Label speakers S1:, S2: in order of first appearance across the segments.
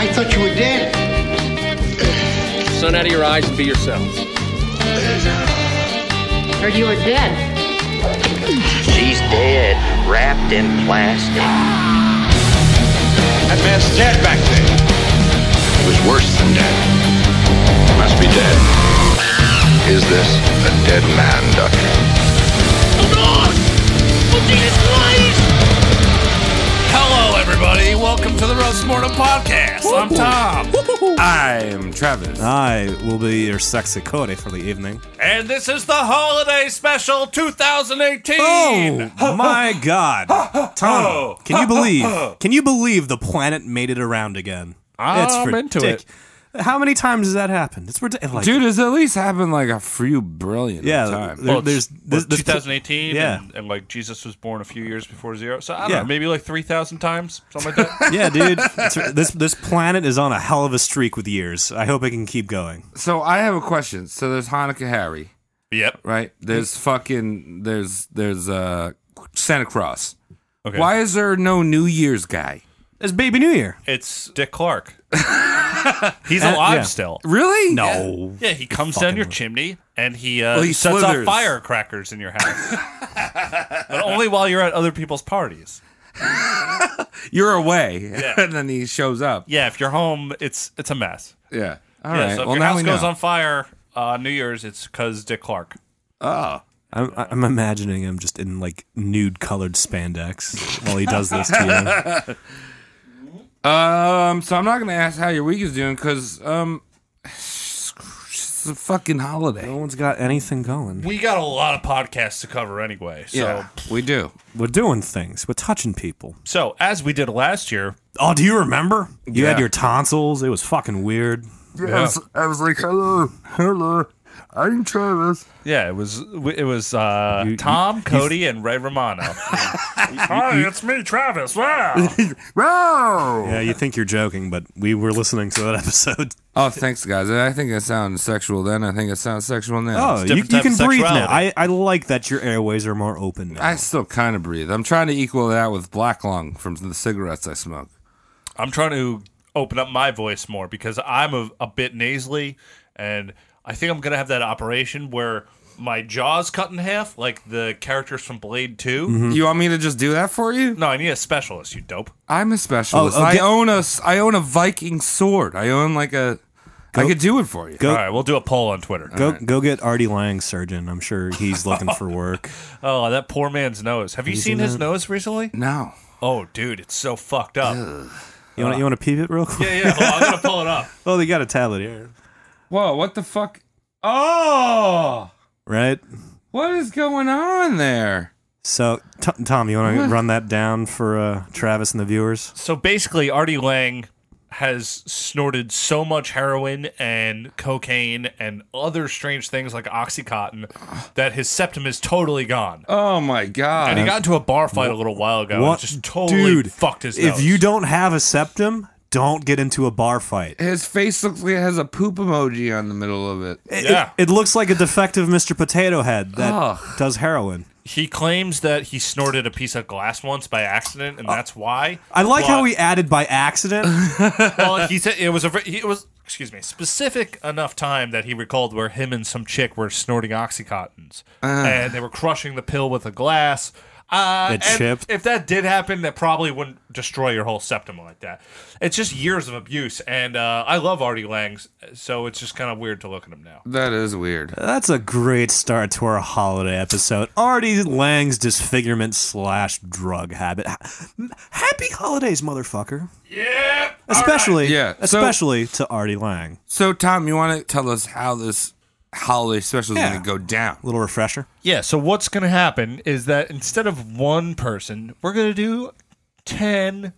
S1: I thought you were dead.
S2: Sun out of your eyes and be yourselves.
S3: Heard you were dead.
S4: She's dead, wrapped in plastic.
S5: That man's dead back there. It was worse than dead. Must be dead. Is this a dead man, Doctor?
S6: Hello, everybody. Welcome to the Roast Mortem Podcast. I'm Tom. I'm Travis.
S7: I will be your sexy Cody for the evening.
S6: And this is the holiday special 2018.
S7: Oh my God, Tom!
S8: Oh.
S7: Can you believe? Can you believe the planet made it around again?
S8: I'm into it.
S7: ridic- How many times has that happened? It's ridiculous. Like,
S8: Dude, it's at least happened like a few brilliant
S7: yeah,
S8: times.
S7: there-
S5: Well,
S7: there's
S5: there's
S7: this, this-
S5: 2018,
S7: yeah.
S5: and, and like Jesus was born a few years before zero. So I don't
S7: Yeah.
S5: know, maybe like 3,000 times, something like that.
S7: yeah, dude. It's, this this planet is on a hell of a streak with years. I hope it can keep going.
S8: So I have a question. So there's Hanukkah Harry,
S5: yep.
S8: right? There's fucking there's there's uh Santa Claus.
S5: Okay.
S8: Why is there no New Year's guy?
S7: It's Baby New Year.
S5: It's Dick Clark. He's alive
S7: yeah.
S5: still.
S8: Uh, Really?
S7: No.
S5: Yeah, he comes down your chimney and he, uh,
S8: Well, he
S5: sets off
S8: slithers.
S5: firecrackers in your house. but only while you're at other people's parties.
S8: You're away,
S5: Yeah.
S8: and then he shows up.
S5: Yeah, if you're home, it's it's a mess.
S8: Yeah. All right.
S5: yeah, so if
S8: well,
S5: your
S8: now
S5: house
S8: we
S5: goes
S8: know.
S5: on fire uh, New Year's, it's because Dick Clark.
S7: I'm, I'm imagining him just in like nude colored spandex while he does this to you.
S8: Um, so I'm not gonna ask how your week is doing because um, it's a fucking holiday.
S7: No
S5: Oh,
S7: one's got anything going.
S5: We got a lot of podcasts to cover anyway. So,
S8: we do.
S7: We're doing things. We're touching people.
S5: so as we did last year,
S7: Oh, do you remember? You had
S8: Yeah.
S7: your tonsils. It was fucking weird.
S8: I, was, I was like, hello, hello, I'm Travis.
S5: yeah, it was it was uh,
S7: You-
S5: Tom, Cody, and Ray Romano. Hi, it's me, Travis. Wow.
S8: Wow.
S7: Yeah, you think you're joking, but we were listening to that episode.
S8: Oh, thanks, guys. I think it sounds sexual then. I think it sounds sexual now.
S7: Oh, you, you
S5: different type
S7: can
S5: of
S7: breathe now.
S5: sexuality.
S7: I, I like that your airways are more open now.
S8: I still kind of breathe. I'm trying to equal that with black lung from the cigarettes I smoke.
S5: I'm trying to open up my voice more because I'm a, a bit nasally, and I think I'm gonna have that operation where my jaw's cut in half, like the characters from Blade 2
S8: You want me to just do that for you?
S5: No, I need a specialist. You dope.
S8: I'm a specialist.
S7: Oh, oh,
S8: I
S7: get-
S8: own a s- I own a Viking sword. I own like a. I could do it for you.
S7: Go-
S5: All right, we'll do a poll on Twitter.
S7: go go get Artie Lang, surgeon. I'm sure he's looking for work.
S5: Oh, that poor man's nose. Have you seen his nose recently?
S8: No.
S5: Oh, dude, it's so fucked up.
S7: You want you want to peep it real quick?
S5: Yeah, yeah. Hold on, I'm gonna pull it up.
S7: Oh, they got a tablet here,
S8: Whoa! What the fuck? Oh,
S7: right?
S8: what is going on there?
S7: So, T- Tom, you want to run that down for uh, Travis and the viewers?
S5: So basically, Artie Lang has snorted so much heroin and cocaine and other strange things like oxycontin that his septum is totally gone.
S8: Oh my
S5: And he
S8: god!
S5: got into a bar fight a little while ago. and Oh, Just totally
S7: Uh, dude?
S5: fucked his
S7: If
S5: nose.
S7: you don't have a septum, don't get into a bar fight.
S8: His face looks like it has a poop emoji on the middle of it.
S7: It,
S5: Yeah.
S7: it, it looks like a defective Mr. Potato Head that
S8: Ugh.
S7: does heroin.
S5: he claims that he snorted a piece of glass once by accident, and that's why.
S7: Uh, I like
S5: But-
S7: how he added by accident.
S5: well, he said it was a ver- he, it was excuse me specific enough time that he recalled where him and some chick were snorting oxycontins
S7: Ah.
S5: and they were crushing the pill with a glass. Uh,
S7: It
S5: and
S7: chipped.
S5: If that did happen, that probably wouldn't destroy your whole septum like that. It's just years of abuse, and uh, I love Artie Langs, so it's just kind of weird to look at him now.
S8: That is weird.
S7: That's a great start to our holiday episode. Artie Lang's disfigurement slash drug habit. Ha- Happy holidays, motherfucker.
S5: Yeah,
S7: Especially,
S8: Yeah, so-
S7: especially to Artie Lang.
S8: So, Tom, you want to tell us how this holiday special is
S7: Yeah.
S8: going to go down?
S7: Little refresher.
S5: Yeah, so what's going to happen is that instead of one person, we're going to do 10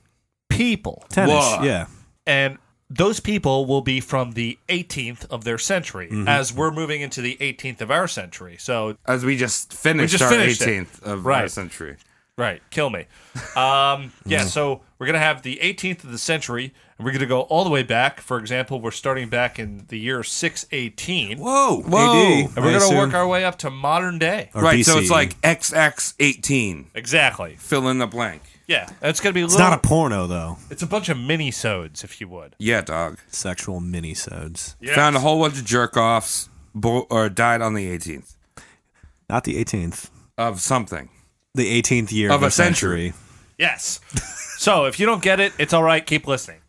S5: people.
S7: Tennis.
S8: Whoa.
S7: Yeah.
S5: And those people will be from the 18th of their century
S7: Mm-hmm.
S5: as we're moving into the 18th of our century. So,
S8: As we just finished
S5: just
S8: our
S5: finished it.
S8: 18th of our
S5: Right.
S8: century.
S5: right, kill me. Um,
S7: Mm.
S5: yeah, so we're going to have the 18th of the century and we're going to go all the way back. For example, we're starting back in the year 618.
S7: Whoa.
S8: Whoa.
S5: And we're going to work our way up to modern day.
S8: right, so it's like XX18.
S5: Exactly.
S8: Fill in the blank.
S5: Yeah, it's gonna be.
S7: It's not a porno though.
S5: It's a bunch of mini sodes, if you would.
S8: Yeah, dog.
S7: Sexual minisodes.
S5: Yes.
S8: Found a whole bunch of jerk offs, bo- or died on the 18th
S7: Not the 18th.
S8: of something.
S7: The 18th year of,
S8: Of a
S7: a century.
S5: Yes. so if you don't get it, it's all right. Keep listening.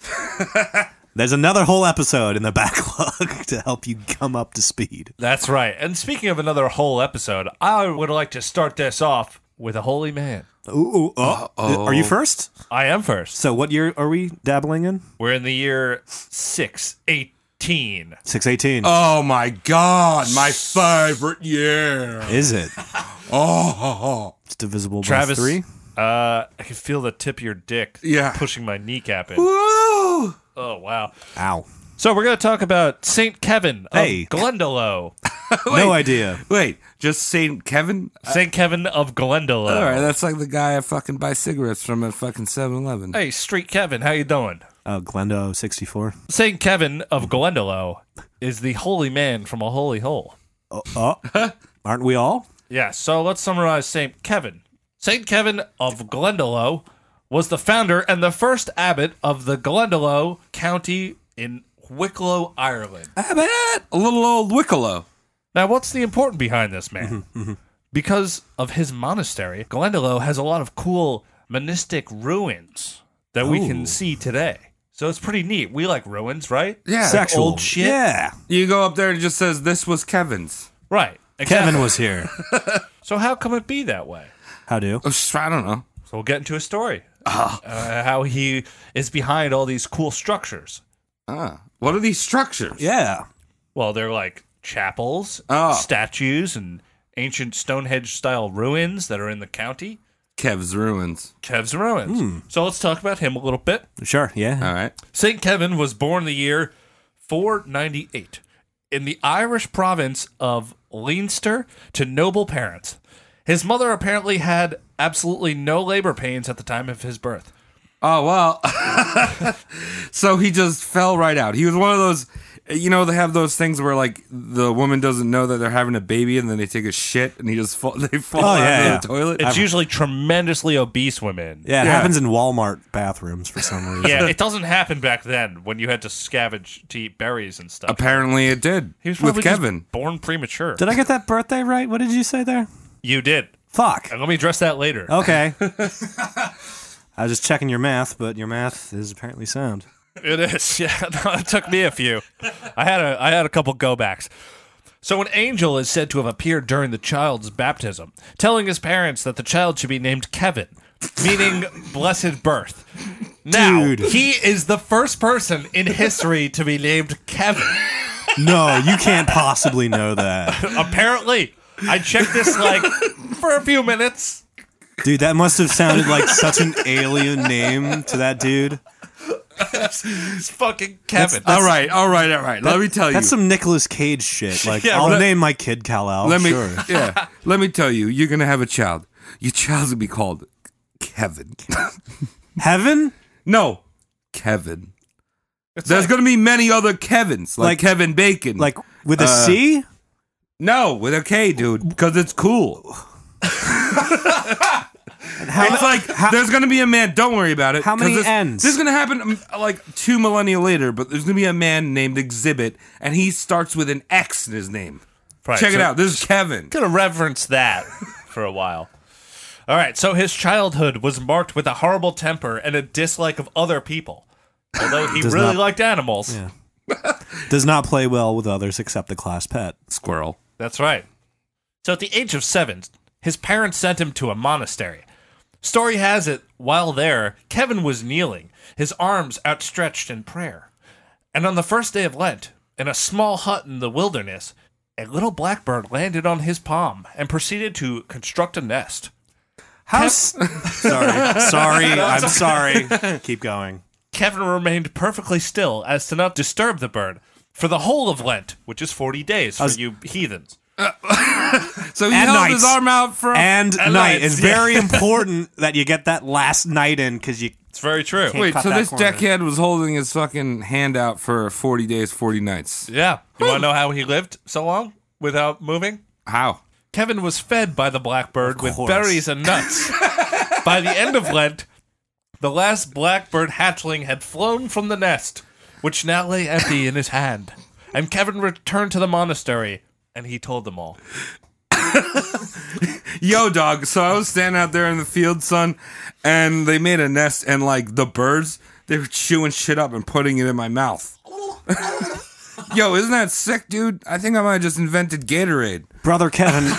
S7: There's another whole episode in the backlog to help you come up to speed.
S5: That's right. And speaking of another whole episode, I would like to start this off with a holy man.
S7: Ooh, ooh, oh. Are you first?
S5: I am first.
S7: So what year are we dabbling in?
S5: We're in the year six eighteen.
S7: 618.
S8: Oh my god, my favorite year.
S7: Is it?
S8: Oh, ho, ho.
S7: It's divisible
S5: Travis,
S7: by three.
S5: Uh, I can feel the tip of your dick.
S8: Yeah.
S5: Pushing my kneecap in.
S8: Woo!
S5: Oh wow.
S7: Ow.
S5: So we're gonna talk about Saint Kevin of
S7: Hey.
S5: Glendalough.
S7: No idea.
S8: Wait, just Saint Kevin?
S5: Saint Kevin of Glendalough.
S8: All right, that's like the guy I fucking buy cigarettes from at fucking 7-Eleven.
S5: Hey, Street Kevin, how you doing?
S7: Oh, Glendo 64.
S5: Saint Kevin of Glendalough is the holy man from a holy hole.
S7: Oh, aren't we all?
S5: Yeah, so let's summarize St. Kevin. St. Kevin of Glendalough was the founder and the first abbot of the Glendalough County in Wicklow, Ireland.
S8: Abbott, a little old Wicklow.
S5: Now, what's the important behind this man? because of his monastery, Glendalough has a lot of cool monistic ruins that we can see today. So it's pretty neat. We like ruins, right?
S8: Yeah.
S7: Sexual.
S5: old shit?
S7: Yeah.
S8: You go up there and it just says, this was Kevin's.
S5: Right.
S7: Kevin
S5: exactly.
S7: was here.
S5: So how come it be that way?
S7: How do?
S8: Oh, sh- I don't know.
S5: So we'll get into his story. Uh, how he is behind all these cool structures.
S8: Ah, what are these structures?
S7: Yeah.
S5: Well, they're like chapels,
S8: Oh.
S5: statues, and ancient Stonehenge style ruins that are in the county.
S8: Kev's ruins.
S5: Kev's ruins. So let's talk about him a little bit.
S7: Sure. Yeah.
S8: All right.
S5: St. Kevin was born the year 498 in the Irish province of Leinster to noble parents. His mother apparently had absolutely no labor pains at the time of his birth.
S8: Oh well. so he just fell right out. He was one of those you know they have those things where like the woman doesn't know that they're having a baby and then they take a shit and he just fall they fall
S7: Oh,
S8: out
S7: yeah,
S8: of
S7: yeah.
S8: the toilet.
S5: It's usually tremendously obese women.
S7: Yeah, it
S8: Yeah.
S7: happens in Walmart bathrooms for some reason.
S5: Yeah, it doesn't happen back then when you had to scavenge to eat berries and stuff.
S8: Apparently it did.
S5: He was
S8: with
S5: probably just
S8: Kevin.
S5: born premature.
S7: Did I get that birthday right? What did you say there?
S5: you did.
S7: Fuck.
S5: And let me address that later.
S7: Okay. I was just checking your math, but your math is apparently sound.
S5: It is. Yeah, no, it took me a few. I had a I had a couple go backs. So an angel is said to have appeared during the child's baptism, telling his parents that the child should be named Kevin, meaning blessed birth. Now,
S7: Dude.
S5: he is the first person in history to be named Kevin.
S7: No, you can't possibly know that.
S5: Apparently, I checked this like for a few minutes.
S7: Dude, that must have sounded like such an alien name to that dude.
S5: It's fucking Kevin.
S8: All right, all right, all right. Let me tell you.
S7: That's some Nicolas Cage shit. Like,
S5: Yeah,
S7: I'll
S5: let-
S7: name my kid Kal-El.
S8: let me
S7: sure.
S8: yeah. Let me tell you, you're gonna have a child. Your child's gonna be called Kevin.
S7: Heaven?
S8: no. Kevin. There's gonna be many other Kevins, like,
S7: Like-
S8: Kevin Bacon.
S7: Like, with a
S8: Uh,
S7: C?
S8: No, with a K, dude, because it's cool. it's like there's gonna be a man. Don't worry about it.
S7: How many
S8: 'cause this,
S7: Ns?
S8: This is gonna happen um, like two millennia later, but there's gonna be a man named Exhibit, and he starts with an X in his name.
S5: Right,
S8: Check it
S5: so-
S8: out. This is Kevin.
S5: gonna reverence that for a while. All right, so his childhood was marked with a horrible temper and a dislike of other people. Although he
S7: Does
S5: really
S7: not-
S5: liked animals.
S7: Yeah. Does not play well with others except the class pet.
S8: Squirrel.
S5: That's right. So at the age of seven, his parents sent him to a monastery. Story has it, while there, Kevin was kneeling, his arms outstretched in prayer. And on the first day of Lent, in a small hut in the wilderness, a little blackbird landed on his palm and proceeded to construct a nest.
S7: How? s- sorry, sorry, I'm sorry. Keep going.
S5: Kevin remained perfectly still as to not disturb the bird for the whole of Lent, which is 40 days for
S7: was-
S5: you heathens.
S8: So he
S7: And
S8: held
S7: nights.
S8: his arm out for.
S7: And
S5: And
S7: night
S5: lights,
S7: is
S5: yeah.
S7: very important that you get that last night in because you.
S5: It's very true.
S8: Wait,
S7: cut
S8: so
S7: that
S8: this
S7: corner.
S8: deckhead was holding his fucking hand out for 40 days, 40 nights.
S5: Yeah. You want to know how he lived so long without moving?
S8: How?
S5: Kevin was fed by the blackbird with
S7: course.
S5: berries and nuts. by the end of Lent, The last blackbird hatchling had flown from the nest, which now lay empty in his hand. And Kevin returned to the monastery, and he told them all.
S8: Yo, dog. So I was standing out there in the field, son, and they made a nest, and like the birds, they were chewing shit up and putting it in my mouth. Yo, isn't that sick, dude? I think I might have just invented Gatorade.
S7: Brother Kevin,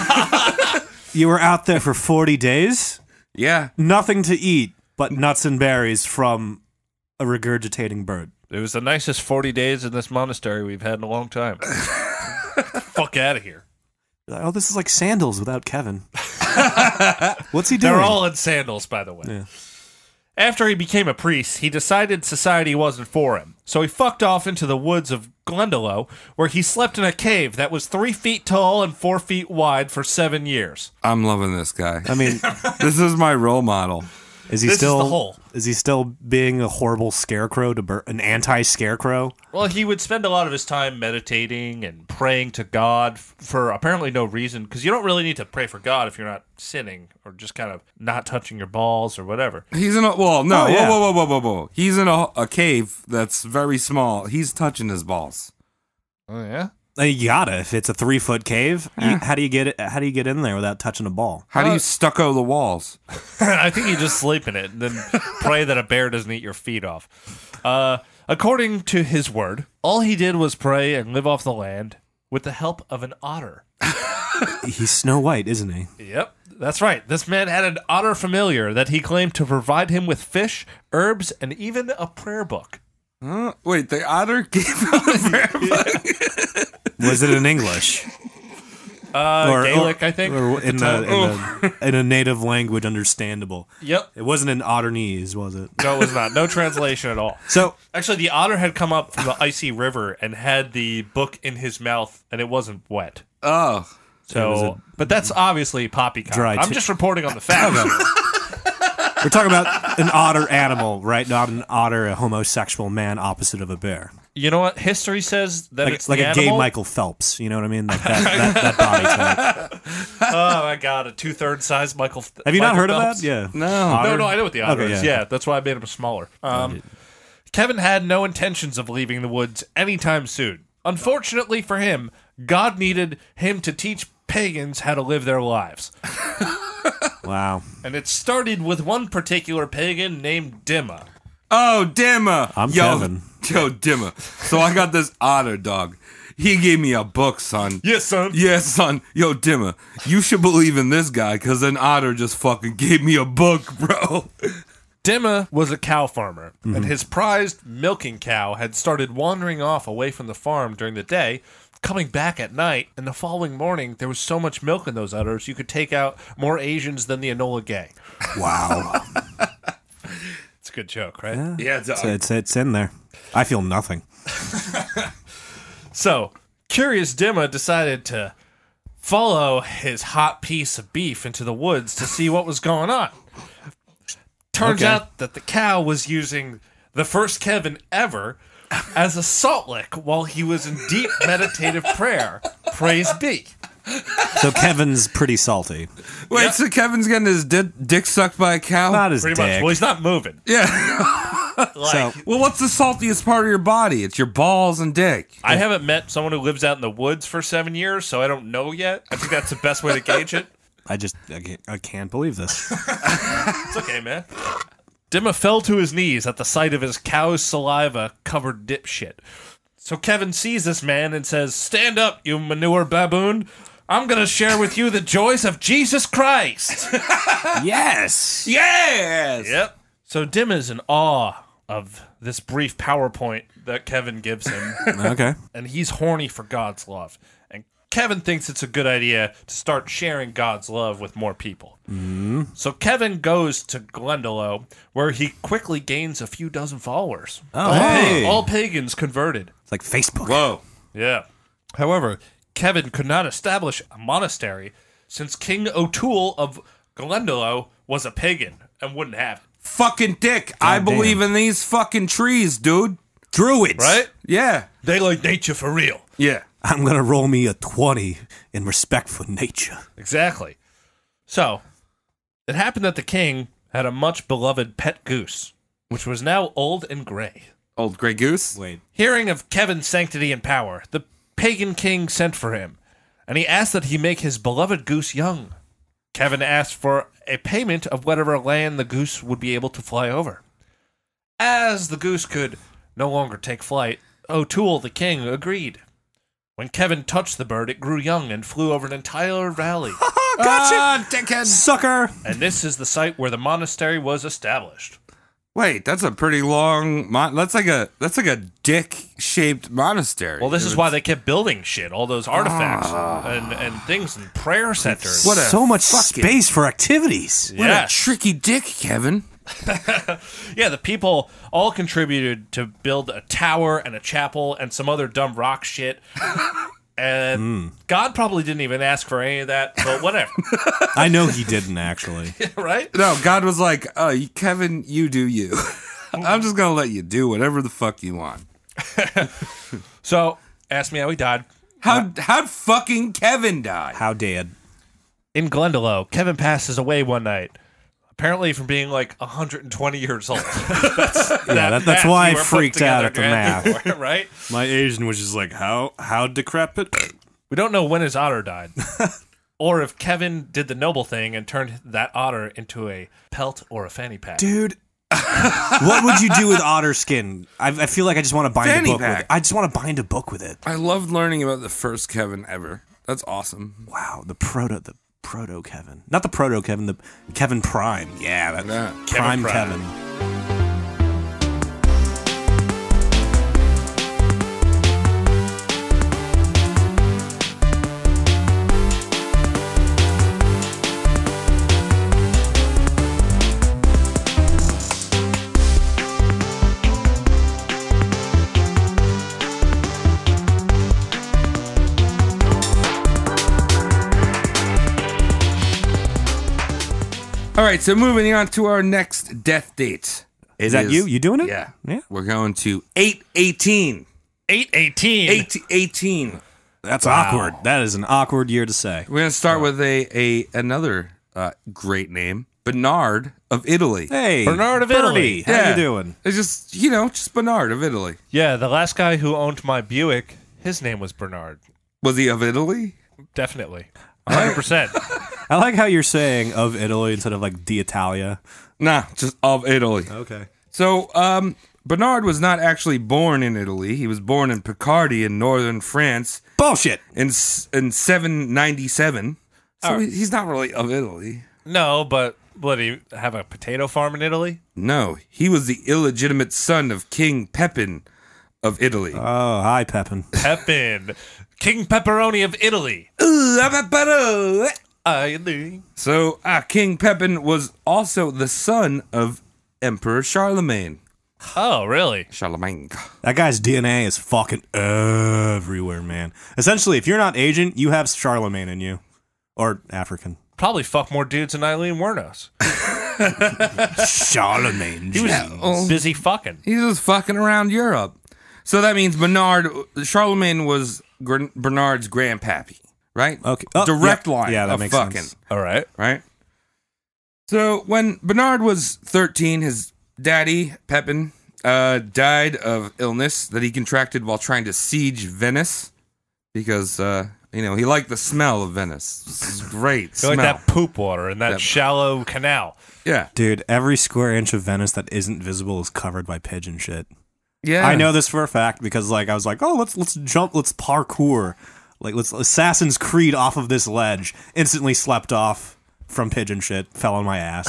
S7: you were out there for 40 days,
S8: Yeah.
S7: nothing to eat but nuts and berries from a regurgitating bird.
S5: It was the nicest 40 days in this monastery we've had in a long time. Fuck out of here.
S7: You're like, oh, this is like sandals without Kevin. What's he doing?
S5: They're all in sandals, by the way. After he became a priest, he decided society wasn't for him, so he fucked off into the woods of Glendalough, where he slept in a cave that was three feet tall and four feet wide for seven years.
S8: I'm loving this guy.
S7: I mean,
S8: this is my role model.
S7: is he
S5: This is
S7: still
S5: the hole.
S7: is he still being a horrible scarecrow to bir- an anti-scarecrow?
S5: Well, he would spend a lot of his time meditating and praying to God f- for apparently no reason, because you don't really need to pray for God if you're not sinning or just kind of not touching your balls or whatever.
S8: He's in a well, no,
S7: Oh, yeah.
S8: whoa, whoa, whoa, whoa, whoa, whoa. He's in a, a cave that's very small. He's touching his balls.
S5: Oh, yeah?
S7: Uh, You gotta if it's a three foot cave. you- how do you get it? How do you get in there without touching a ball?
S8: How do you stucco the walls?
S5: I think you just sleep in it and then pray that a bear doesn't eat your feet off. Uh, according to his word, all he did was pray and live off the land with the help of an otter.
S7: He's Snow White, isn't he?
S5: Yep, that's right. This man had an otter familiar that he claimed to provide him with fish, herbs, and even a prayer book.
S8: Huh? Wait, the otter gave out a bear book?
S7: Was it in English?
S5: Uh, Gaelic, I think.
S7: or
S5: at the
S7: in,
S5: time.
S7: a, in, a, in a native language understandable.
S5: Yep.
S7: It wasn't in Otternese, was it?
S5: No, it was not. No translation at all.
S7: So
S5: Actually, the otter had come up from the icy river and had the book in his mouth, and it wasn't wet.
S8: Oh.
S7: was
S5: So,
S7: a-
S5: but that's obviously poppycock.
S7: Dry
S5: I'm
S7: t-
S5: just reporting on the facts.
S7: we're talking about an otter animal, right? Not an otter, a homosexual man opposite of a bear,
S5: You know what? History says that
S7: like
S5: it's
S7: like
S5: the
S7: a gay
S5: animal-
S7: Michael Phelps. You know what I mean? Like that, that, that body type.
S5: Oh my god, a two third size Michael.
S7: Have you not
S5: Michael
S7: heard
S5: Phelps?
S7: of that? Yeah.
S8: No.
S5: No,
S7: Otter?
S5: no, I know what the otter
S7: Okay,
S5: is.
S7: yeah.
S5: Yeah. that's why I made him smaller. Um, Kevin had no intentions of leaving the woods anytime soon. Unfortunately for him, God needed him to teach pagans how to live their lives.
S7: Wow.
S5: And it started with one particular pagan named Dima.
S8: Oh, Dimma.
S7: I'm
S8: yo,
S7: Kevin.
S8: Yo, Dimma. So I got this otter dog. He gave me a book, son.
S5: Yes, son.
S8: Yeah, son. Yo, Dimma, you should believe in this guy because an otter just fucking gave me a book, bro.
S5: Dimma was a cow farmer, and his prized milking cow had started wandering off away from the farm during the day, coming back at night, and the following morning there was so much milk in those udders you could take out more Asians than the Enola Gay.
S7: Wow.
S5: It's a good joke, right?
S8: Yeah, dog.
S7: So it's it's in there. I feel nothing.
S5: So, curious Dimma decided to follow his hot piece of beef into the woods to see what was going on. Turns
S7: Okay.
S5: out that the cow was using the first Kevin ever as a salt lick while he was in deep meditative prayer. Praise be.
S7: So Kevin's pretty salty.
S8: Wait, so Kevin's getting his di- dick sucked by a cow?
S7: Not his
S5: Pretty much.
S7: dick.
S5: Well, he's not moving.
S8: yeah.
S5: Like,
S8: Well, what's the saltiest part of your body? It's your balls and dick.
S5: I haven't met someone who lives out in the woods for seven years, so I don't know yet. I think that's the best way to gauge it.
S7: I just I can't, I can't believe this.
S5: It's okay, man. Dimma fell to his knees at the sight of his cow's saliva covered dipshit. So Kevin sees this man and says, Stand up, you manure baboon. I'm going to share with you the joys of Jesus Christ.
S7: yes.
S8: Yes.
S5: yep. So Dimma's in awe of this brief PowerPoint that Kevin gives him,
S7: Okay.
S5: and he's horny for God's love. And Kevin thinks it's a good idea to start sharing God's love with more people. So Kevin goes to Glendalough, where he quickly gains a few dozen followers.
S7: Oh, hey.
S5: All pagans converted.
S7: It's like Facebook.
S8: Whoa.
S5: Yeah. However, Kevin could not establish a monastery since King O'Toole of Glendalough was a pagan and wouldn't have it.
S8: Fucking dick. I believe in these fucking trees, dude.
S7: Druids.
S5: Right?
S8: Yeah.
S5: They like nature for real.
S8: Yeah.
S7: I'm gonna roll me a twenty in respect for nature.
S5: Exactly. So, it happened that the king had a much beloved pet goose, which was now old and gray.
S8: Old Grey Goose.
S7: Wait.
S5: Hearing of Kevin's sanctity and power, the pagan king sent for him, and he asked that he make his beloved goose young. Kevin asked for a payment of whatever land the goose would be able to fly over. As the goose could no longer take flight, O'Toole, the king, agreed. When Kevin touched the bird, it grew young and flew over an entire valley,
S7: Oh, gotcha,
S8: Ah, dickhead.
S7: sucker.
S5: and this is the site where the monastery was established.
S8: Wait, that's a pretty long. Mon- that's like a that's like a dick shaped monastery.
S5: Well, this
S8: It
S5: is
S8: was-
S5: why they kept building shit, all those artifacts
S7: Ah.
S5: and, and things and prayer centers.
S8: What a
S7: so much
S8: fucking-
S7: space for activities.
S8: What
S5: Yes.
S8: a tricky dick, Kevin.
S5: Yeah, the people all contributed to build a tower and a chapel and some other dumb rock shit. And
S7: Hmm.
S5: God probably didn't even ask for any of that, but whatever,
S7: I know he didn't actually.
S5: right?
S8: No, God was like, "Oh, you- Kevin, you do you. I'm just gonna let you do whatever the fuck you want."
S5: So, ask me how he died.
S8: How how'd fucking Kevin die?
S7: How did?
S5: In Glendalough, Kevin passes away one night, apparently from being like 120 years old.
S7: Yeah, that, that's
S5: math
S7: why
S5: you
S7: I
S5: were put
S7: freaked out
S5: together,
S7: at the
S5: Grant,
S7: math.
S5: right?
S7: My Asian was just like, how how decrepit?
S5: We don't know when his otter died, or if Kevin did the noble thing and turned that otter into a pelt or a fanny pack.
S7: Dude. what would you do with otter skin? I, I feel like I just want to bind
S8: Fanny
S7: a book with
S8: pack.
S7: it. I just want to bind a book with it.
S8: I loved learning about the first Kevin ever. That's awesome.
S7: Wow, the proto the proto Kevin. Not the proto Kevin, the Kevin Prime. Yeah, that
S8: Yeah.
S7: Prime,
S5: Kevin Prime.
S7: Kevin.
S8: All right, so moving on to our next death date.
S7: Is that you? You doing it?
S8: Yeah.
S7: Yeah.
S8: We're going to 818.
S5: 818.
S8: 818.
S7: That's awkward. That is an awkward year to say.
S8: We're going to start with a, a another uh, great name, Bernard of Italy.
S7: Hey,
S5: Bernard of
S7: Bernie,
S5: Italy.
S7: How
S8: Yeah.
S7: you doing?
S8: It's just, you know, just Bernard of Italy.
S5: Yeah, the last guy who owned my Buick, his name was Bernard.
S8: Was he of Italy?
S5: Definitely. 100%.
S7: I like how you're saying of Italy instead of like the Italia.
S8: Nah, just of Italy.
S7: Okay.
S8: So, um, Bernard was not actually born in Italy. He was born in Picardy in northern France
S7: Bullshit.
S8: in s- in 797. So he- he's not really of Italy.
S5: no, but what do you have a potato farm in Italy?
S8: No, he was the illegitimate son of King Pepin of Italy.
S7: Oh, hi Pepin.
S5: Pepin. King Pepperoni of Italy.
S8: Ooh, I'm a butter.
S5: Italy.
S8: so, uh, King Pepin was also the son of Emperor Charlemagne.
S5: Oh, really?
S8: Charlemagne.
S7: That guy's DNA is fucking everywhere, man. Essentially, if you're not Asian, you have Charlemagne in you, or African.
S5: Probably fuck more dudes than Eileen Wernos.
S7: Charlemagne.
S5: Busy fucking.
S8: He's just fucking around Europe. So that means Bernard, Charlemagne was Gr- Bernard's grandpappy, right?
S7: Okay. Oh,
S8: Direct
S7: yeah.
S8: line.
S7: Yeah, that
S8: of
S7: makes
S8: fucking,
S7: sense.
S5: All right.
S8: Right. So when Bernard was 13, his daddy Pepin uh, died of illness that he contracted while trying to siege Venice because uh, you know he liked the smell of Venice. This is great
S5: Go
S8: smell.
S5: like that poop water in Oh. that
S8: That-
S5: shallow canal.
S8: Yeah,
S7: Dude, every square inch of Venice that isn't visible is covered by pigeon shit.
S8: yeah.
S7: I know this for a fact because like I was like, oh, let's let's jump, let's parkour, like let's Assassin's Creed off of this ledge. Instantly slept off from pigeon shit, fell on my ass,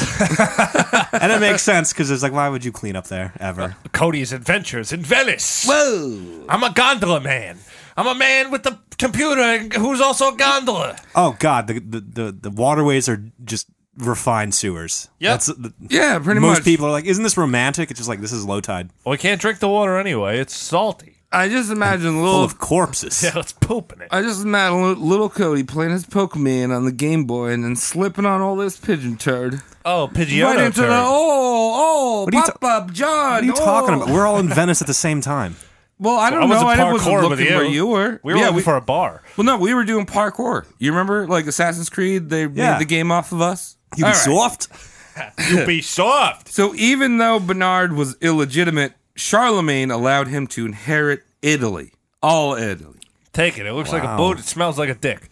S7: and it makes sense because it's like, why would you clean up there ever?
S5: Cody's Adventures in Venice.
S8: Whoa!
S5: I'm a gondola man. I'm a man with the computer who's also a gondola.
S7: Oh God, the the the, the waterways are just refined sewers.
S5: Yep.
S7: That's the,
S8: Yeah, pretty
S7: most
S8: much.
S7: people are like, isn't this romantic? It's just like this is low tide,
S5: Well, we can't drink the water anyway. It's salty.
S8: I just imagine
S7: full
S8: little.
S7: of corpses.
S5: Yeah, let's poop in it.
S8: I just imagine li- little Cody playing his Pokemon on the Game Boy and then slipping on all this pigeon turd.
S5: Oh, Pidgeotto.
S8: Right into
S5: turd.
S8: the oh oh
S7: are you
S8: pop up John.
S7: What are you
S8: oh.
S7: talking about? We're all in Venice at the same time.
S8: Well, I don't
S5: I was
S8: know.
S5: in
S8: I didn't- wasn't
S5: parkour
S8: looking
S5: with you.
S8: where you were.
S5: We were
S8: yeah,
S5: looking for a bar.
S8: Well, no, we were doing parkour. You remember, like Assassin's Creed? They
S7: Yeah.
S8: made the game off of us.
S7: You
S8: All
S7: be
S8: right.
S7: soft.
S5: You be soft.
S8: So even though Bernard was illegitimate, Charlemagne allowed him to inherit Italy, all Italy.
S5: Take it. It looks like a boot. It smells like a dick.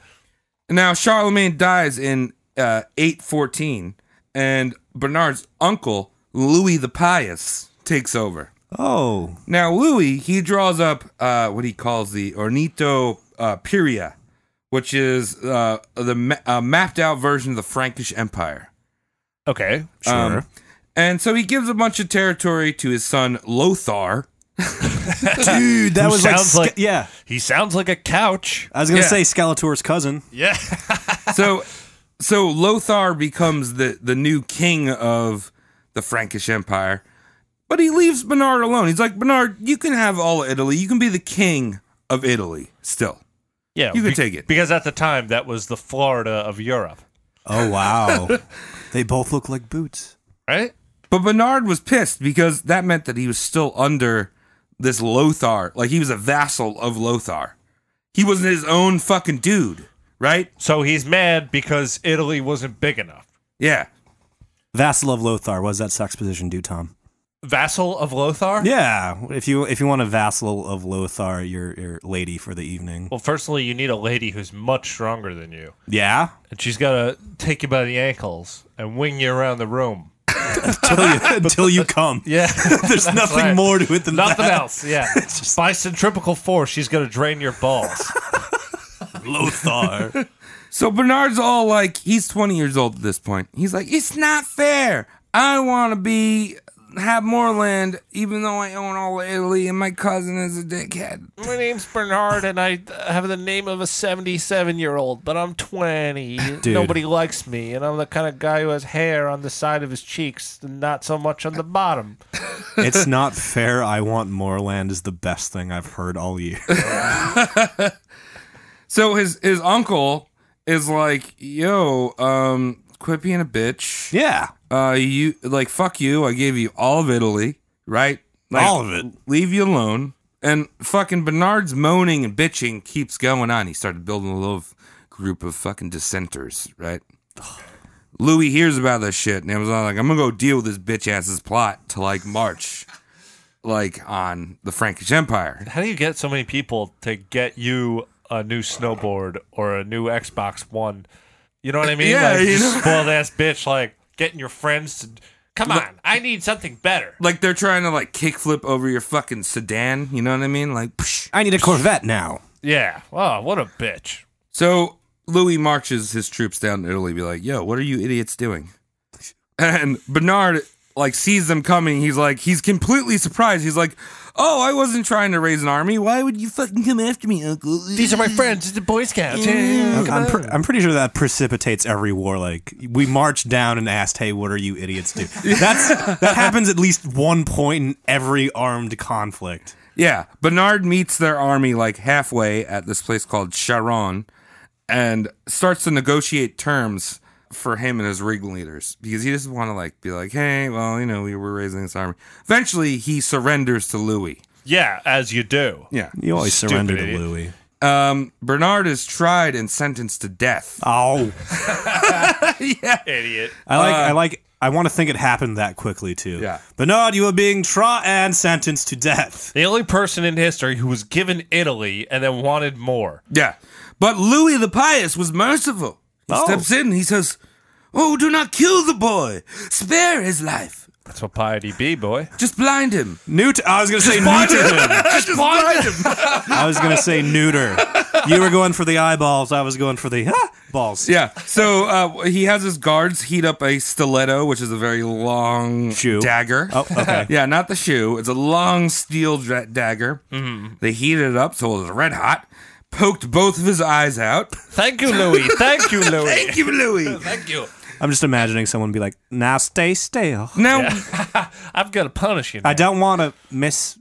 S8: Now Charlemagne dies in uh, 814, and Bernard's uncle Louis the Pious takes over.
S7: Oh,
S8: Now Louis he draws up uh, what he calls the Ornito uh, Pyria, which is uh, the ma- uh, mapped out version of the Frankish Empire. Um,
S5: Okay.
S7: sure.
S8: And so he gives a bunch of territory to his son Lothar.
S7: Dude, that
S5: Who
S7: was like,
S5: sounds
S7: Ske-
S5: like-
S7: yeah.
S5: He sounds like a couch.
S7: I was gonna
S8: Yeah.
S7: say Skeletor's cousin.
S5: Yeah.
S8: So so Lothar becomes the the new king of the Frankish Empire. But he leaves Bernard alone. He's like, "Bernard, you can have all of Italy. You can be the king of Italy still."
S5: Yeah.
S8: You can take it.
S5: Because at the time, that was the Florida of Europe.
S7: Oh wow, they both look like boots.
S5: Right?
S8: But Bernard was pissed because that meant that he was still under this Lothar. Like he was a vassal of Lothar. He wasn't his own fucking dude, right?
S5: So he's mad because Italy wasn't big enough.
S8: Yeah.
S7: Vassal of Lothar. What does that sex position do, Tom?
S5: Vassal of Lothar?
S7: Yeah, if you if you want a vassal of Lothar, your your lady for the evening.
S5: Well, firstly, you need a lady who's much stronger than you.
S7: Yeah,
S5: And she's got to take you by the ankles and wing you around the room.
S7: until you until you come.
S5: Yeah.
S7: There's nothing
S5: right.
S7: more to it than
S5: Nothing
S7: that.
S5: else. Yeah. By centripetal force, she's going to drain your balls.
S7: Lothar.
S8: So Bernard's all like, he's 20 years old at this point. He's like, it's not fair. I want to be have more land, even though I own all of Italy, and my cousin is a dickhead.
S2: My name's Bernard, and I have the name of a 77 year old, but I'm 20. Nobody likes me, and I'm the kind of guy who has hair on the side of his cheeks and not so much on the bottom.
S7: it's not fair. I want more land is the best thing I've heard all year.
S8: So his his uncle is like, yo, um, quit being a bitch.
S7: yeah,
S8: Uh, you like fuck you. I gave you all of Italy, right? Like,
S7: All of it.
S8: Leave you alone. And fucking Bernard's moaning and bitching keeps going on. He started building a little group of fucking dissenters, right? Louis hears about this shit and he was all like, "I'm gonna go deal with this bitch ass's plot to like march, like on the Frankish Empire."
S5: How do you get so many people to get you a new snowboard or a new Xbox One? You know what I mean?
S8: Yeah,
S5: like,
S8: you know.
S5: spoiled ass bitch, like getting your friends to come on. I need something better.
S8: Like they're trying to like kickflip over your fucking sedan. You know what I mean? Like. Psh.
S7: I need a Corvette now.
S5: Yeah. Oh, what a bitch.
S8: So Louis marches his troops down to Italy, be like, "Yo, what are you idiots doing?" And Bernard like sees them coming. He's like, he's completely surprised. He's like, "Oh, I wasn't trying to raise an army. Why would you fucking come after me, Uncle?"
S2: These are my friends. It's the Boy Scouts. Yeah.
S7: I'm, pre- I'm pretty sure that precipitates every war. Like we marched down and asked, "Hey, what are you idiots do?" That's that happens at least one point in every armed conflict.
S8: Yeah, Bernard meets their army like halfway at this place called Charon and starts to negotiate terms for him and his ring leaders because he just want to like be like, "Hey, well, you know, we were raising this army." Eventually, he surrenders to Louis.
S5: Yeah, as you do.
S8: Yeah.
S7: You always
S5: Stupid
S7: surrender to
S5: idiot.
S7: Louis.
S8: Um, Bernard is tried and sentenced to death.
S7: Oh,
S5: Idiot.
S7: I like. I like. I want to think it happened that quickly too.
S8: Yeah.
S7: Bernard, you are being tried and sentenced to death.
S5: The only person in history who was given Italy and then wanted more.
S8: Yeah. But Louis the Pious was merciful. He
S7: Oh.
S8: steps in and he says, Oh, do not kill the boy. Spare his life.
S5: That's what piety be, boy.
S8: Just blind him.
S7: Newt. I was gonna say neuter. him.
S8: Just blind him.
S7: I was gonna say neuter. You were going for the eyeballs. I was going for the ah, balls.
S8: yeah. So uh, he has his guards heat up a stiletto, which is a very long
S7: Shoe.
S8: dagger.
S7: Oh, okay.
S8: Yeah, not the shoe. It's a long steel dra- dagger.
S5: Mm-hmm.
S8: They heated it up so it was red hot. Poked both of his eyes out.
S5: Thank you, Louis. Thank you, Louis.
S8: Thank you, Louis.
S5: Oh, Thank you.
S7: I'm just imagining someone be like, "Now stay still."
S8: Now,
S5: I've got to punish you. Now.
S7: I don't want to miss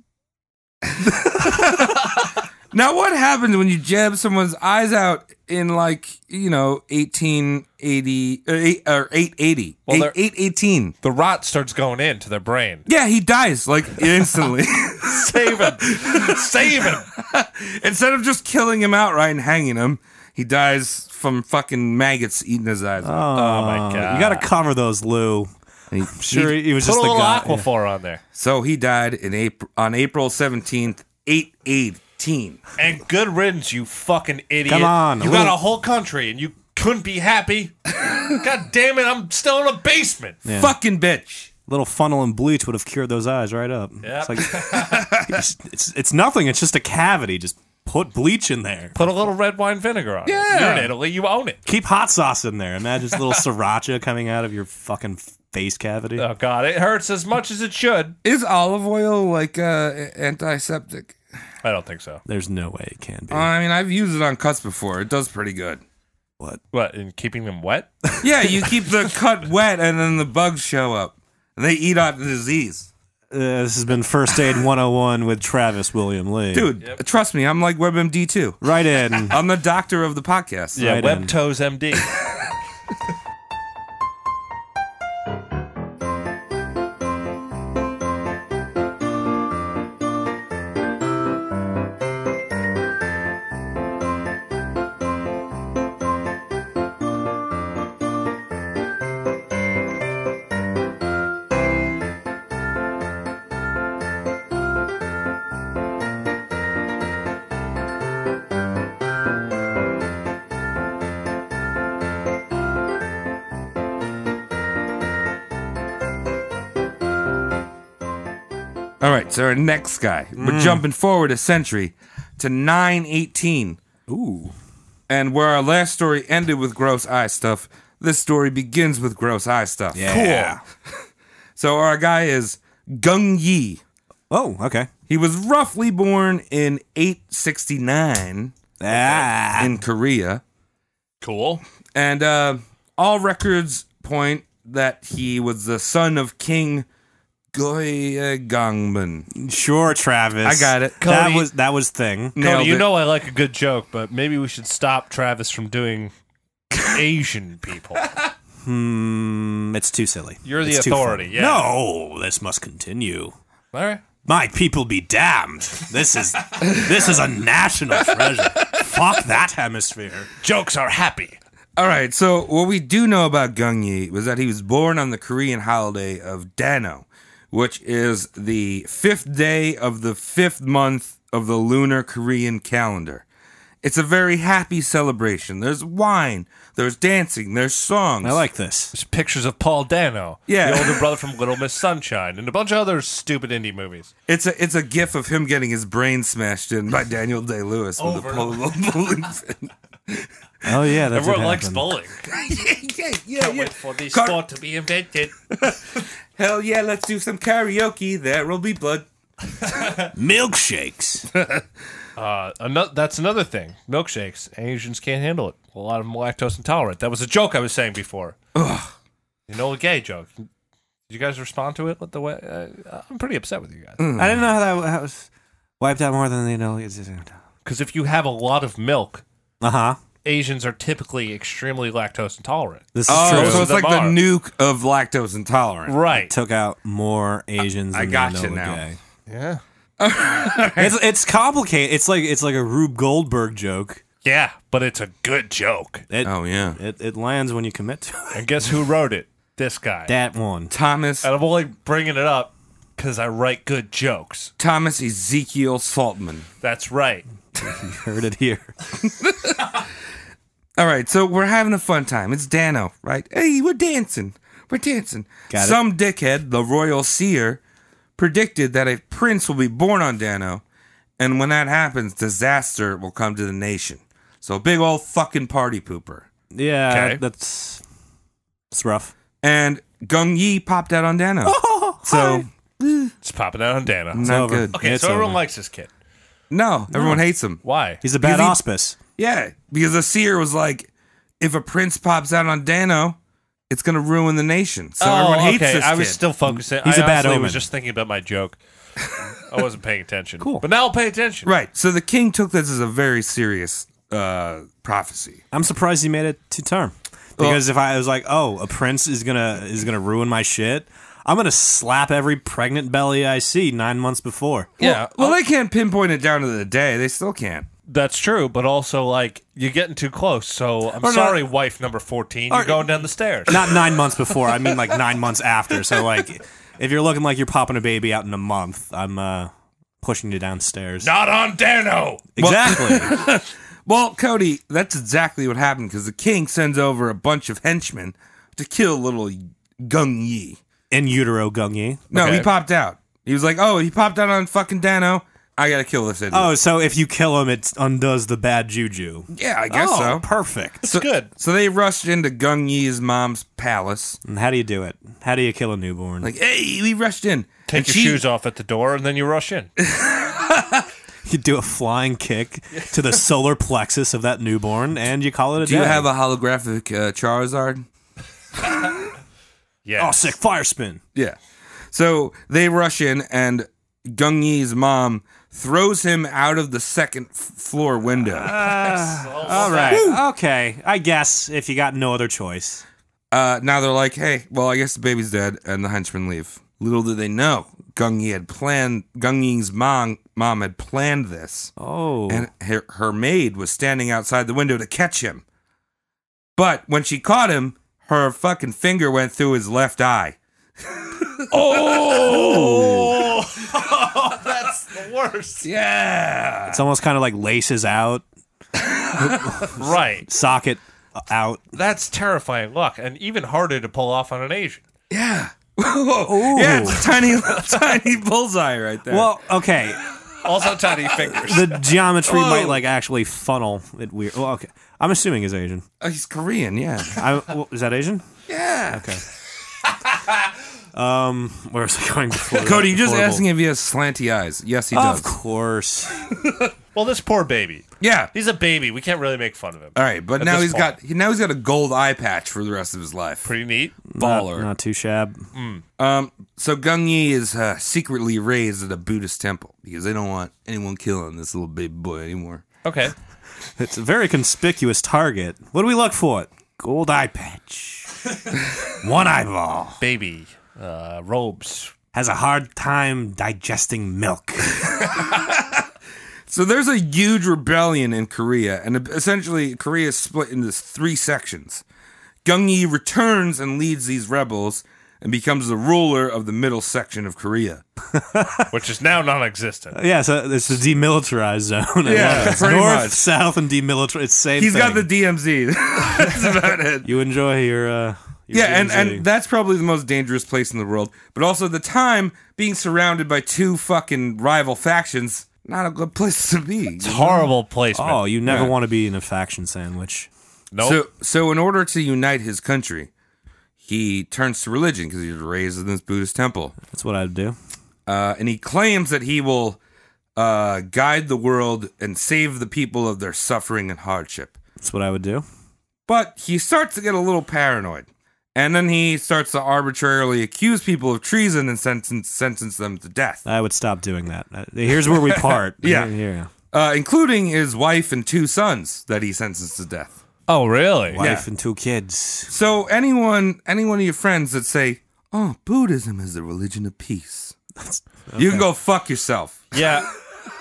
S8: Now, what happens when you jab someone's eyes out in like you know eighteen eighty or eight or eight eighty?
S5: Well,
S8: Eight-
S5: they're-
S8: eight eighteen.
S5: The rot starts going into their brain.
S8: Yeah, he dies like instantly.
S5: Save him. Save
S2: Uh,
S5: him.
S8: Instead of just killing him outright and hanging him, he dies from fucking maggots eating his eyes. out.
S5: Oh, my God.
S7: You got to cover those, Lou.
S8: And he-
S7: Sure, he, was
S2: Put
S7: just
S2: a
S7: the
S2: little
S7: guy. yeah.
S2: Aquaphor on there.
S8: So he died in April on April seventeenth, eight eighteen.
S5: And good riddance, you fucking idiot.
S7: Come on,
S5: You
S7: a
S5: got
S7: little-
S5: a whole country and you couldn't be happy. God damn it, I'm still in a basement.
S7: Yeah.
S8: Fucking bitch.
S7: Little funnel and bleach would have cured those eyes right up.
S5: Yep.
S7: It's, like, it's, it's it's nothing. It's just a cavity. Just put bleach in there.
S5: Put a little red wine vinegar on it.
S8: Yeah.
S5: You're in Italy, you own it.
S7: Keep hot sauce in there. Imagine just a little sriracha coming out of your fucking face cavity.
S5: Oh god, it hurts as much as it should.
S8: Is olive oil like uh, a- antiseptic?
S5: I don't think so.
S7: There's no way it can be.
S8: I mean, I've used it on cuts before. It does pretty good.
S7: what?
S5: What, in keeping them wet?
S8: Yeah, you keep the cut wet, and then the bugs show up. And they eat out the disease.
S7: Uh, this has been First Aid 101 with Travis William Lee.
S8: Dude, trust me, I'm like WebMD too.
S7: Right in.
S8: I'm the doctor of the podcast.
S5: Yeah,
S7: Right
S5: Web
S7: in.
S5: Toes MD.
S8: All right, so our next guy.
S7: Mm.
S8: We're jumping forward a century to 918.
S7: Ooh.
S8: And where our last story ended with gross eye stuff, this story begins with gross eye stuff.
S7: Yeah.
S8: So our guy is Gung Yi.
S7: Oh, okay.
S8: He was roughly born in 869
S7: Ah.
S8: in Korea.
S5: cool.
S8: And uh, all records point that he was the son of King Goyeongmun.
S7: Sure, Travis.
S8: I got it.
S7: That
S5: Cody.
S7: was that was thing.
S8: Nailed
S5: Cody, you
S8: it.
S5: know I like a good joke, but maybe we should stop Travis from doing Asian people.
S7: Hmm, it's too silly.
S5: You're the
S7: It's too
S5: authority,
S7: funny.
S5: yeah.
S7: No, this must continue.
S5: All right.
S7: My people be damned. This is this is a national treasure. Fuck that hemisphere.
S5: Jokes are happy.
S8: All right, so what we do know about Gung Yi was that he was born on the Korean holiday of Dano, which is the fifth day of the fifth month of the lunar Korean calendar. It's a very happy celebration. There's wine, there's dancing, there's songs.
S7: I like this.
S5: There's pictures of Paul Dano,
S8: Yeah.
S5: the older brother from Little Miss Sunshine, and a bunch of other stupid indie movies.
S8: It's a it's a gif of him getting his brain smashed in by Daniel Day Lewis with a
S5: Over
S8: polo bowling pin.
S7: Oh yeah, that's
S5: Everyone likes bowling.
S8: yeah, yeah, yeah.
S5: Wait for this
S8: Car-
S5: sport to be invented.
S8: Hell yeah, let's do some karaoke. There will be blood.
S7: Milkshakes.
S5: Ano- that's another thing. Milkshakes. Asians can't handle it. A lot of them are lactose intolerant. That was a joke I was saying before. You know, a gay joke. Did you guys respond to it the way? Uh, I'm pretty upset with you guys.
S8: Mm.
S7: Hmm. I didn't know how that how it was wiped out more than they know. Uh
S5: Because if you have a lot of milk,
S7: huh.
S5: Asians are typically extremely lactose intolerant.
S7: This is
S8: Oh,
S7: true.
S8: so it's
S5: The
S8: like
S5: bar.
S8: the nuke of lactose intolerance.
S5: Right.
S7: Took out more Asians.
S8: I
S7: than
S8: gotcha
S7: they know were
S8: now.
S7: gay.
S5: Yeah.
S7: It's it's complicated. It's like it's like a Rube Goldberg joke.
S5: Yeah, but it's a good joke.
S7: It,
S8: Oh yeah,
S7: it it lands when you commit to it.
S5: And guess who wrote it? This guy.
S7: That one.
S8: Thomas
S5: And I'm only bringing it up because I write good jokes.
S8: Thomas Ezekiel Saltman.
S5: That's right.
S7: Heard it here.
S8: All right, so we're having a fun time. It's Dano, right? Hey, we're dancing. We're dancing.
S7: Got it.
S8: Some dickhead, the royal seer, predicted that a prince will be born on Dano, and when that happens, disaster will come to the nation. So big old fucking party pooper.
S7: Yeah,
S5: Okay.
S7: that's it's rough.
S8: And Gung Yi popped out on Dano.
S7: Oh,
S8: so
S5: It's popping out on Dana.
S8: not
S7: over.
S8: good.
S5: Okay,
S7: It's
S5: so everyone
S7: over.
S5: likes this kid.
S8: No, everyone hates him.
S5: Why?
S7: He's a bad
S8: Because he-
S7: auspice.
S8: Yeah, because the seer was like, if a prince pops out on Dano, it's gonna ruin the nation. So everyone hates
S5: Oh, okay.
S8: this
S5: I was
S8: kid.
S5: still focusing.
S7: He's
S5: I
S7: a bad
S5: honestly was
S7: omen.
S5: just thinking about my joke. I wasn't paying attention.
S7: Cool.
S5: But now I'll pay attention.
S8: Right. So the king took this as a very serious uh, prophecy.
S7: I'm surprised he made it to term. Because if I was like, oh, a prince is gonna is gonna ruin my shit, I'm gonna slap every pregnant belly I see nine months before.
S8: Well, well, they can't pinpoint it down to the day. They still can't.
S5: That's true, but also like you're getting too close. So I'm
S7: Or not-
S5: sorry, wife number fourteen. You're
S7: Or-
S5: going down the stairs.
S7: Not nine months before. I mean, like nine months after. So, like, if you're looking like you're popping a baby out in a month, I'm uh, pushing you downstairs.
S5: Not on Dano.
S7: Exactly.
S8: Well, Cody, that's exactly what happened because the king sends over a bunch of henchmen to kill little Gung Yi.
S7: in utero, Gungy.
S8: No, he
S5: Okay.
S8: popped out. He was like, "Oh, he popped out on fucking Dano. I gotta kill this idiot."
S7: Oh, so if you kill him, it undoes the bad juju.
S8: yeah, I guess
S7: oh,
S8: so.
S7: perfect.
S5: It's good.
S8: So they rushed into Gung Yi's mom's palace.
S5: Mm.
S7: And how do you do it? How do you kill a newborn?
S8: Like, hey, we rushed in.
S5: Take
S8: And
S5: your
S8: she-
S5: shoes off at the door, and then you rush in.
S7: you do a flying kick to the solar plexus of that newborn, and you call it a
S8: Do you have a holographic uh, Charizard?
S5: Yeah.
S7: oh sick fire spin?
S8: Yeah. So they rush in, and Gung Yi's mom throws him out of the second f- floor window.
S5: Ah.
S7: All right, okay. I guess if you got no other choice,
S8: Uh, now they're like, hey, well, I guess the baby's dead, and the henchmen leave. Little did they know, Gung Yi had planned. Gung Yi's mom, mom had planned this,
S7: oh,
S8: and her, her maid was standing outside the window to catch him. But when she caught him, her fucking finger went through his left eye.
S7: Oh.
S5: That's the worst.
S8: Yeah.
S7: it's
S8: Uh,
S7: almost kind of like laces out,
S5: Right.
S7: socket uh, out.
S5: That's terrifying luck, and even harder to pull off on an Asian.
S8: Yeah. Yeah, it's a tiny, tiny bullseye right there.
S7: Well, okay.
S5: Also, tiny fingers.
S7: The geometry
S8: Whoa.
S7: might like actually funnel it weird. Well, okay. I'm assuming is Asian.
S8: Oh, he's Korean, yeah.
S7: I, well, is that Asian?
S8: Yeah.
S7: Okay. um, where was I going before? that?
S8: Cody, you're just
S7: Horrible.
S8: asking if he has slanty eyes. Yes, he
S7: Of
S8: does.
S7: course.
S5: Well, this poor baby.
S8: Yeah.
S5: He's a baby. We can't really make fun of him.
S8: All right, but
S5: At
S8: now
S5: this
S8: he's
S5: point.
S8: got he, now he's got a gold eye patch for the rest of his life.
S5: Pretty neat.
S8: Baller.
S7: Not too shab.
S8: Um, so Gung Yi is uh, secretly raised at a Buddhist temple because they don't want anyone killing this little baby boy anymore.
S5: Okay.
S7: It's a very conspicuous target. What do we look for? Gold eye patch. One eyeball.
S5: Baby. Uh, robes.
S7: Has a hard time digesting milk.
S8: So there's a huge rebellion in Korea, and essentially Korea is split into three sections. Gung Yi returns and leads these rebels and becomes the ruler of the middle section of Korea.
S5: Which is now non existent.
S7: yeah, so it's the demilitarized zone. I
S8: Yeah,
S7: love it. It's
S8: pretty
S7: North,
S8: much.
S7: south, and demilitarized. It's same
S8: He's got the
S7: thing.
S8: DMZ. That's about it.
S7: You enjoy your. Uh, your
S8: Yeah, and,
S7: DMZ.
S8: and that's probably the most dangerous place in the world. But also at the time being surrounded by two fucking rival factions, not a good place to be.
S5: Horrible placement.
S7: Oh, you never
S8: Yeah.
S7: want to be in a faction sandwich.
S5: nope.
S8: So so in order to unite his country, he turns to religion because he was raised in this Buddhist temple,
S7: That's what I'd do.
S8: uh, and he claims that he will uh, guide the world and save the people of their suffering and hardship.
S7: That's what I would do.
S8: But he starts to get a little paranoid. And then he starts to arbitrarily accuse people of treason and sentence, sentence them to death.
S7: I would stop doing that. Uh, Here's where we part.
S8: Yeah.
S7: Here- here.
S8: uh, including his wife and two sons that he sentenced to death.
S5: oh, really?
S7: Wife
S8: Yeah.
S7: and two kids.
S8: So anyone, any one of your friends that say, "Oh, Buddhism is the religion of peace," you can go fuck yourself.
S5: Yeah.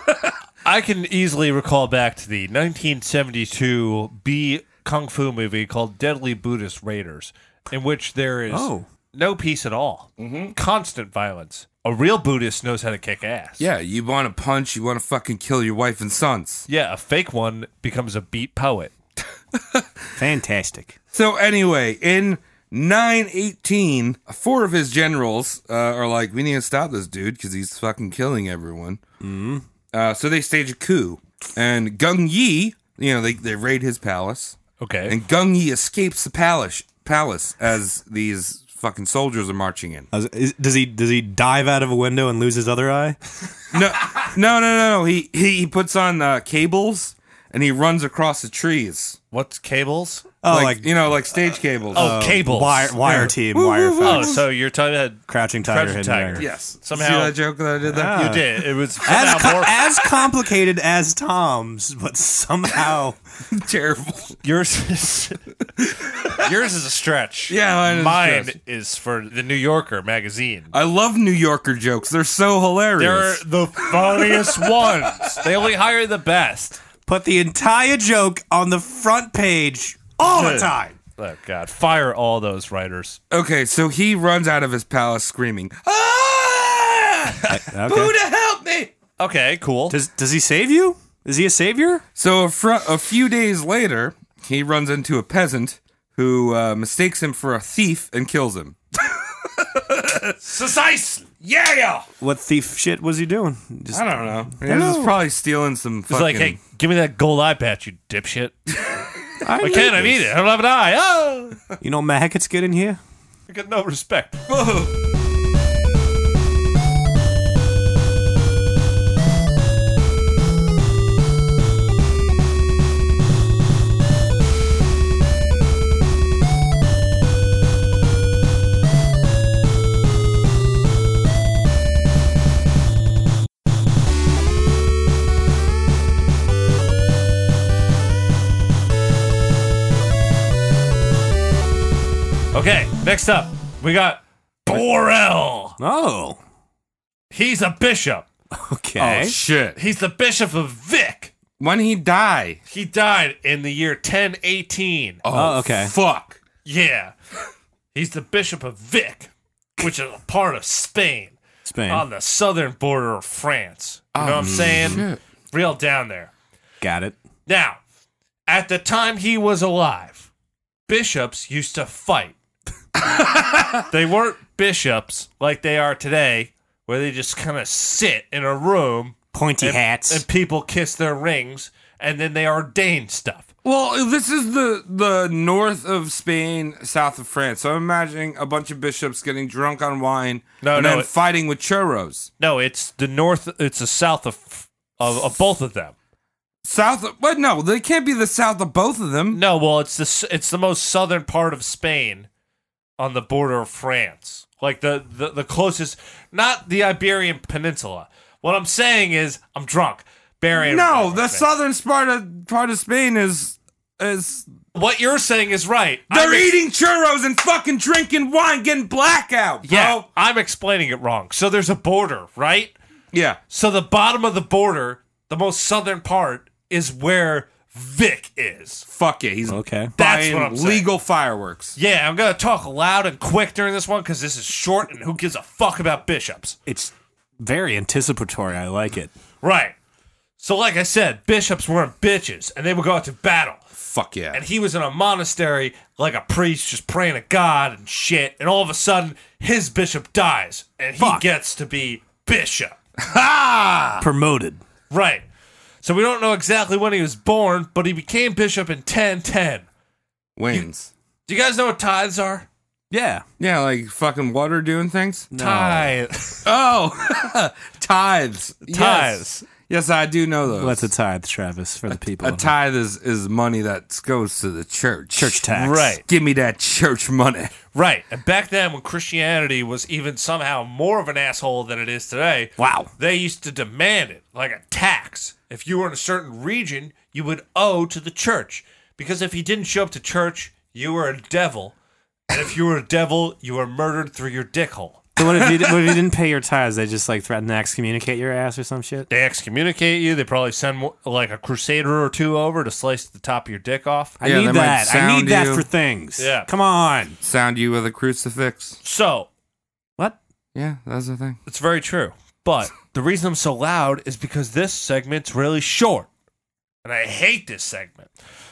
S5: I can easily recall back to the 1972 B Kung Fu movie called Deadly Buddhist Raiders, in which there is
S7: Oh.
S5: no peace at all, constant violence. A real Buddhist knows how to kick ass.
S8: Yeah, you want to punch, you want to fucking kill your wife and sons.
S5: Yeah, a fake one becomes a beat poet.
S7: Fantastic.
S8: So anyway, in 918, four of his generals uh, are like, "We need to stop this dude because he's fucking killing everyone." Mm-hmm. Uh, so they stage a coup, and Gung Yi, you know, they they raid his palace.
S5: Okay.
S8: And Gung Yi escapes the palace palace as these fucking soldiers are marching in.
S7: I was- is- does he does he dive out of a window and lose his other eye?
S8: No, no, no, no. He he, he puts on uh, cables and he runs across the trees.
S5: What's cables?
S7: Oh,
S8: like,
S7: like,
S8: you know, like stage cables.
S5: Oh, cables.
S7: Uh, wire wire
S8: Yeah.
S7: team, wire
S5: Oh,
S7: facts,
S5: so you're talking about
S7: crouching tiger,
S5: Crouching
S7: hidden
S5: Tiger.
S7: dragon.
S8: yes.
S5: Somehow-
S8: See that joke that I did there?
S7: Ah.
S5: you did. It was somehow
S7: As, co-
S5: more.
S7: as complicated as Tom's, but somehow
S8: Terrible.
S5: Yours is yours is a stretch.
S8: Yeah, mine is a
S5: mine
S8: stretch.
S5: is for the New Yorker magazine.
S8: I love New Yorker jokes. They're so hilarious.
S5: They're the funniest ones. They only hire the best.
S7: Put the entire joke on the front page all the time.
S5: Oh God! Fire all those writers.
S8: Okay, so he runs out of his palace screaming, "Ah!
S7: Okay.
S8: Buddha, help me!"
S5: Okay, cool.
S7: Does does he save you? Is he a savior?
S8: So a, fr- a few days later, he runs into a peasant who uh, mistakes him for a thief and kills him.
S5: Sisice. Yeah, yeah.
S7: What thief shit was he doing? Just,
S8: I don't know. He was probably stealing some
S5: It's
S8: fucking.
S5: like, hey, give me that gold eye patch, you dipshit.
S7: I
S5: I can't. I need it. I don't have an eye. Oh,
S7: You know, maggots get in here.
S5: I got no respect. Okay, next up, we got Borel.
S7: Oh,
S5: He's a bishop.
S8: Oh,
S7: okay.
S8: shit!
S5: He's the bishop of Vic.
S8: When he die?
S5: He died in the year 1018.
S7: Oh, okay.
S8: Fuck.
S5: Yeah. He's the bishop of Vic, which is a part of Spain
S7: Spain.
S8: oh.
S5: on the southern border of France. You know what I'm saying? Real down there.
S7: Got it.
S5: Now, at the time he was alive, bishops used to fight. they weren't bishops like they are today, where they just kind of sit in a room
S7: Pointy
S5: and,
S7: hats.
S5: and people kiss their rings and then they ordain stuff.
S8: Well, this is the the north of Spain, south of France. So I'm imagining a bunch of bishops getting drunk on wine
S5: No,
S8: and
S5: no,
S8: then
S5: it-
S8: fighting with churros.
S5: No, it's the north, it's the south of, of, of both of them.
S8: South, of, but no, they can't be the south of both of them.
S5: No, well, it's the s- it's the most southern part of Spain, on the border of France, like the the, the closest, not the Iberian Peninsula. What I'm saying is, I'm drunk. Burying
S8: No, the southern part of part of Spain is is
S5: What you're saying is right.
S8: they're
S5: I'm ex-
S8: eating churros and fucking drinking wine, getting blackout, bro.
S5: Yeah, I'm explaining it wrong. So there's a border, right?
S8: yeah.
S5: So the bottom of the border, the most southern part, is where Vic is.
S8: Fuck it, he's
S7: Okay.
S5: That's
S8: buying
S5: what I'm saying.
S8: legal fireworks.
S5: Yeah, I'm gonna talk loud and quick during this one because this is short, and who gives a fuck about bishops?
S7: It's very anticipatory. I like it.
S5: Right. So, like I said, bishops weren't bitches, and they would go out to battle.
S8: Fuck yeah.
S5: And he was in a monastery, like a priest, just praying to God and shit. And all of a sudden, his bishop dies, and he
S7: Fuck.
S5: gets to be bishop.
S7: Promoted.
S5: Right. So we don't know exactly when he was born, but he became bishop in 1010.
S8: Wings.
S5: Do you guys know what tithes are?
S7: Yeah.
S8: Yeah, like fucking water doing things.
S5: Tithes.
S8: Oh, tithes. Yes.
S5: Tithes.
S8: Yes, I do know those.
S7: What's a tithe, Travis, for the people?
S8: A tithe is, is money that goes to the church.
S7: Church tax.
S5: Right.
S8: Give me that church money.
S5: Right. And back then, when Christianity was even somehow more of an asshole than it is today,
S7: Wow.
S5: they used to demand it like a tax. If you were in a certain region, you would owe to the church. Because if you didn't show up to church, you were a devil. And if you were a devil, you were murdered through your dick hole.
S7: So what if, you, what if you didn't pay your tithes? They just like threaten to excommunicate your ass or some shit?
S5: They excommunicate you. They probably send mo- like a crusader or two over to slice the top of your dick off.
S7: I
S8: Yeah, they
S7: need
S8: might
S7: that. I
S8: sound
S7: need that
S8: you.
S7: for things.
S5: Yeah.
S7: Come on.
S8: Sound you with a crucifix.
S5: So
S7: What?
S8: Yeah, that's the thing.
S5: it's very true. But the reason I'm so loud is because this segment's really short. And I hate this segment.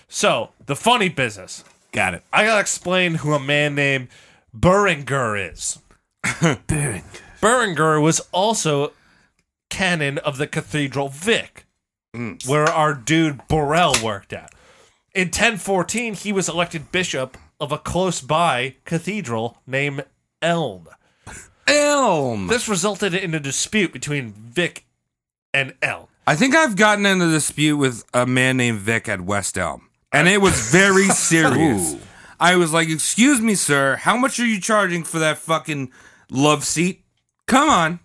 S5: So the funny business.
S7: Got it.
S5: I gotta explain who a man named Beringer is.
S7: Burn.
S5: Beringer was also canon of the Cathedral Vic, where our dude Borel worked at. In 1014, he was elected bishop of a close by cathedral named Elm.
S8: Elm.
S5: This resulted in a dispute between Vic and Elm.
S8: I think I've gotten in a dispute with a man named Vic at West Elm, and it was very serious. I was like, "Excuse me, sir, how much are you charging for that fucking love seat? Come on."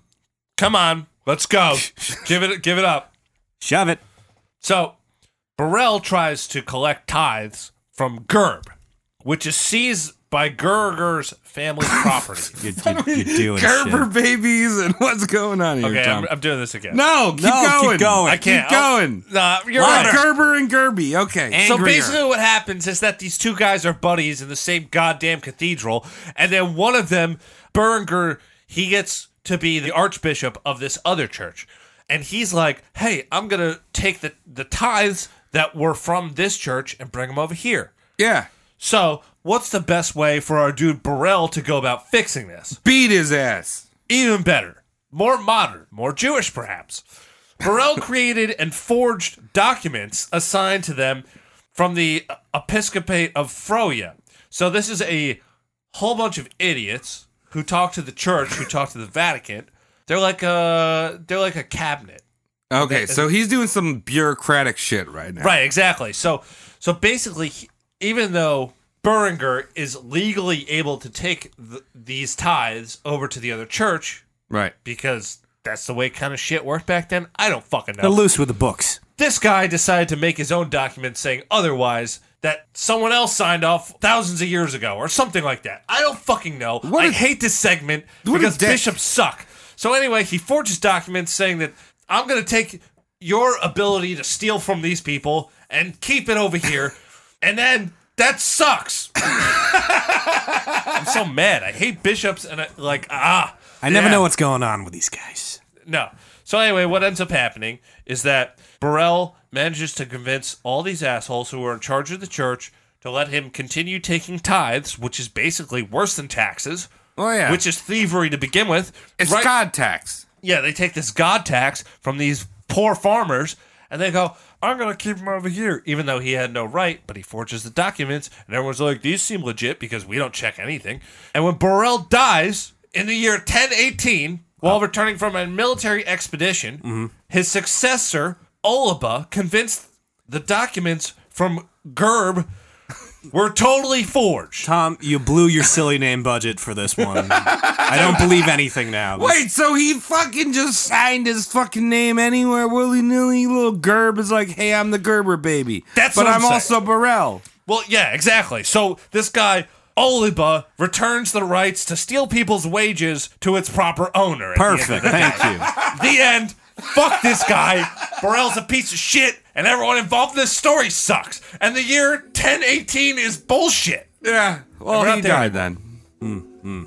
S5: Come on, let's go. give it give it up.
S7: Shove it.
S5: So Burrell tries to collect tithes from Gerb, which is seized by Gerger's family property.
S7: You, you, you doing
S8: Gerber
S7: shit.
S8: babies and what's going on here,
S5: okay,
S8: Tom?
S5: I'm, I'm doing this again.
S8: no, keep
S7: No, keep
S8: going.
S7: going.
S5: I can't.
S8: Keep
S5: I'll-
S8: going.
S5: Nah, you're
S8: Ah,
S5: right.
S8: Gerber and Gerby. Okay.
S5: So
S6: angrier.
S5: basically, what happens is that these two guys are buddies in the same goddamn cathedral, and then one of them, Berenger, he gets to be the archbishop of this other church, and he's like, "Hey, I'm gonna take the the tithes that were from this church and bring them over here."
S8: yeah.
S5: So, what's the best way for our dude Burrell to go about fixing this?
S8: Beat his ass.
S5: even better, more modern, more Jewish, perhaps. Burrell created and forged documents assigned to them from the Episcopate of Froya. So this is a whole bunch of idiots who talk to the church, who talk to the Vatican. They're like a they're like a cabinet.
S8: Okay, so he's doing some bureaucratic shit right now.
S5: Right, exactly. So so basically, he- even though Berenger is legally able to take th- these tithes over to the other church,
S8: Right.
S5: because that's the way kind of shit worked back then. I don't fucking
S7: They're
S5: know.
S7: loose with the books.
S5: this guy decided to make his own document saying otherwise that someone else signed off thousands of years ago or something like that. I don't fucking know.
S8: What
S5: I
S8: a-
S5: hate this segment
S8: What a
S5: because
S8: dick.
S5: bishops suck. So anyway, he forges documents saying that I'm going to take your ability to steal from these people and keep it over here and then that sucks. I'm so mad. I hate bishops and I, like ah
S7: I never
S5: Yeah.
S7: know what's going on with these guys.
S5: No. So anyway, what ends up happening is that Burrell manages to convince all these assholes who are in charge of the church to let him continue taking tithes, which is basically worse than taxes.
S8: Oh, yeah.
S5: Which is thievery to begin with.
S8: It's
S5: Right-
S8: God tax.
S5: Yeah, they take this god tax from these poor farmers and they go, I'm going to keep him over here, even though he had no right, but he forges the documents. And everyone's like, these seem legit because we don't check anything. And when Burrell dies in the year 1018 while returning from a military expedition, his successor, Oliba, convinced the documents from Gerb were totally forged.
S7: Tom, you blew your silly name budget for this one. I don't believe anything now. This-
S8: Wait, so he fucking just signed his fucking name anywhere willy nilly. Little Gerb is like, hey, I'm the Gerber baby.
S5: That's
S8: but
S5: what
S8: I'm
S5: I'm
S8: also Burrell.
S5: Well, yeah, exactly. So this guy Oliba returns the rights to steal people's wages to its proper owner. at the end of
S7: Perfect. Thank you.
S5: The, the end. Fuck this guy. Burrell's a piece of shit, and everyone involved in this story sucks. And the year 1018 is bullshit.
S8: Yeah.
S5: We're
S8: Well,
S5: not
S8: he
S5: there
S8: died then.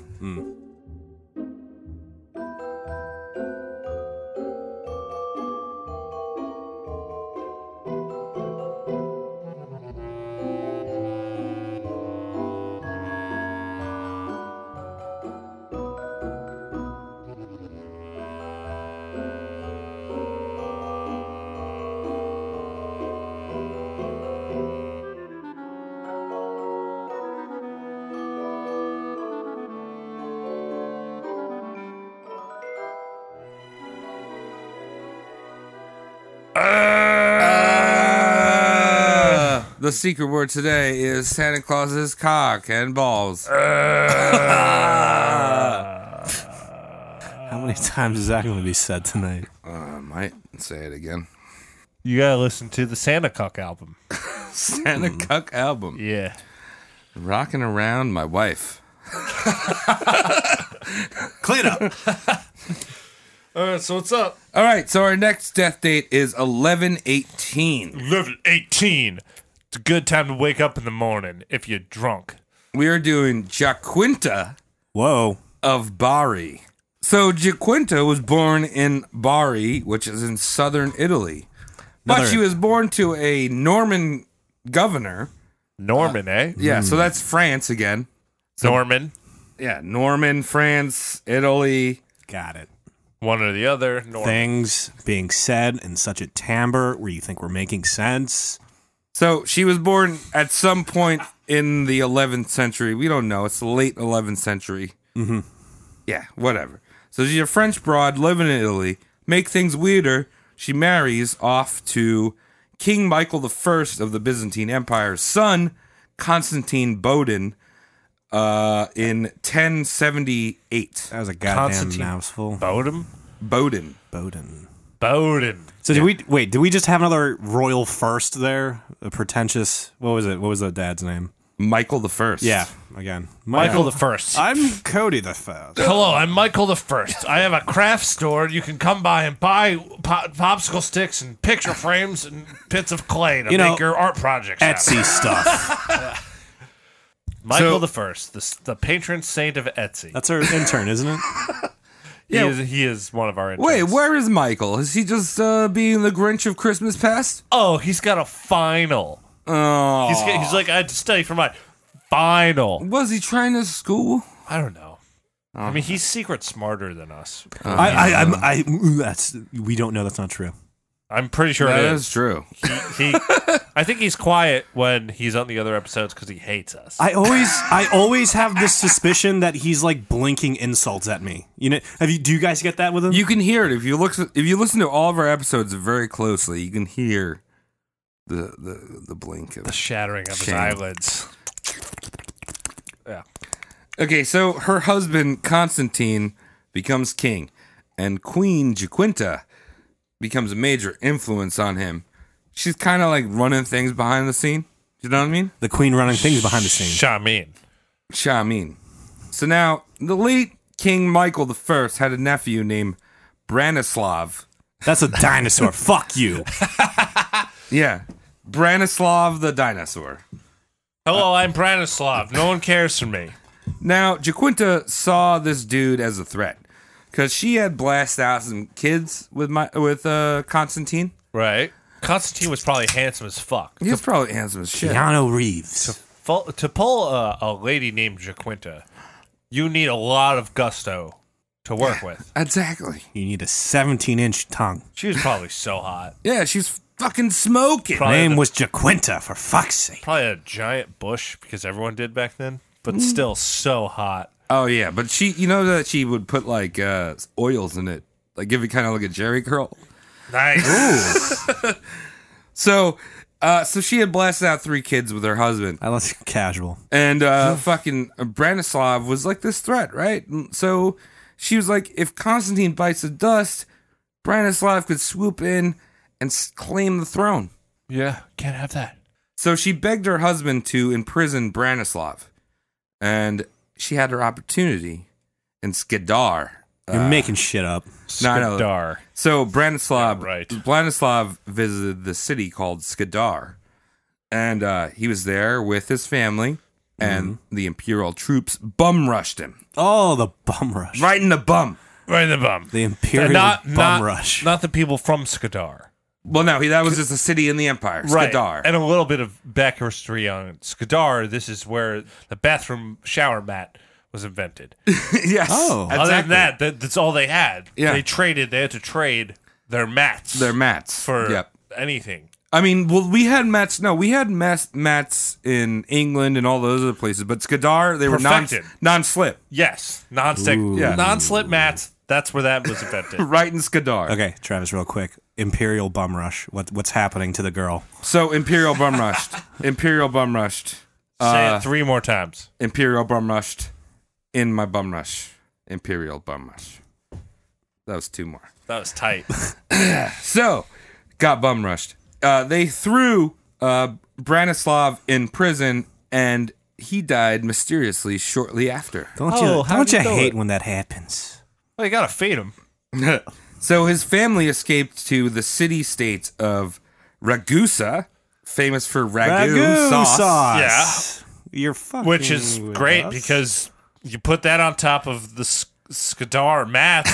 S8: Uh, Uh, The secret word today is Santa Claus's cock and balls. Uh.
S7: How many times is that going to be said tonight?
S8: I might say it again.
S2: You gotta listen to the Santa Cuck album.
S8: Santa Cuck album.
S2: Yeah.
S8: Rocking around my wife.
S7: Clean up.
S5: All right, so what's up?
S8: All right, so our next death date is 1118.
S5: Level 18. It's a good time to wake up in the morning if you're drunk.
S8: We are doing Jaquinta
S7: Whoa.
S8: of Bari. So Jaquinta was born in Bari, which is in southern Italy. But
S7: Another-
S8: she was born to a Norman governor.
S5: Norman, eh?
S8: Yeah, so that's France again.
S5: Norman.
S8: Yeah, Norman, France, Italy.
S7: Got it.
S5: One or the other. Norman.
S7: Things being said in such a timbre where you think we're making sense.
S8: So she was born at some point in the 11th century. We don't know. It's the late 11th century. Mm-hmm. Yeah, whatever. So she's a French broad living in Italy. Make things weirder, she marries off to King Michael I of the Byzantine Empire's son, Constantine Bodin, uh, in 1078.
S7: That was a goddamn
S5: Constantine.
S7: mouthful.
S5: Bowden?
S8: Bodin.
S7: Boden.
S5: Bowden.
S7: So did we wait? Did we just have another royal first there? A pretentious. What was it? What was the dad's name?
S8: Michael the First.
S7: Yeah, again.
S5: Michael the First.
S7: I'm Cody the First.
S5: Hello, I'm Michael the First. I have a craft store. You can come by and buy pop- popsicle sticks and picture frames and bits of clay to
S7: You know,
S5: make your art projects. happen.
S7: Etsy stuff.
S5: Michael
S8: So-
S5: the First, the, s- the patron saint of Etsy.
S7: That's our intern, isn't it?
S5: He is, he is one of our. Interns.
S8: Wait, where is Michael? Is he just uh, being the Grinch of Christmas past?
S5: Oh, he's got a final.
S8: Oh,
S5: He's, he's like, I had to study for my final.
S8: was he trying to school?
S5: I don't know. I mean, he's secret smarter than us.
S7: I, I, I'm, I, ooh, that's, we don't know. That's not true.
S5: I'm pretty sure it
S8: that
S5: is.
S8: is true.
S5: He, I think he's quiet when he's on the other episodes because he hates us.
S7: I always, I always have this suspicion that he's like blinking insults at me. You know, have you? Do you guys get that with him?
S8: You can hear it if you look if you listen to all of our episodes very closely. You can hear the the, the blink of.
S5: the shattering of his
S8: Shame.
S5: eyelids.
S8: Okay, so her husband Constantine becomes king, and Queen Jaquinta becomes a major influence on him. She's kind of like running things behind the scene. You know what I mean?
S7: the queen running things behind the scenes.
S5: Shamin.
S8: Shamin. So now, the late King Michael I had a nephew named Branislav.
S7: That's a dinosaur. Fuck you.
S8: Yeah, Branislav the dinosaur.
S5: Hello, I'm Branislav. No one cares for me.
S8: Now, Jaquinta saw this dude as a threat because she had blasted out some kids with my with uh, Constantine.
S5: Right? Constantine was probably handsome as fuck.
S8: He's probably handsome as shit.
S7: Keanu Reeves.
S5: Fu- to pull a, a lady named Jaquinta, you need a lot of gusto to work with.
S8: Exactly.
S7: You need a 17 inch tongue.
S5: She was probably so hot.
S8: Yeah, she's fucking smoking.
S5: Probably
S7: Name
S5: the-
S7: was Jaquinta, for fuck's sake.
S5: probably a giant bush because everyone did back then, but still so hot.
S8: Oh yeah, but she, you know that she would put like uh, oils in it, like give it kind of like a Jerry curl.
S5: Nice.
S8: So, uh, so she had blasted out three kids with her husband,
S7: I love casual.
S8: and uh, fucking Branislav was like this threat, right? And So she was like, if Constantine bites the dust, Branislav could swoop in and s- claim the throne.
S5: Yeah, can't have that.
S8: So she begged her husband to imprison Branislav, and she had her opportunity in Skidar.
S7: You're
S5: Uh.
S7: making shit up.
S8: No, no.
S5: Skidar.
S8: So Branislav,
S5: Yeah, right.
S8: Branislav visited the city called Skidar, and uh, he was there with his family, and
S5: Mm-hmm.
S8: the imperial troops bum rushed him
S7: Oh, the bum rush.
S8: right in the bum.
S5: Right in the bum.
S7: The imperial
S5: not,
S7: bum
S5: not,
S7: rush.
S5: Not the people from Skidar.
S8: Well, no, he, that was just a city in the empire, Skidar.
S5: And a little bit of back history on Skidar. This is where the bathroom shower mat was invented.
S8: yes.
S7: Oh.
S5: Other than
S8: exactly.
S5: that, that, that's all they had.
S8: Yeah.
S5: They traded, they had to trade their mats
S8: they're mats
S5: for
S8: Yep.
S5: anything.
S8: I mean, well, we had mats. No, we had mats, mats in England and all those other places, but Skidar they were non
S5: Perfected.
S8: non slip
S5: Yes, non-stick,
S8: Yeah.
S5: non-slip mats. That's where that was invented.
S8: right in Skidar.
S7: Okay, Travis, real quick. Imperial bum rush. What, what's happening to the girl?
S8: So Imperial bum rushed. Imperial bum rushed.
S5: Say it three more times.
S8: Imperial Bum Rushed in my bum rush. Imperial Bum Rush. That was two more.
S5: That was tight.
S8: So, got bum rushed. Uh, they threw uh, Branislav in prison and he died mysteriously shortly after.
S7: Don't
S5: Oh,
S7: you,
S5: how
S7: don't
S5: do
S7: you
S5: you know
S7: hate
S5: it?
S7: when that happens?
S5: well, you gotta feed him.
S8: So, his family escaped to the city states of Ragusa, famous for ragu, sauce.
S7: sauce. Yeah. You're fucking.
S5: which is
S7: with
S5: great
S7: us.
S5: because you put that on top of the sk- Skidar mats.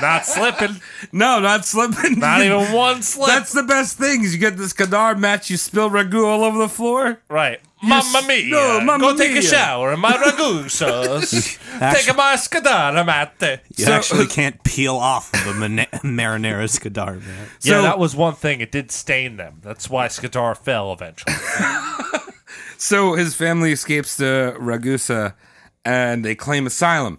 S5: Not slipping.
S8: No, not slipping.
S5: Not even one slip.
S8: That's the best thing is you get this Kadar match, you spill ragu all over the floor.
S5: right. Mamma
S8: s-
S5: mia.
S8: no, mamma
S5: Go take
S8: mia.
S5: a shower in my ragu sauce. take my Skidar mate.
S7: You
S8: So-
S7: actually can't peel off of a mana- marinara scadar, man.
S5: yeah,
S8: So-
S5: that was one thing. It did stain them. That's why Skidar fell eventually.
S8: So his family escapes to Ragusa and they claim asylum.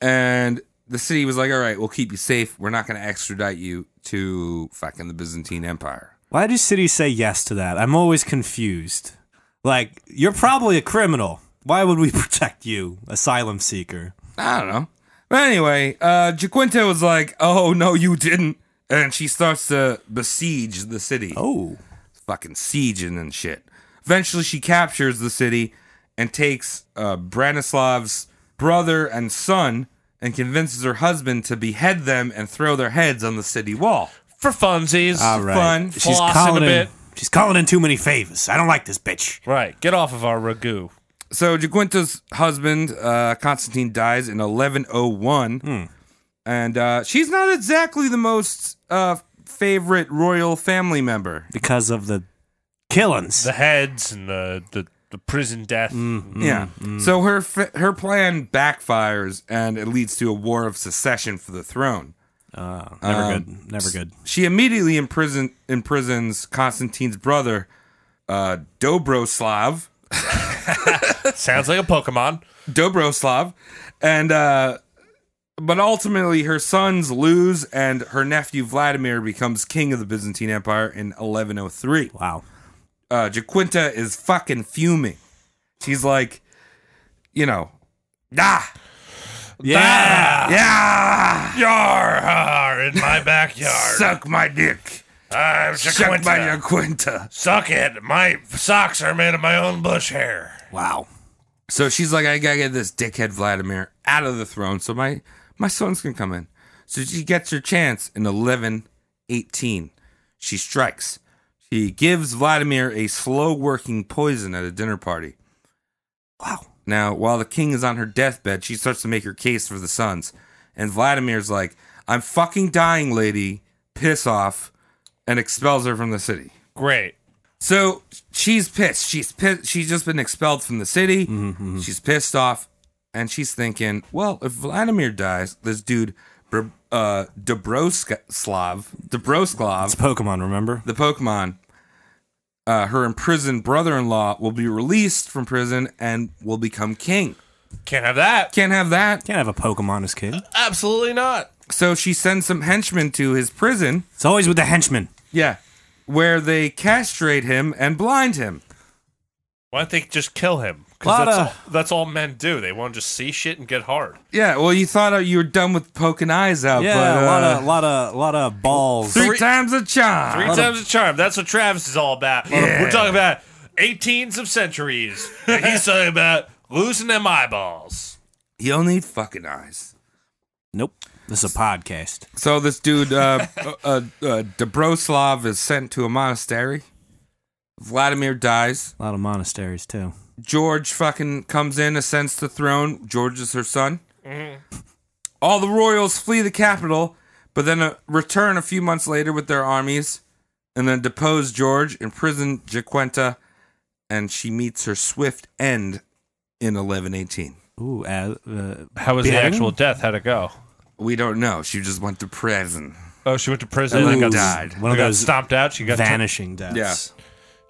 S8: And the city was like, all right, we'll keep you safe. We're not going to extradite you to fucking the Byzantine Empire.
S7: Why do cities say yes to that? I'm always confused. Like, you're probably a criminal. Why would we protect you, asylum seeker?
S8: I don't know. But anyway, uh, Jaquinta was like, oh, no, you didn't. And she starts to besiege the city.
S7: Oh.
S8: Fucking sieging and shit. Eventually, she captures the city and takes uh, Branislav's brother and son and convinces her husband to behead them and throw their heads on the city wall.
S5: For funsies.
S7: All right.
S8: fun.
S7: She's
S5: Flossing
S7: calling
S5: a
S7: in.
S5: bit.
S7: She's calling in too many favors. I don't like this bitch.
S5: Right. Get off of our ragu.
S8: So Jaquinta's husband, uh, Constantine, dies in 1101.
S7: Hmm.
S8: And uh, she's not exactly the most uh, favorite royal family member.
S7: Because of the killings.
S5: The heads and the, the, the prison death.
S8: Yeah.
S7: Mm,
S8: So her fa- her plan backfires and it leads to a war of secession for the throne.
S7: Ah,
S8: Um,
S7: Never good. Never good.
S8: She immediately imprison- imprisons Constantine's brother, uh, Dobroslav,
S5: Sounds like a Pokemon.
S8: Dobroslav, and uh, but ultimately her sons lose, and her nephew Vladimir becomes king of the Byzantine Empire in 1103.
S7: Wow.
S8: Uh, Jaquinta is fucking fuming. She's like, you know, ah,
S7: Yeah.
S8: yeah,
S5: Yar in my backyard.
S8: suck my dick,
S5: I'm
S8: suck my Jaquinta.
S5: Suck it. My socks are made of my own bush hair.
S7: Wow.
S8: So she's like, I gotta get this dickhead Vladimir out of the throne, so my my sons can come in. So she gets her chance in 1118. She strikes. She gives Vladimir a slow working poison at a dinner party.
S7: Wow.
S8: Now, while the king is on her deathbed, she starts to make her case for the sons. And Vladimir's like, I'm fucking dying, lady. Piss off. And expels her from the city.
S5: Great.
S8: So she's pissed. She's pissed. She's just been expelled from the city.
S7: Mm-hmm,
S8: She's pissed off, and she's thinking, well, if Vladimir dies, this dude, Br- uh, Dobroslav,
S7: It's
S8: Dobroslav,
S7: Pokemon, remember?
S8: the Pokemon, uh, her imprisoned brother-in-law will be released from prison and will become king.
S5: Can't have that.
S8: Can't have that.
S7: Can't have a Pokemon as king.
S5: Absolutely not.
S8: So she sends some henchmen to his prison.
S7: It's always with the henchmen.
S8: Yeah, where they castrate him and blind him.
S5: Why don't they just kill him?
S7: Lot
S5: Because that's,
S7: of-
S5: all- that's all men do. They want to just see shit and get hard.
S8: Yeah, well, you thought uh, you were done with poking eyes out,
S7: Yeah,
S8: but
S7: a lot
S8: uh,
S7: of, lot of, lot of balls.
S8: Three,
S5: Three-
S8: times a charm.
S5: Three times a charm. That's what Travis is all about. We're talking about 18s of centuries. and he's talking about losing them eyeballs.
S8: You'll need fucking eyes.
S7: Nope. This is a podcast.
S8: So this dude, uh, uh, uh, Dobroslav, is sent to a monastery. Vladimir dies.
S7: A lot of monasteries too.
S8: George fucking comes in, ascends the throne. George is her son. Mm-hmm. All the royals flee the capital, but then uh, return a few months later with their armies, and then depose George, imprison Jaquenta, and she meets her swift end in 1118.
S7: Ooh, uh, uh,
S5: How was
S7: the Beheading? actual
S5: death? How'd it go?
S8: We don't know. She just went to prison.
S5: Oh, she went to prison
S8: Ooh.
S5: and got,
S8: Died.
S7: One of
S5: got
S7: those
S5: stomped out. She got tur-
S7: vanishing deaths.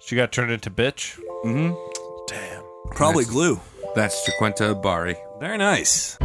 S5: she got turned into bitch.
S7: Probably glue.
S8: That's Jaquenta Bari.
S7: Very nice.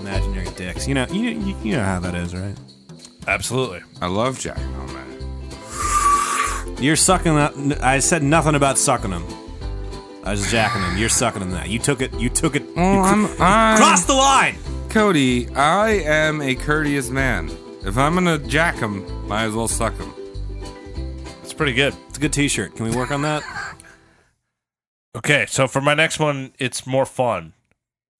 S7: Imaginary dicks. You know, you, you, you know how that is, right?
S5: Absolutely.
S8: I love Jack Oh, Oman.
S7: You're sucking. Up, I said nothing about sucking them. I was jacking them. You're sucking them. That you took it. You took it. you
S8: Well,
S7: cr-
S8: I'm, I'm
S7: crossed the line.
S8: Cody. I am a courteous man. If I'm gonna jack him, might as well suck him.
S5: It's pretty good.
S7: It's a good T-shirt. Can we work on that?
S5: Okay, so for my next one, it's more fun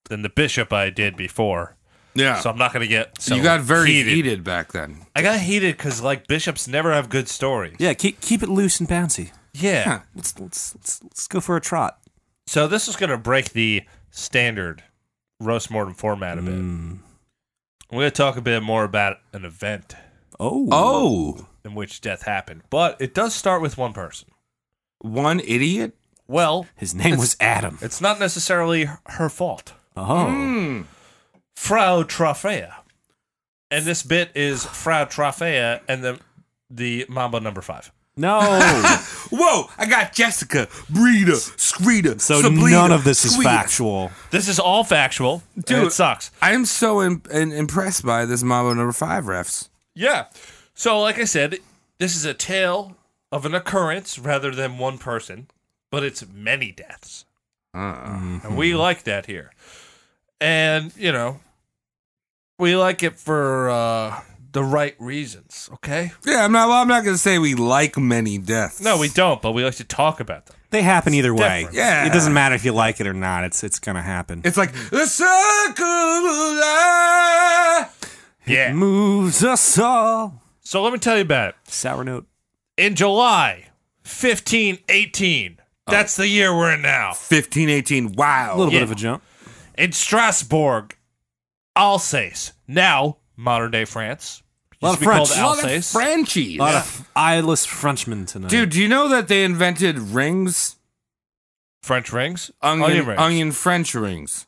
S5: than the bishop I did before.
S8: Yeah.
S5: So I'm not gonna get. So
S8: Oh. you got very heated.
S5: heated.
S8: back then.
S5: I got heated because like bishops never have good stories.
S7: yeah. Keep keep it loose and bouncy.
S5: Yeah.
S7: Let's let's let's, let's go for a trot.
S5: So this is gonna break the standard roast mortem format a bit.
S8: Hmm.
S5: We're gonna talk a bit more about an event.
S7: Oh.
S8: Oh,
S5: in which death happened, but it does start with one person.
S8: One idiot?
S5: Well,
S7: His name was Adam.
S5: it's not necessarily her fault.
S7: Oh,
S5: Frau Trofea. And this bit is Frau Trofea and the the Mambo number five.
S7: no.
S8: Whoa, I got Jessica, Brita, Screeta,
S7: So
S8: Sabrina,
S7: none of this is
S8: Sweeta.
S7: factual.
S5: This is all factual. Dude,
S8: Dude.
S5: it sucks.
S8: I am so im- im- impressed by this Mambo number five refs.
S5: Yeah. So, like I said, this is a tale of an occurrence rather than one person, but it's many deaths. And we like that here. And, you know, we like it for uh, the right reasons, okay?
S8: Yeah, I'm not. Well, I'm not gonna say we like many deaths.
S5: No, we don't, but we like to talk about them.
S7: They happen either way.
S5: different.
S8: Yeah.
S7: It doesn't matter if you like it or not. It's it's gonna happen.
S8: It's like the circle of life.
S5: Yeah.
S7: moves us all.
S5: So, let me tell you about it.
S7: Sour note.
S5: in July 1518. That's the year we're in now.
S8: 15, 18. Wow.
S7: A little
S5: yeah.
S7: bit of a jump.
S5: In Strasbourg, Alsace. Now, modern day France.
S7: A lot
S5: Used to
S7: of
S5: be called
S7: French.
S8: A lot of
S5: Alsace.
S8: Frenchies.
S7: A lot of eyeless Frenchmen tonight.
S8: Dude, do you know that they invented rings?
S5: French rings.
S8: Onion,
S5: rings.
S8: onion French rings.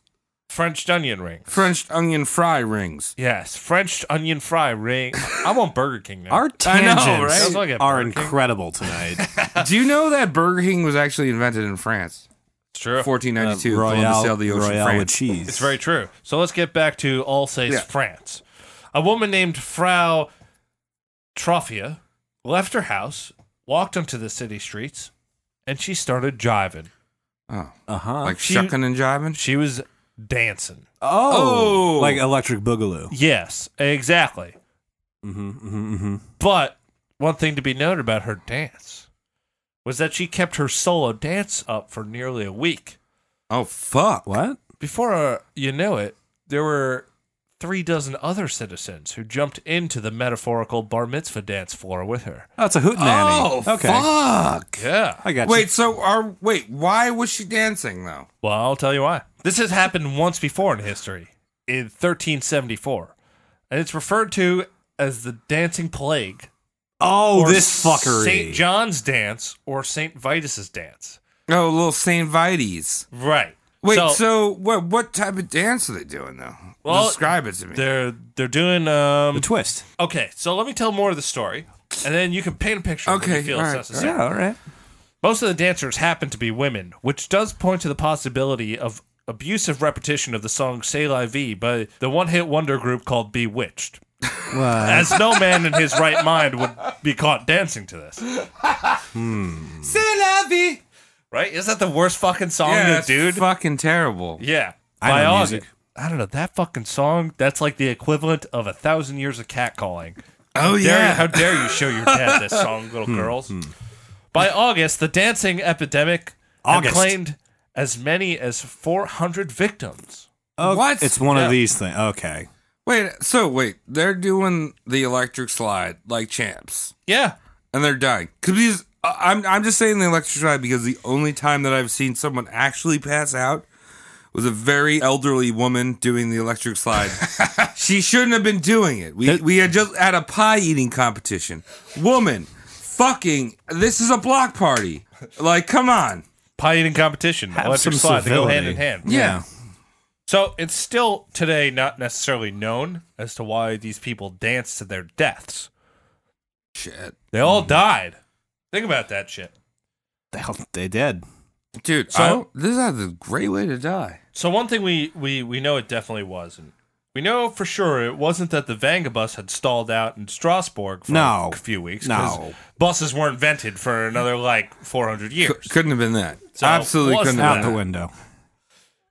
S5: French onion ring.
S8: French onion fry rings.
S5: Yes, French onion fry ring. I want Burger King now.
S7: our
S8: I know,
S7: tangents
S8: right?
S5: Sounds like a
S7: are
S5: Burger King.
S7: incredible tonight.
S8: do you know that Burger King was actually invented in France?
S5: it's true.
S8: 1492, Columbus
S7: Royale,
S8: sailed the ocean
S7: Royale with
S8: France.
S7: cheese.
S5: It's very true. So let's get back to Alsace,
S8: Yeah.
S5: France. A woman named Frau Trophia left her house, walked onto the city streets, and she started jiving.
S8: Oh,
S7: Uh huh.
S8: like
S5: She-
S8: shucking and jiving?
S5: She was dancing.
S7: oh,
S8: Oh.
S7: like electric boogaloo.
S5: Yes, exactly.
S7: Mm-hmm, mm-hmm, mm-hmm.
S5: But one thing to be noted about her dance was that she kept her solo dance up for nearly a week.
S8: Oh, fuck.
S7: What?
S5: Before uh, you know it, there were three dozen other citizens who jumped into the metaphorical bar mitzvah dance floor with her.
S7: Oh, it's a hootenanny.
S8: Oh,
S7: okay.
S8: fuck.
S5: Yeah.
S7: I got you.
S8: Wait, so are wait, why was she dancing though?
S5: Well, I'll tell you why. This has happened once before in history, in 1374, and it's referred to as the Dancing Plague.
S7: Oh,
S5: or
S7: this fuckery.
S5: St. John's dance or St. Vitus's dance.
S8: Oh, little Saint Vites.
S5: Right.
S8: Wait, so, what what type of dance are they doing though?
S5: Well,
S8: Describe it to me.
S5: they're they're doing
S7: the
S5: um
S7: twist.
S5: okay, so let me tell more of the story and then you can paint a picture okay,
S8: Okay,
S5: you feel
S8: all
S5: it's
S8: right,
S5: necessary.
S7: Yeah, all right.
S5: Most of the dancers happen to be women, which does point to the possibility of abusive repetition of the song Say La Vie by the one-hit wonder group called Bewitched. As no man in his right mind would be caught dancing to this.
S8: C'est Mm. la vie.
S5: Right? Is that the worst fucking song
S8: Yeah,
S5: to
S8: that's
S5: dude?
S8: fucking terrible.
S5: Yeah.
S7: I
S5: By
S7: know
S5: August-
S7: music.
S5: I don't know. That fucking song, that's like the equivalent of a thousand years of catcalling.
S8: Oh
S5: Dare, How dare you show your dad this song, little
S7: Hmm,
S5: girls? By August, the dancing epidemic had
S7: August.
S5: claimed as many as 400 victims.
S7: Oh,
S8: What?
S7: It's one
S5: Yeah.
S7: of these things. Okay.
S8: Wait, so wait, they're doing the electric slide like champs,
S5: Yeah.
S8: and they're dying. Cause these- I- I'm I'm just saying the electric slide because the only time that I've seen someone actually pass out was a very elderly woman doing the electric slide. she shouldn't have been doing it. We we had just had a pie eating competition. Woman, fucking, this is a block party. Like, come on.
S5: Pie eating competition.
S7: Have
S5: electric
S7: some
S5: slide. They go hand in
S7: civility.
S5: hand.
S7: Yeah.
S5: So it's still today not necessarily known as to why these people danced to their deaths.
S8: Shit,
S5: They
S7: Hmm.
S5: all died. Think about that shit.
S7: The hell They did.
S8: dude.
S5: So-
S8: I don't- this is a great way to die.
S5: So one thing we we we know it definitely wasn't. We know for sure it wasn't that the Vangabus had stalled out in Strasbourg for
S7: No.
S5: a few weeks.
S7: No.
S5: 'cause buses weren't invented for another like 400 years.
S8: Couldn't have been that.
S5: So,
S8: Absolutely
S5: what's
S8: couldn't have
S7: Out
S8: been
S7: the
S8: that.
S7: window.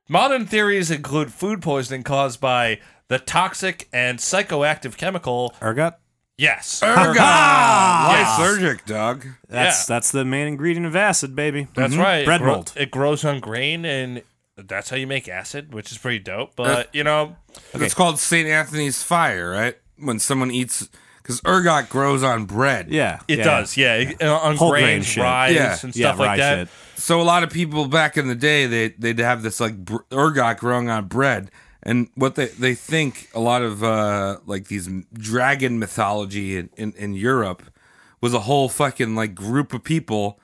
S5: Modern theories include food poisoning caused by the toxic and psychoactive chemical.
S7: Ergot.
S5: Yes,
S8: Ergot.
S5: Yes.
S8: Lysergic, dog.
S7: That's
S5: Yeah.
S7: that's the main ingredient of acid, baby. Mm-hmm.
S5: That's right.
S7: Bread
S5: it gro-
S7: mold.
S5: It grows on grain, and that's how you make acid, which is pretty dope. But you know,
S8: It's called St. Anthony's Fire, right? When someone eats, because ergot grows on bread.
S7: Yeah.
S5: it
S7: yeah.
S5: does. Yeah, it- on
S7: Whole grain
S5: grains,
S7: shit.
S5: rye,
S8: Yeah.
S5: and stuff
S7: Yeah,
S5: like
S7: rye
S5: that.
S7: shit.
S8: So a lot of people back in the day, they they'd have this like br- ergot growing on bread, and what they they think a lot of uh, like these m- dragon mythology in in, in Europe was a whole fucking like group of people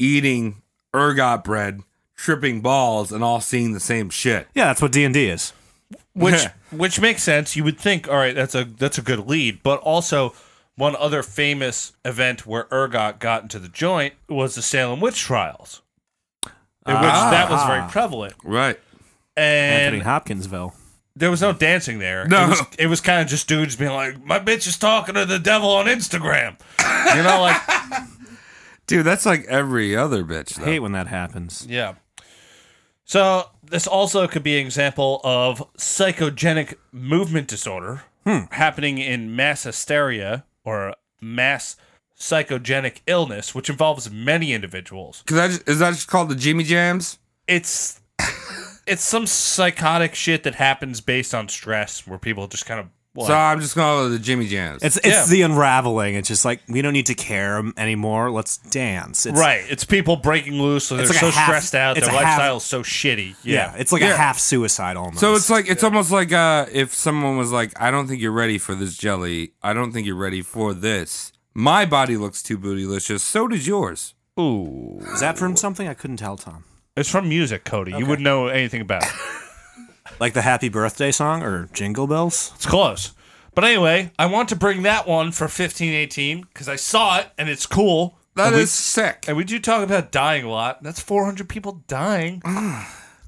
S8: eating ergot bread, tripping balls, and all seeing the same shit.
S7: Yeah, that's what D and D is.
S5: which which makes sense. You would think, all right, that's a that's a good lead, but also one other famous event where ergot got into the joint was the Salem witch trials, in which that was very prevalent,
S8: Right.
S5: and
S7: Ah. Anthony Hopkinsville.
S5: there was no dancing there.
S8: No.
S5: it was, it was kind of just dudes being like, "My bitch is talking to the devil on Instagram," you know, like
S8: Dude, that's like every other bitch though.
S7: Hate when that happens.
S5: yeah. So this also could be an example of psychogenic movement disorder
S7: Hmm.
S5: happening in mass hysteria or mass psychogenic illness, which involves many individuals.
S8: Cause I just, is that just called the Jimmy Jams?
S5: It's it's some psychotic shit that happens based on stress, where people just kind of well,
S8: So I'm just gonna call it the Jimmy Jams.
S7: It's it's
S5: Yeah.
S7: the unraveling. It's just like we don't need to care anymore. Let's dance. It's,
S5: right. It's people breaking loose, so they're
S7: like a
S5: so
S7: half-
S5: stressed out,
S7: it's
S5: their
S7: a half-
S5: lifestyle is so shitty.
S7: Yeah,
S5: Yeah,
S7: it's like
S8: Yeah.
S7: a half suicide almost.
S8: so it's like it's almost like uh, if someone was like, "I don't think you're ready for this jelly. I don't think you're ready for this. My body looks too bootylicious. So does yours."
S5: ooh,
S7: is that from something I couldn't tell, Tom?
S5: it's from music, Cody. You wouldn't know anything about it.
S7: Like the Happy Birthday song or Jingle Bells?
S5: It's close. But anyway, I want to bring that one for 1518 because I saw it and it's cool.
S8: That
S5: and
S8: is sick.
S5: We, and we do talk about dying a lot. That's 400 people dying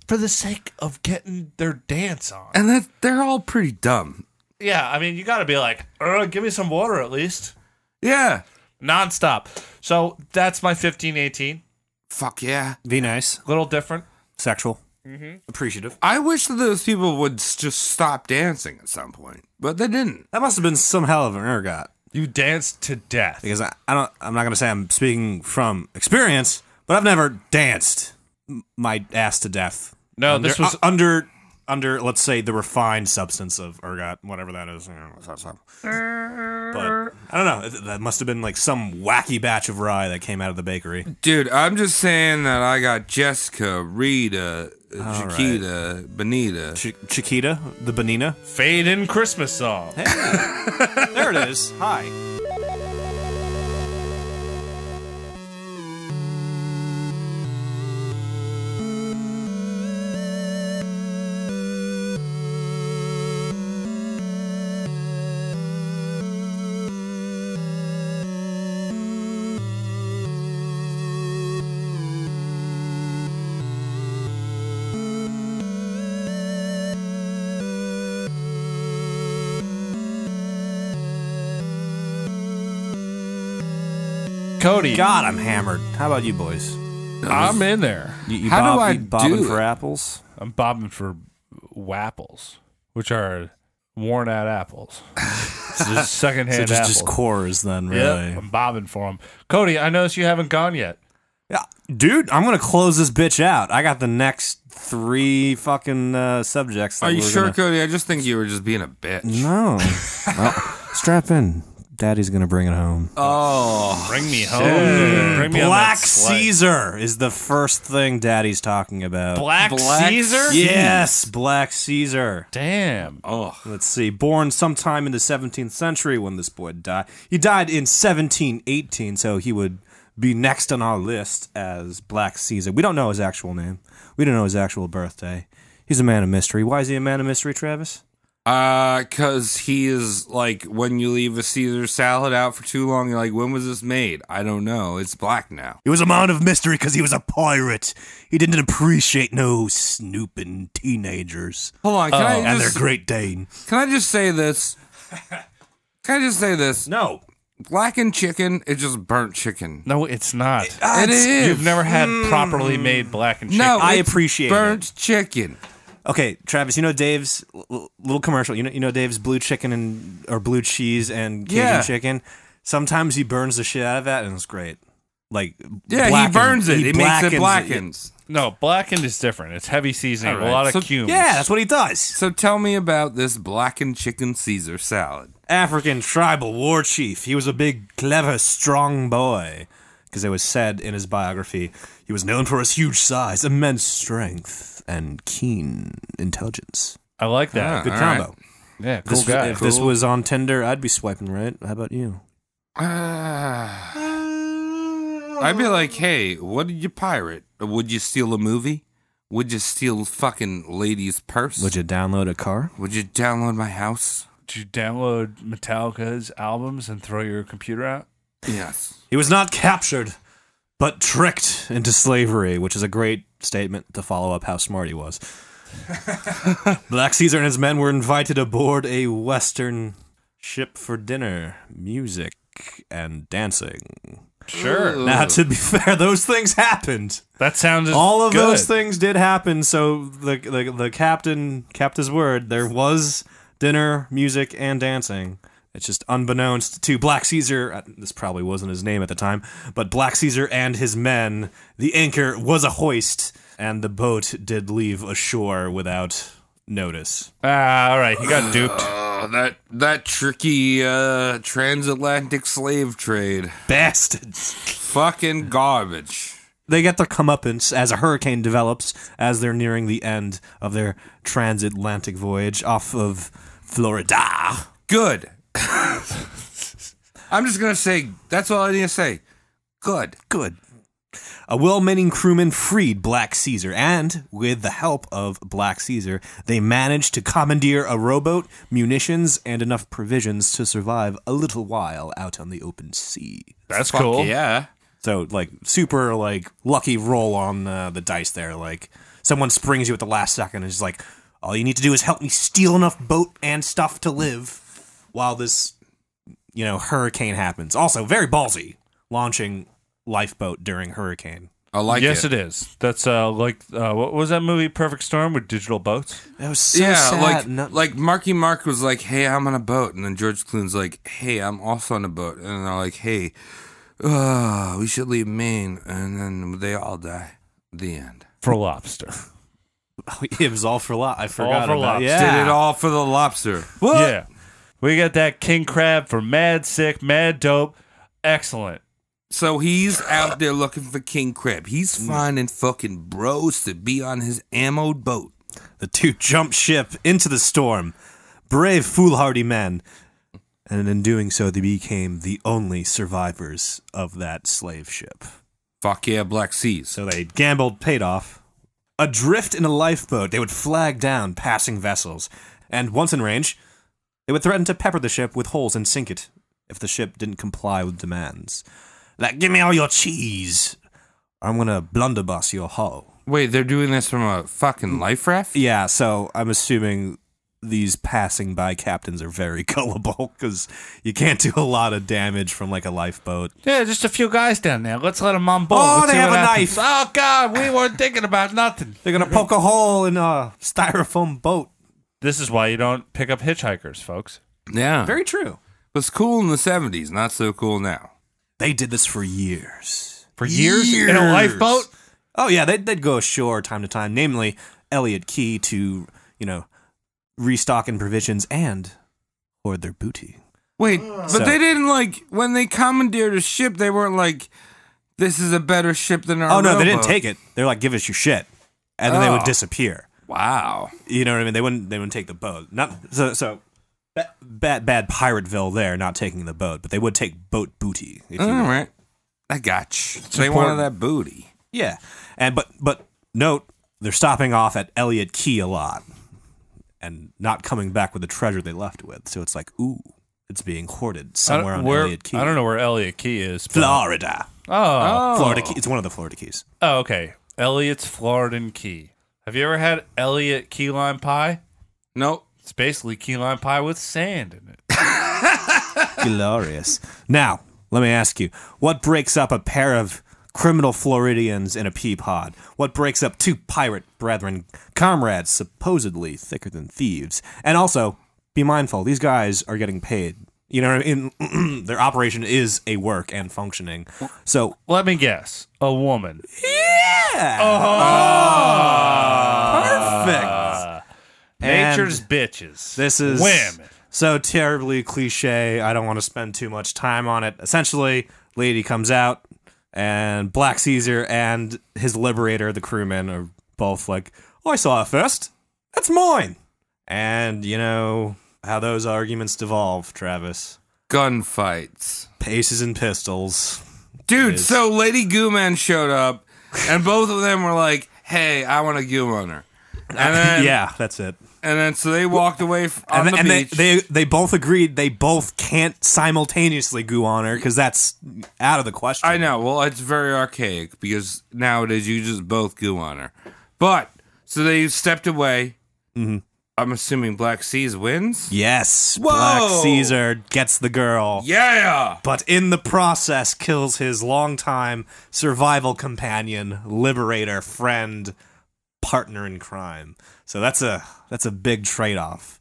S5: for the sake of getting their dance on.
S8: And that they're all pretty dumb.
S5: Yeah, I mean, you got to be like, "Uh, give me some water at least.
S8: Yeah.
S5: Nonstop. So that's my 1518.
S8: Fuck yeah.
S7: Be nice,
S5: Little different.
S7: sexual,
S5: Mm-hmm.
S7: appreciative.
S8: I wish that those people would s- just stop dancing at some point, but they didn't.
S7: That must have been some hell of an ergot
S5: You danced to death.
S7: because I, I don't. I'm not gonna say I'm speaking from experience, but I've never danced m- my ass to death.
S5: No,
S7: under,
S5: this was-
S7: u- under under let's say the refined substance of ergot, whatever that is. you know, what's that stuff. But I don't know. Th- That must have been like some wacky batch of rye that came out of the bakery.
S8: Dude, I'm just saying that I got Jessica, Rita, uh, Chiquita, Benita.
S7: Ch- Chiquita, the Benina.
S5: Fade in Christmas song.
S7: There it is. Hi.
S5: Cody,
S7: God, I'm hammered. How about you boys?
S5: I'm in there.
S7: You, you
S8: How do
S7: bob,
S8: I
S7: you bobbing
S8: do
S7: for
S8: it?
S7: apples?
S5: I'm bobbing for wapples, which are worn out apples. This is
S7: So
S5: secondhand
S7: just,
S5: apples.
S7: just cores then, really.
S5: Yep, I'm bobbing for them. Cody, I noticed you haven't gone yet.
S7: Yeah, dude, I'm gonna close this bitch out. I got the next three fucking uh, subjects. That
S8: Are you
S7: we're
S8: sure,
S7: gonna-
S8: Cody? I just think you were just being a bitch.
S7: No. Well, strap in. Daddy's gonna bring it home.
S8: Oh,
S5: Bring me home. dude. Bring me on that
S7: Black
S5: sled.
S7: Caesar is the first thing Daddy's talking about.
S5: Black,
S8: Black
S5: Caesar?
S8: Caesar?
S7: yes, Black Caesar.
S5: Damn.
S8: oh,
S7: Let's see. Born sometime in the 17th century when this boy died. He died in 1718, so he would be next on our list as Black Caesar. We don't know his actual name. We don't know his actual birthday. He's a man of mystery. Why is he a man of mystery, Travis?
S8: uh, cause he is like when you leave a Caesar salad out for too long, you're like, when was this made? I don't know. It's black now.
S7: He was a man of mystery because he was a pirate. He didn't appreciate no snooping teenagers
S8: Hold on, can I
S7: Oh, and
S8: just
S7: their Great Dane.
S8: can I just say this? Can I just say this?
S7: No.
S8: Blackened chicken is just burnt chicken.
S5: No, it's not.
S8: It is.
S5: You've never had
S7: Hmm.
S5: properly made blackened chicken.
S8: No,
S7: I
S8: it's
S7: appreciate it.
S8: burnt chicken.
S7: Okay, Travis, you know Dave's l- l- little commercial. You know, you know Dave's blue chicken and or blue cheese and Cajun
S8: Yeah.
S7: chicken. Sometimes he burns the shit out of that, and it's great. Like
S8: Yeah,
S7: blacken-
S8: he burns it. He, makes
S7: blackens
S8: it blackens.
S5: No, blackened is different. It's heavy seasoning,
S8: All right,
S5: a lot of
S8: so-
S5: cumin.
S7: Yeah, that's what he does.
S8: So tell me about this blackened chicken Caesar salad.
S7: African tribal war chief. He was a big, clever, strong boy. Because it was said in his biography, he was known for his huge size, immense strength, and keen intelligence.
S5: I like that.
S8: Ah.
S7: Good
S8: All
S7: combo.
S8: right.
S5: Yeah, cool
S7: Uh-huh. This-
S5: guy.
S7: If this was on Tinder, I'd be swiping right. How about you?
S8: Ah. I'd be like, hey, what did you pirate? Would you steal a movie? Would you steal fucking lady's purse?
S7: Would you download a car?
S8: Would you download my house?
S5: Did you download Metallica's albums and throw your computer out?
S8: Yes.
S7: He was not captured, but tricked into slavery, which is a great statement to follow up how smart he was. Black Caesar and his men were invited aboard a Western ship for dinner, music, and dancing.
S5: Sure.
S7: Now, to be fair, those things happened.
S5: That sounds
S7: All of
S5: good.
S7: those things did happen. So the, the the captain kept his word. There was dinner, music, and dancing. It's just unbeknownst to Black Caesar. uh, This probably wasn't his name at the time, but Black Caesar and his men. The anchor was a hoist, and the boat did leave ashore without notice.
S5: Ah, all right. He got duped.
S8: Oh, that that tricky uh, transatlantic slave trade.
S7: Bastards.
S8: Fucking garbage.
S7: They get their comeuppance as a hurricane develops as they're nearing the end of their transatlantic voyage off of Florida.
S8: Good. I'm just gonna say that's all I need to say. Good.
S7: Good. A well meaning crewman freed Black Caesar, and with the help of Black Caesar, they managed to commandeer a rowboat, munitions, and enough provisions to survive a little while out on the open sea.
S5: That's
S8: Fuck
S5: cool.
S8: Yeah.
S7: So, like, super, like, lucky roll on uh, the dice there. Like, someone springs you at the last second and is like, all you need to do is help me steal enough boat and stuff to live while this, you know, hurricane happens. Also, very ballsy launching lifeboat during hurricane.
S8: I like
S5: yes,
S8: it.
S5: it is. That's uh, like uh, what was that movie, Perfect Storm, with digital boats?
S7: That was so
S8: yeah,
S7: sad.
S8: like
S7: No-
S8: like Marky Mark was like, "Hey, I'm on a boat," and then George Clooney's like, "Hey, I'm also on a boat," and they're like, "Hey, uh, we should leave Maine," and then they all die. The end.
S5: For lobster.
S7: it was all for lot. I forgot
S5: for
S7: about.
S5: lobster.
S7: Yeah,
S8: Did it all for the lobster.
S7: What?
S5: Yeah. We got that king crab for mad sick, mad dope. Excellent.
S8: So he's out there looking for King Crab. He's
S7: Mm.
S8: finding fucking bros to be on his ammo boat.
S7: The two jumped ship into the storm, brave foolhardy men, and in doing so, they became the only survivors of that slave ship.
S8: Fuck yeah, Black Seas.
S7: So they gambled, paid off. Adrift in a lifeboat, they would flag down passing vessels, and once in range, they would threaten to pepper the ship with holes and sink it if the ship didn't comply with demands. Like, give me all your cheese. or I'm gonna blunderbuss your hull.
S8: Wait, they're doing this from a fucking life raft?
S7: Mm. Yeah, so I'm assuming these passing by captains are very gullible because you can't do a lot of damage from like a lifeboat.
S5: Yeah, just a few guys down there. Let's let them on board.
S7: Oh,
S5: Let's
S7: they
S5: see
S7: have
S5: what
S7: a
S5: happens.
S7: knife.
S5: Oh, God. We weren't thinking about nothing.
S7: They're gonna poke a hole in a styrofoam boat.
S5: This is why you don't pick up hitchhikers, folks.
S8: Yeah.
S7: Very true.
S8: was cool in the 70s, not so cool now.
S7: They did this for years.
S5: For years, in a lifeboat?
S7: Oh yeah, they'd, they'd go ashore time to time, namely Elliot Key to you know restock in provisions and hoard their booty.
S8: Wait, but
S7: So-
S8: they didn't like when they commandeered a ship. They weren't like, "This is a better ship than our."
S7: Oh no, they didn't
S8: rowboat."
S7: take it. They're like, give us your shit, and then they would
S8: Oh.
S7: disappear.
S8: Wow.
S7: You know what I mean? They wouldn't. They wouldn't take the boat. Not so. So ba- bad, bad pirateville there, not taking the boat, but they would take boat booty. If you
S8: All
S7: will.
S8: right, I got you. They wanted that booty.
S7: Yeah, and but but note they're stopping off at Elliot Key a lot, and not coming back with the treasure they left with. So it's like, ooh, it's being hoarded
S5: I don't-
S7: somewhere on
S5: where-
S7: Elliot Key.
S5: I don't know where Elliot Key is. but-
S7: Florida,
S5: Oh.
S7: Florida Key. It's one of the Florida Keys.
S5: Oh, okay. Elliot's Floridan Key. Have you ever had Elliot key lime pie?
S8: Nope.
S5: It's basically key lime pie with sand in it.
S7: Glorious. Now, let me ask you, what breaks up a pair of criminal Floridians in a pea pod? What breaks up two pirate brethren, comrades supposedly thicker than thieves? And also, be mindful, these guys are getting paid. You know, what I mean? their operation is a work and functioning. So,
S5: Let me guess. A woman.
S7: yeah, Uh, perfect. And-
S5: Uh, Nature's bitches.
S7: This is
S5: women.
S7: So terribly cliche. I don't want to spend too much time on it. Essentially, lady comes out, and Black Caesar and his liberator, the crewman, are both like, "I saw it first. That's mine." And you know how those arguments devolve, Travis.
S8: gunfights.
S7: Paces and pistols.
S8: Dude, so Lady Goo Man showed up, and both of them were like, hey, I want a goo runner. And then,
S7: yeah, that's it.
S8: And then so they walked away f- on
S7: And,
S8: the
S7: and they,
S8: beach.
S7: they they both agreed they both can't simultaneously goo on her because that's out of the question.
S8: I know. Well, it's very archaic because nowadays you just both goo on her. But so they stepped away. Mm-hmm. I'm assuming Black Seas wins.
S7: Yes,
S8: Whoa!
S7: Black Caesar gets the girl,
S8: Yeah.
S7: but in the process kills his longtime survival companion, liberator, friend, partner in crime. So that's a that's a big trade off.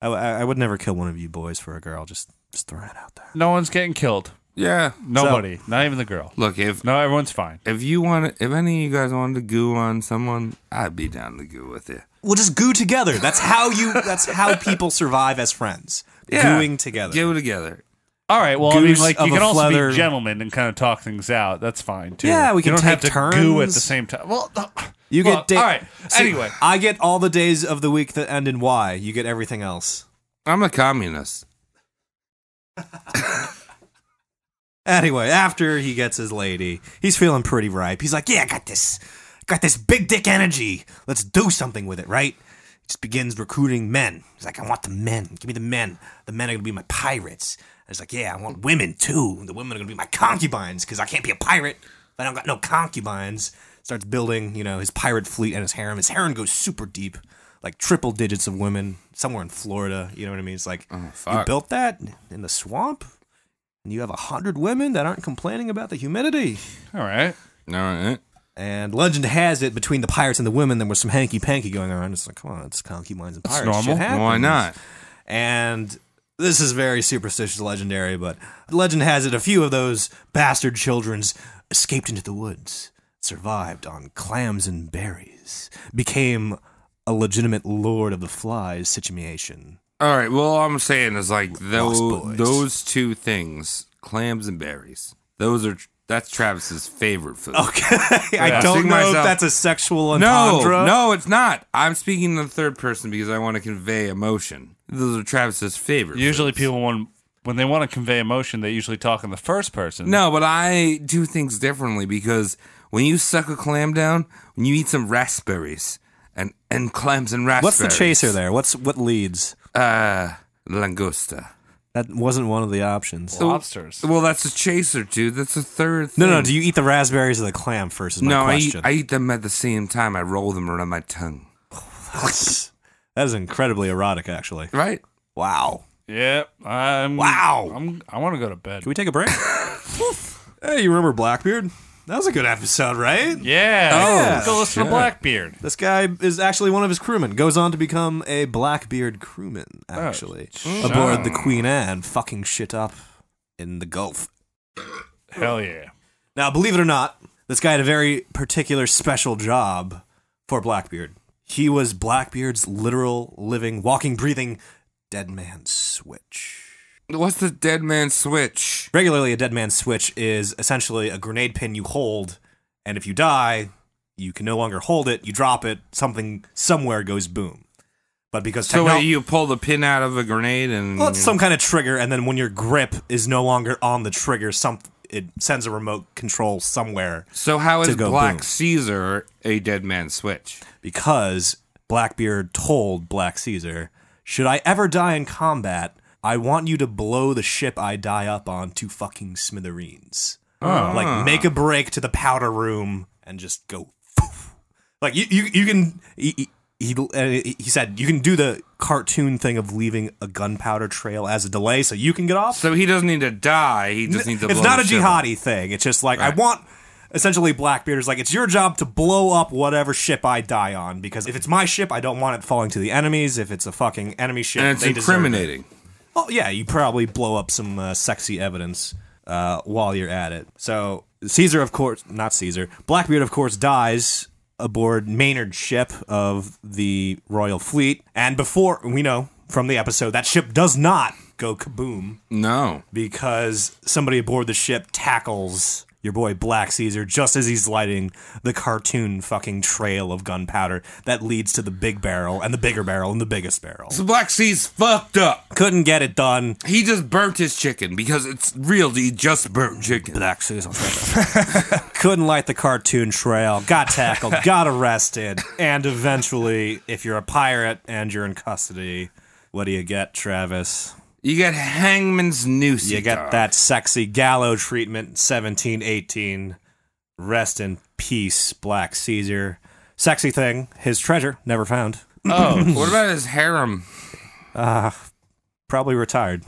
S7: I, I- I would never kill one of you boys for a girl. Just just throw it out there.
S5: No one's getting killed.
S8: Yeah.
S5: Nobody. not even the girl.
S8: Look, if
S5: No, everyone's fine.
S8: if you want, if any of you guys wanted to goo on someone, I'd be down to goo with you.
S7: We'll just goo together. That's how you. That's how people survive as friends.
S8: Yeah.
S7: Gooing together.
S8: Goo together.
S5: All right. Well, I mean,
S7: Goose
S5: like you
S7: of a
S5: can also
S7: feather.
S5: be gentlemen and kind of talk things out. That's fine too.
S7: Yeah, we
S5: You
S7: can
S5: don't have
S7: take
S5: to goo at the
S7: turns.
S5: same time. Well, no.
S7: You
S5: Well,
S7: get da-
S5: all right.
S7: See,
S5: Anyway.
S7: I get all the days of the week that end in Y. You get everything else.
S8: I'm a communist.
S7: Anyway, after he gets his lady, he's feeling pretty ripe. He's like, "Yeah, I got this. Got this big dick energy. Let's do something with it, right?" He just begins recruiting men. He's like, "I want the men. Give me the men. The men are gonna be my pirates." And he's like, "Yeah, I want women too. The women are gonna be my concubines because I can't be a pirate if I don't got no concubines." Starts building, you know, his pirate fleet and his harem. His harem goes super deep, like triple digits of women somewhere in Florida. You know what I mean? It's like you
S8: fuck.
S7: built that in the swamp and you have a hundred women that aren't complaining about the humidity.
S5: all right.
S8: All right.
S7: And legend has it between the pirates and the women there was some hanky panky going on. It's like, come on, it's concubines and pirates.
S5: normal.
S7: Shit happens.
S8: Why not?
S7: And this is very superstitious, legendary, but legend has it a few of those bastard children's escaped into the woods, survived on clams and berries, became a legitimate lord of the flies situation.
S8: All right. Well, all I'm saying is like those
S7: boys.
S8: those two things, clams and berries. Those are that's Travis's favorite food.
S7: Okay, I don't
S8: Sing
S7: know if
S8: myself.
S7: that's a sexual
S8: No,
S7: entendre.
S8: no, it's not. I'm speaking in the third person because I want to convey emotion. Those are Travis's favorite.
S5: Usually,
S8: foods.
S5: people want when they want to convey emotion, they usually talk in the first person.
S8: No, but I do things differently because when you suck a clam down, when you eat some raspberries and and clams and raspberries.
S7: What's the chaser there? What's what leads?
S8: Uh, langosta.
S7: That wasn't one of the options.
S5: lobsters.
S8: Well, that's a chaser, dude. That's the third. Thing.
S7: no, no. Do you eat the raspberries or the clam first? Is my
S8: No, I eat,
S7: question.
S8: I eat them at the same time. I roll them around my tongue.
S7: that is incredibly erotic, actually.
S8: Right.
S7: Wow.
S5: Yeah. I'm,
S7: Wow.
S5: I'm. I want to go to bed.
S7: Can we take a break? hey, you remember Blackbeard? That was a good episode, right?
S5: Yeah.
S7: Oh,
S5: let's go listen to Blackbeard.
S7: This guy is actually one of his crewmen. Goes on to become a Blackbeard crewman,
S8: Oh,
S7: actually, aboard the Queen Anne, fucking shit up in the Gulf.
S5: Hell yeah.
S7: Now, believe it or not, this guy had a very particular special job for Blackbeard. He was Blackbeard's literal, living, walking, breathing dead man switch.
S8: What's the dead man switch?
S7: Regularly, a dead man switch is essentially a grenade pin you hold, and if you die, you can no longer hold it. You drop it, something somewhere goes boom. But because
S8: So
S7: techno-
S8: wait, you pull the pin out of a grenade and
S7: well, it's some kind of trigger, and then when your grip is no longer on the trigger, some it sends a remote control somewhere
S8: So how
S7: to
S8: is
S7: go
S8: Black
S7: boom.
S8: Caesar a dead man switch?
S7: because Blackbeard told Black Caesar, "Should I ever die in combat, I want you to blow the ship I die up on to fucking smithereens. Like make a break to the powder room and just go. poof." Like you, you, you can." He, he- he, uh, he said you can do the cartoon thing of leaving a gunpowder trail as a delay so you can get off
S8: So he doesn't need to die. He just needs to.
S7: it's
S8: blow
S7: not
S8: the
S7: a
S8: ship up.
S7: jihadi thing. It's just like I want. Essentially, Blackbeard is like, it's your job to blow up whatever ship I die on because if it's my ship, I don't want it falling to the enemies. If it's a fucking enemy ship,
S8: and it's
S7: they deserve it.
S8: incriminating.
S7: Oh yeah, you probably blow up some uh, sexy evidence uh, while you're at it. So Caesar, of course, not Caesar. Blackbeard, of course, dies aboard Maynard's ship of the Royal Fleet, and before we know from the episode, that ship does not go kaboom
S8: No,
S7: because somebody aboard the ship tackles your boy Black Caesar just as he's lighting the cartoon fucking trail of gunpowder that leads to the big barrel and the bigger barrel and the biggest barrel.
S8: The Black Sea's fucked up.
S7: Couldn't get it done.
S8: He just burnt his chicken because it's real. He just burnt chicken.
S7: Black Caesar. Couldn't light the cartoon trail. Got tackled. got arrested. And eventually, if you're a pirate and you're in custody, what do you get, Travis?
S8: You got Hangman's noose.
S7: You get
S8: dog.
S7: that sexy gallow treatment, 1718. Rest in peace, Black Caesar. Sexy thing, his treasure, never found.
S8: Oh, what about his harem?
S7: Probably retired.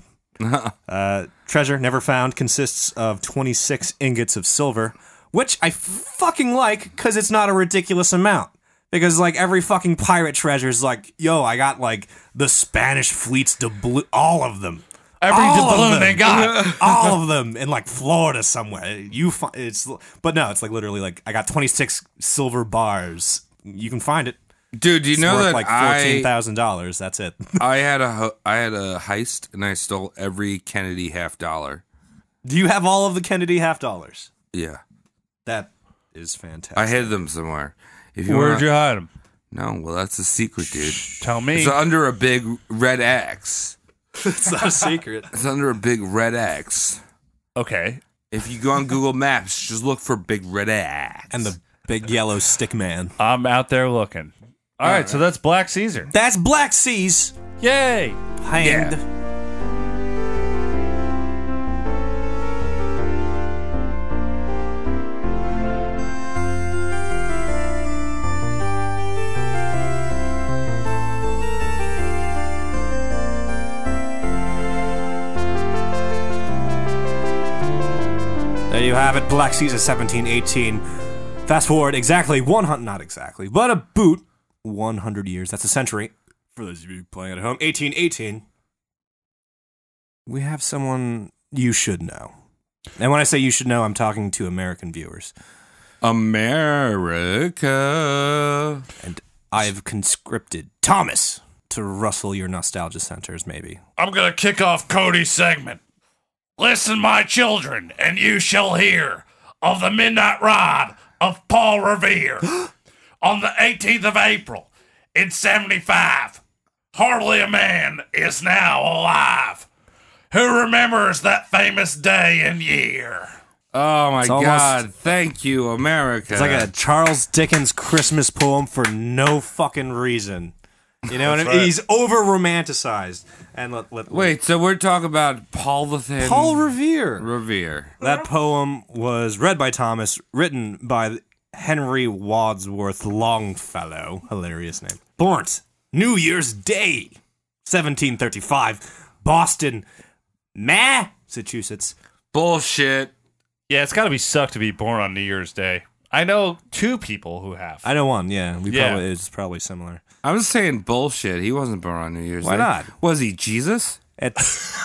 S7: uh, treasure, never found, consists of 26 ingots of silver, which I fucking like because it's not a ridiculous amount. Because, like, every fucking pirate treasure is like, yo, I got, like, the Spanish fleets, doublo- all of them.
S5: Every
S7: All of
S5: doubloon
S7: them.
S5: they got.
S7: all of them in like Florida somewhere. You find it's, but no, it's like literally like I got 26 silver bars. You can find it.
S8: Dude, do you
S7: It's
S8: know
S7: worth
S8: that
S7: like fourteen
S8: I,
S7: thousand dollars. That's it.
S8: I had a ho- I had a heist and I stole every Kennedy half dollar.
S7: Do you have all of the Kennedy half dollars?
S8: Yeah,
S7: That is fantastic.
S8: I hid them somewhere. If you
S5: Where'd
S8: wanna-
S5: you hide him?
S8: No, well that's a secret, dude.
S5: Tell me.
S8: It's under a big red X.
S7: it's not a secret.
S8: It's under a big red X.
S5: okay.
S8: If you go on Google Maps, just look for big red X.
S7: And the big yellow stick man.
S5: I'm out there looking. All right, so that's Black Caesar.
S7: That's Black Seas.
S5: Yay!
S7: Hanged. There you have it, Black Caesar 1718. Fast forward exactly 100, not exactly, but a boot 100 years. That's a century. For those of you playing at home, 1818. We have someone you should know. And when I say you should know, I'm talking to American viewers.
S8: America.
S7: And I've conscripted Thomas to rustle your nostalgia centers, maybe.
S5: I'm gonna kick off Cody's segment. Listen, my children, and you shall hear of the midnight ride of Paul Revere on the 18th of April in 75. Hardly a man is now alive who remembers that famous day and year.
S8: Oh my
S7: almost-
S8: God! Thank you, America.
S7: It's like a Charles Dickens Christmas poem for no fucking reason. You know what I mean? He's over romanticized. And let, let,
S8: wait. So we're talking about Paul the Thin.
S7: Paul Revere.
S8: Revere.
S7: That poem was read by Thomas, written by Henry Wadsworth Longfellow. Hilarious name. Born New Year's Day, 1735, Boston, Massachusetts.
S8: Bullshit.
S5: Yeah, it's gotta be suck to be born on New Year's Day. I know two people who have.
S7: I know one. Yeah, we
S5: Yeah.
S7: probably it's probably similar.
S8: I was saying bullshit. He wasn't born on New Year's.
S7: Why
S8: Day.
S7: not?
S8: Was he Jesus?
S7: It's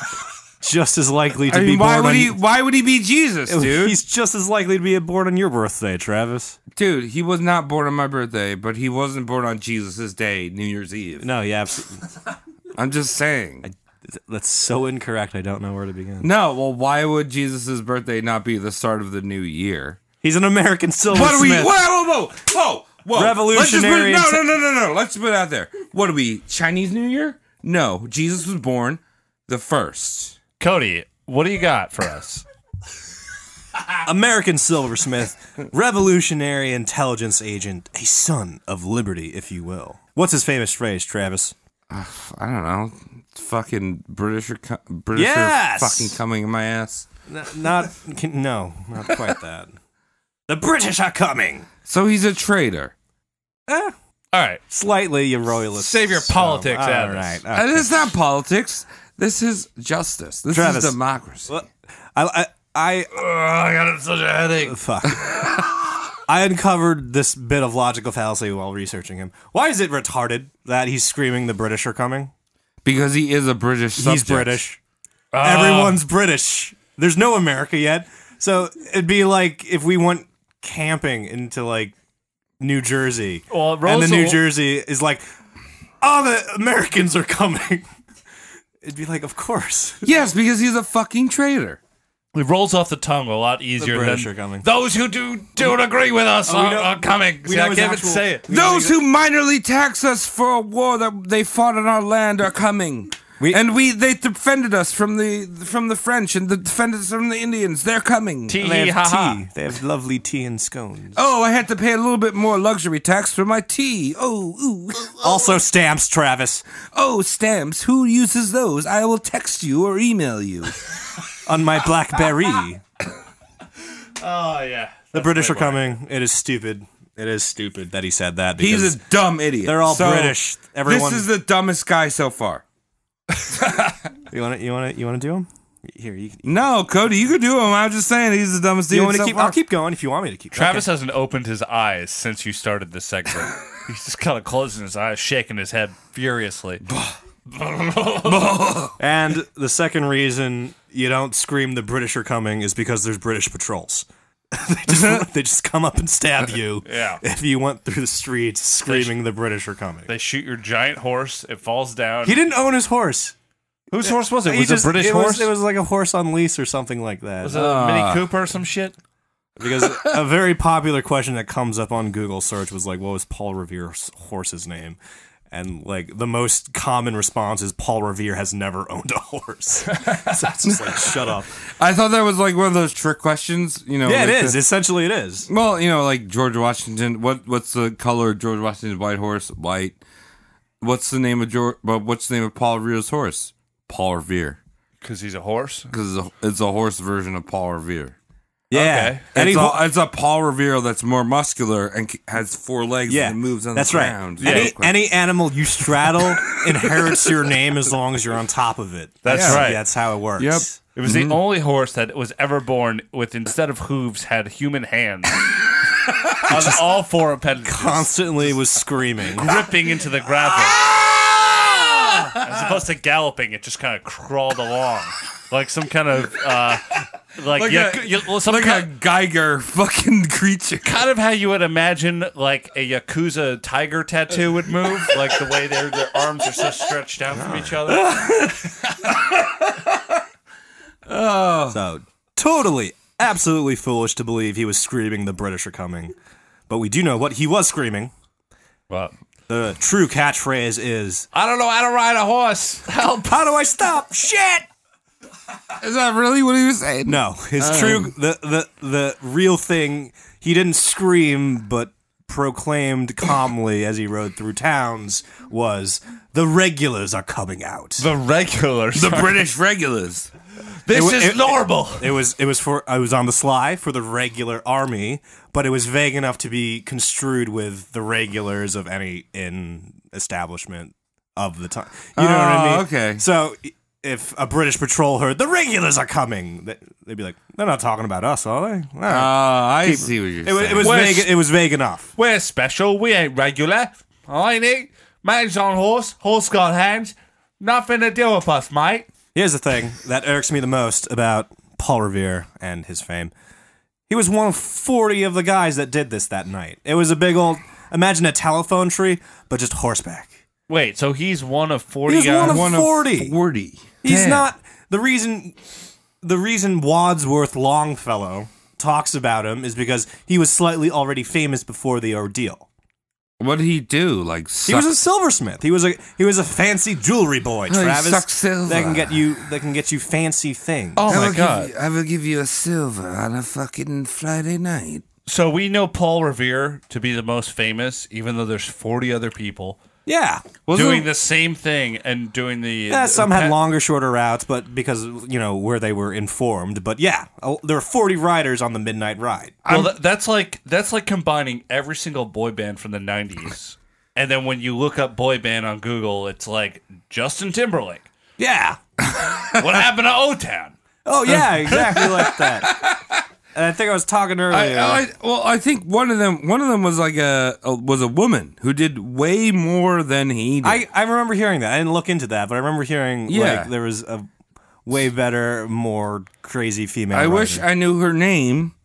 S7: just as likely to
S8: I
S7: be
S8: mean,
S7: born.
S8: why would
S7: on,
S8: he? Why would he be Jesus, dude?
S7: He's just as likely to be born on your birthday, Travis.
S8: Dude, he was not born on my birthday, but he wasn't born on Jesus' day, New Year's Eve.
S7: No, yeah, abs-
S8: I'm just saying.
S7: that's so incorrect. I don't know where to begin.
S8: No, well, why would Jesus' birthday not be the start of the new year?
S7: He's an American silversmith.
S8: What do we? Whoa, whoa, whoa, whoa, whoa!
S7: Revolutionary
S8: Let's just put,
S7: and-
S8: no, no, no, no, no. Let's put it out there. What do we? Chinese New Year? No, Jesus was born the first.
S5: Cody, what do you got for us?
S7: American silversmith, revolutionary intelligence agent, a son of liberty, if you will. What's his famous phrase, Travis?
S8: I don't know. Fucking British, are co- British
S7: Yes!
S8: are fucking coming in my ass.
S7: not can, no, not quite that. The British are coming.
S8: So he's a traitor.
S7: Eh,
S5: All right.
S7: slightly, you royalist.
S5: Save your politics
S7: so,
S5: out
S7: all
S5: of
S7: right.
S5: this.
S7: all right.
S8: And it's not politics. This is justice. This
S7: Travis.
S8: is democracy.
S7: Well, I, I, I
S5: Ugh, I got such a headache.
S7: fuck. I uncovered this bit of logical fallacy while researching him. Why is it retarded that he's screaming the British are coming?
S8: Because he is a British subject.
S7: He's British.
S5: Uh.
S7: Everyone's British. There's no America yet. So it'd be like if we went camping into like New Jersey.
S2: Well,
S7: and the New
S2: Roosevelt-
S7: Jersey is like, oh, the Americans are coming. It'd be like, of course.
S8: Yes, because he's a fucking traitor.
S5: It rolls off the tongue a lot easier
S7: British
S5: than
S7: are coming.
S5: those who do don't agree with us
S7: we
S5: are,
S7: know-
S5: are coming.
S7: we
S5: See,
S7: know
S5: I
S7: his
S5: can't even
S7: actual-
S5: say it.
S7: we know
S8: Oh, Those
S7: you-
S8: who minorly tax us for a war that they fought on our land are coming.
S7: We-
S8: and we they defended us from the from the French and they defended us from the Indians. They're coming.
S5: Tee
S7: They
S5: hee ha
S7: have
S5: ha.
S7: tea. They have lovely tea and scones.
S8: oh, I had to pay a little bit more luxury tax for my tea. Oh, ooh.
S7: Also stamps, Travis.
S8: Oh, stamps. Who uses those? I will text you or email you.
S7: On my BlackBerry.
S5: Oh yeah.
S7: The British are coming. It is stupid. It is stupid that he said that. Because
S8: He's a dumb idiot.
S7: They're all British. Everyone-
S8: This is the dumbest guy so far.
S7: you want to you want to you want to do him? Here you.
S8: No, Cody, you could do him. I'm just saying he's the dumbest
S7: You
S8: dude.
S7: want to
S8: so
S7: keep?
S8: far.
S7: I'll keep going if you want me to keep.
S5: Travis hasn't opened his eyes since you started this segment. He's just kind of closing his eyes, shaking his head furiously.
S7: Okay. And the second reason you don't scream the British are coming is because there's British patrols. they just they just come up and stab you.
S5: Yeah.
S7: If you went through the streets screaming the British are coming.
S5: they shoot your giant horse. It falls down.
S7: he didn't own his horse.
S5: Whose horse was it?
S7: He
S5: Was it
S7: just-
S5: a British
S7: it was-
S5: horse?
S7: it was like a horse on lease or something like that.
S5: Was it
S8: Ah.
S5: a
S7: Uh.
S5: Mini Cooper or some shit?
S7: Because a very popular question that comes up on Google search was like, what was Paul Revere's horse's name? And like the most common response is Paul Revere has never owned a horse. so it's just like, shut up.
S8: I thought that was like one of those trick questions. You know?
S7: Yeah, it
S8: like
S7: is.
S8: the-
S7: Essentially, it is.
S8: well, you know, like George Washington. What What's the color of George Washington's white horse? White. What's the name of George? But what's the name of Paul Revere's horse? Paul Revere,
S5: Because he's a horse.
S8: because it's a, it's a horse version of Paul Revere.
S7: Yeah.
S8: It's
S7: Any-
S8: a, it's a Paul Revere that's more muscular and c- has four legs
S7: yeah,
S8: and moves on
S7: that's
S8: the
S7: right.
S8: ground.
S7: Any,
S8: Yeah.
S7: any animal you straddle inherits your name as long as you're on top of it.
S5: That's
S7: So
S5: right.
S7: That's Mm-hmm. how it works.
S8: Yep.
S5: It was the only horse that was ever born with, instead of hooves, had human hands on all four appendages,
S7: Constantly was screaming.
S5: ripping into the gravel.
S8: Ah!
S5: As opposed to galloping, it just kind of crawled along like some kind of uh, like,
S8: Like
S5: Yak-
S8: a-
S5: you- well, some
S8: like
S5: kind,
S8: a Geiger fucking creature.
S5: kind of how you would imagine like a yakuza tiger tattoo would move, like the way their their arms are so stretched out from each other.
S7: So totally, absolutely foolish to believe he was screaming the British are coming. But we do know what he was screaming.
S5: Well,
S7: The true catchphrase is
S5: I don't know how to ride a horse. Help!
S7: How do I stop? Shit!
S8: Is that really what he was saying?
S7: No,
S5: Um.
S7: his true the, the the real thing he didn't scream but proclaimed calmly as he rode through towns was the regulars are coming out.
S5: The regulars.
S8: The British regulars.
S5: this
S7: it-
S5: is normal.
S7: It was it was for I was on the sly for the regular army, but it was vague enough to be construed with the regulars of any in establishment of the time. You know what I
S8: Oh,
S7: mean?
S8: okay.
S7: So i- if a British patrol heard the regulars are coming, th- they'd be like, "They're not talking about us, are they?" All
S8: Uh,
S7: right.
S8: I see what you're
S5: Oh,
S7: it, wa-
S8: saying.
S7: it was
S5: Well,
S7: vague.
S5: it's-
S7: It was vague enough.
S5: We're special. We ain't regular. I ain't it. Man's on horse. Horse got hands. Nothing to do with us, mate.
S7: Here's the thing that irks me the most about Paul Revere and his fame. He was one of 40 of the guys that did this that night. It was a big old, imagine a telephone tree, but just horseback.
S5: Wait, so he's one of forty
S7: He's
S5: guys.
S7: one of
S8: One of
S7: 40.
S8: 40.
S7: He's
S8: Damn.
S7: not the reason the reason Wadsworth Longfellow talks about him is because he was slightly already famous before the ordeal.
S8: What did he do? Like,
S7: He was a silversmith. He was a he was a fancy jewelry boy,
S8: Oh, he
S7: Travis.
S8: sucks silver.
S7: They can get you they can get you fancy things.
S5: oh
S8: I will
S5: my
S8: give
S5: god!
S8: you- I will give you a silver on a fucking Friday night.
S5: So we know Paul Revere to be the most famous, even though there's forty other people
S7: Yeah.
S5: doing the same thing and doing the.
S7: Yeah, Eh, some
S5: pa-
S7: had longer, shorter routes, but because you know where they were informed. But yeah, oh, there were forty riders on the midnight ride.
S5: Well, tha- that's like that's like combining every single boy band from the '90s, and then when you look up boy band on Google, it's like Justin Timberlake.
S7: Yeah.
S5: What happened to O Town?
S7: Oh yeah, exactly like that. And I think I was talking earlier.
S8: I, I, well, I think one of them, one of them was like a, a was a woman who did way more than he did.
S7: I, I remember hearing that. I didn't look into that, but I remember hearing
S8: Yeah.
S7: like there was a way better, more crazy female.
S8: I wish
S7: writer.
S8: I knew her name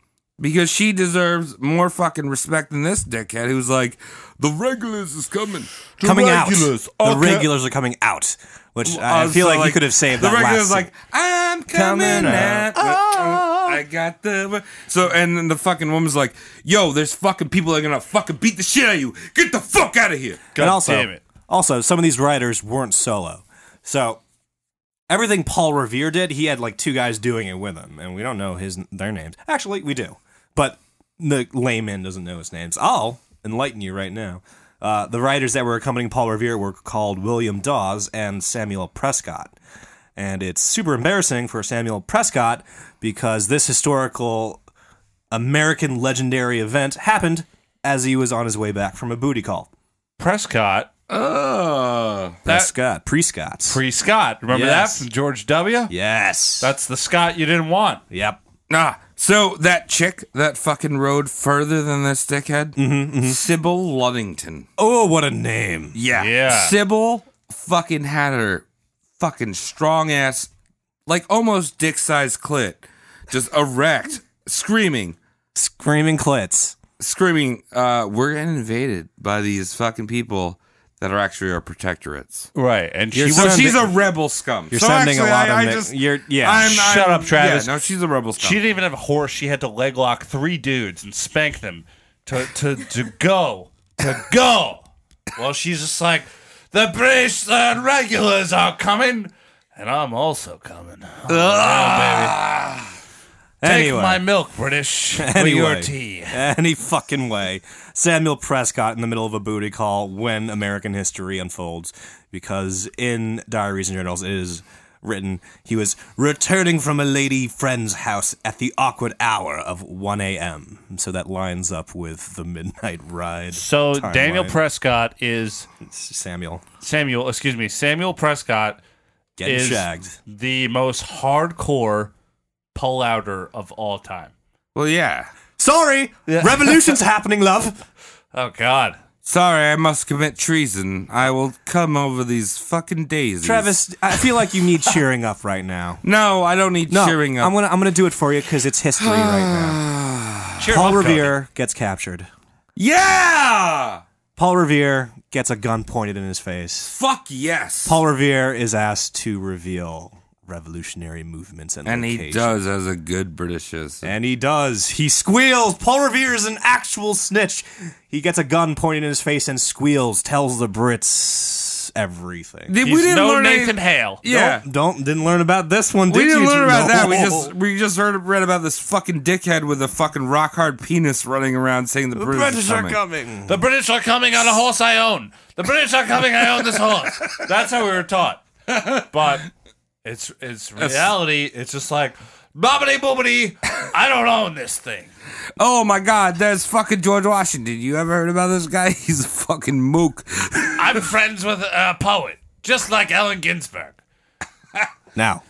S8: because she deserves more fucking respect than this dickhead who's like, the regulars is coming. The
S7: coming
S8: regulars
S7: out.
S8: are
S7: The
S8: co-"
S7: regulars are coming out, which I
S8: Uh,
S7: feel
S8: so
S7: like, you could have saved
S8: the
S7: that last.
S8: regulars like I'm coming,
S7: Coming
S8: out.
S7: out.
S8: Oh, I got the so, and then the fucking woman's like, "Yo, there's fucking people that are gonna fucking beat the shit out of you. Get the fuck out of here."
S7: and also,
S5: damn it.
S7: also, some of these writers weren't solo. So everything Paul Revere did, he had like two guys doing it with him, and we don't know his their names. Actually, we do, but the layman doesn't know his names. I'll enlighten you right now. Uh, the writers that were accompanying Paul Revere were called William Dawes and Samuel Prescott. And it's super embarrassing for Samuel Prescott because this historical American legendary event happened as he was on his way back from a booty call.
S5: Prescott.
S8: Oh,
S7: Prescott, Prescott's.
S5: Pre Scott. Remember
S7: Yes.
S5: that from George W?
S7: yes.
S5: That's the Scott you didn't want.
S7: yep.
S8: nah. So that chick that fucking rode further than this dickhead,
S7: Mm-hmm,
S8: Sybil Ludington.
S7: Oh, what a name.
S8: Yeah.
S5: Yeah.
S8: Sybil fucking had her fucking strong ass, like almost dick sized clit, just erect, screaming,
S7: Screaming clits.
S8: screaming, uh, we're getting invaded by these fucking people that are actually our protectorates.
S5: Right. And she
S7: You're
S5: was.
S8: So
S7: sound-
S8: she's a rebel scum.
S7: You're
S8: so
S7: sounding
S8: actually,
S7: a lot
S8: I,
S7: of
S8: I
S7: mi-
S8: just,
S7: you're yeah.
S8: I'm,
S5: Shut
S8: I'm-
S5: up, Travis.
S8: Yeah, no, she's a rebel scum.
S5: She didn't even have a horse. She had to leg lock three dudes and spank them to to to go to go. Well, she's just like the British uh, regulars are coming, and I'm also coming. Oh, yeah, baby. Ah. Take
S7: anyway.
S5: my milk, British. for
S7: Anyway.
S5: your tea.
S7: any fucking way. Samuel Prescott in the middle of a booty call when American history unfolds, because in diaries and journals it is written he was returning from a lady friend's house at the awkward hour of 1 a.m. So that lines up with the midnight ride.
S5: So Daniel
S7: timeline.
S5: Prescott is
S7: Samuel
S5: Samuel. Excuse me, Samuel Prescott
S7: getting
S5: is
S7: shagged.
S5: the most hardcore pull outer of all time.
S8: well, yeah.
S7: Sorry, revolution's happening, love.
S5: Oh God.
S8: Sorry, I must commit treason. I will come over these fucking daisies.
S7: Travis, I feel like you need cheering up right now.
S8: No, I don't need
S7: No,
S8: cheering up.
S7: I'm gonna I'm gonna do it for you because it's history right now.
S5: Cheer
S7: Paul
S5: him up, Cody.
S7: Revere gets captured.
S8: yeah!
S7: Paul Revere gets a gun pointed in his face.
S8: Fuck yes.
S7: Paul Revere is asked to reveal revolutionary movements and
S8: and he
S7: locations.
S8: does as a good British is.
S7: And he does. He squeals. Paul Revere is an actual snitch. He gets a gun pointed in his face and squeals. Tells the Brits everything.
S8: Did-
S5: He's no Nathan
S8: anything-
S5: Hale.
S8: Yeah.
S7: Don't, don't- didn't learn about this one. Did
S8: we didn't
S7: you?
S8: learn about that. We
S7: No.
S8: just we just heard read about this fucking dickhead with a fucking rock hard penis running around saying the, British, are coming.
S7: coming.
S5: The British are coming on a horse I own. The British are coming. I own this horse. That's how we were taught. But it's it's reality. It's just like bobbity boobity. I don't own this thing.
S8: Oh my god, there's fucking George Washington. You ever heard about this guy? He's a fucking mook.
S5: I'm friends with a poet, just like Allen Ginsberg.
S7: Now,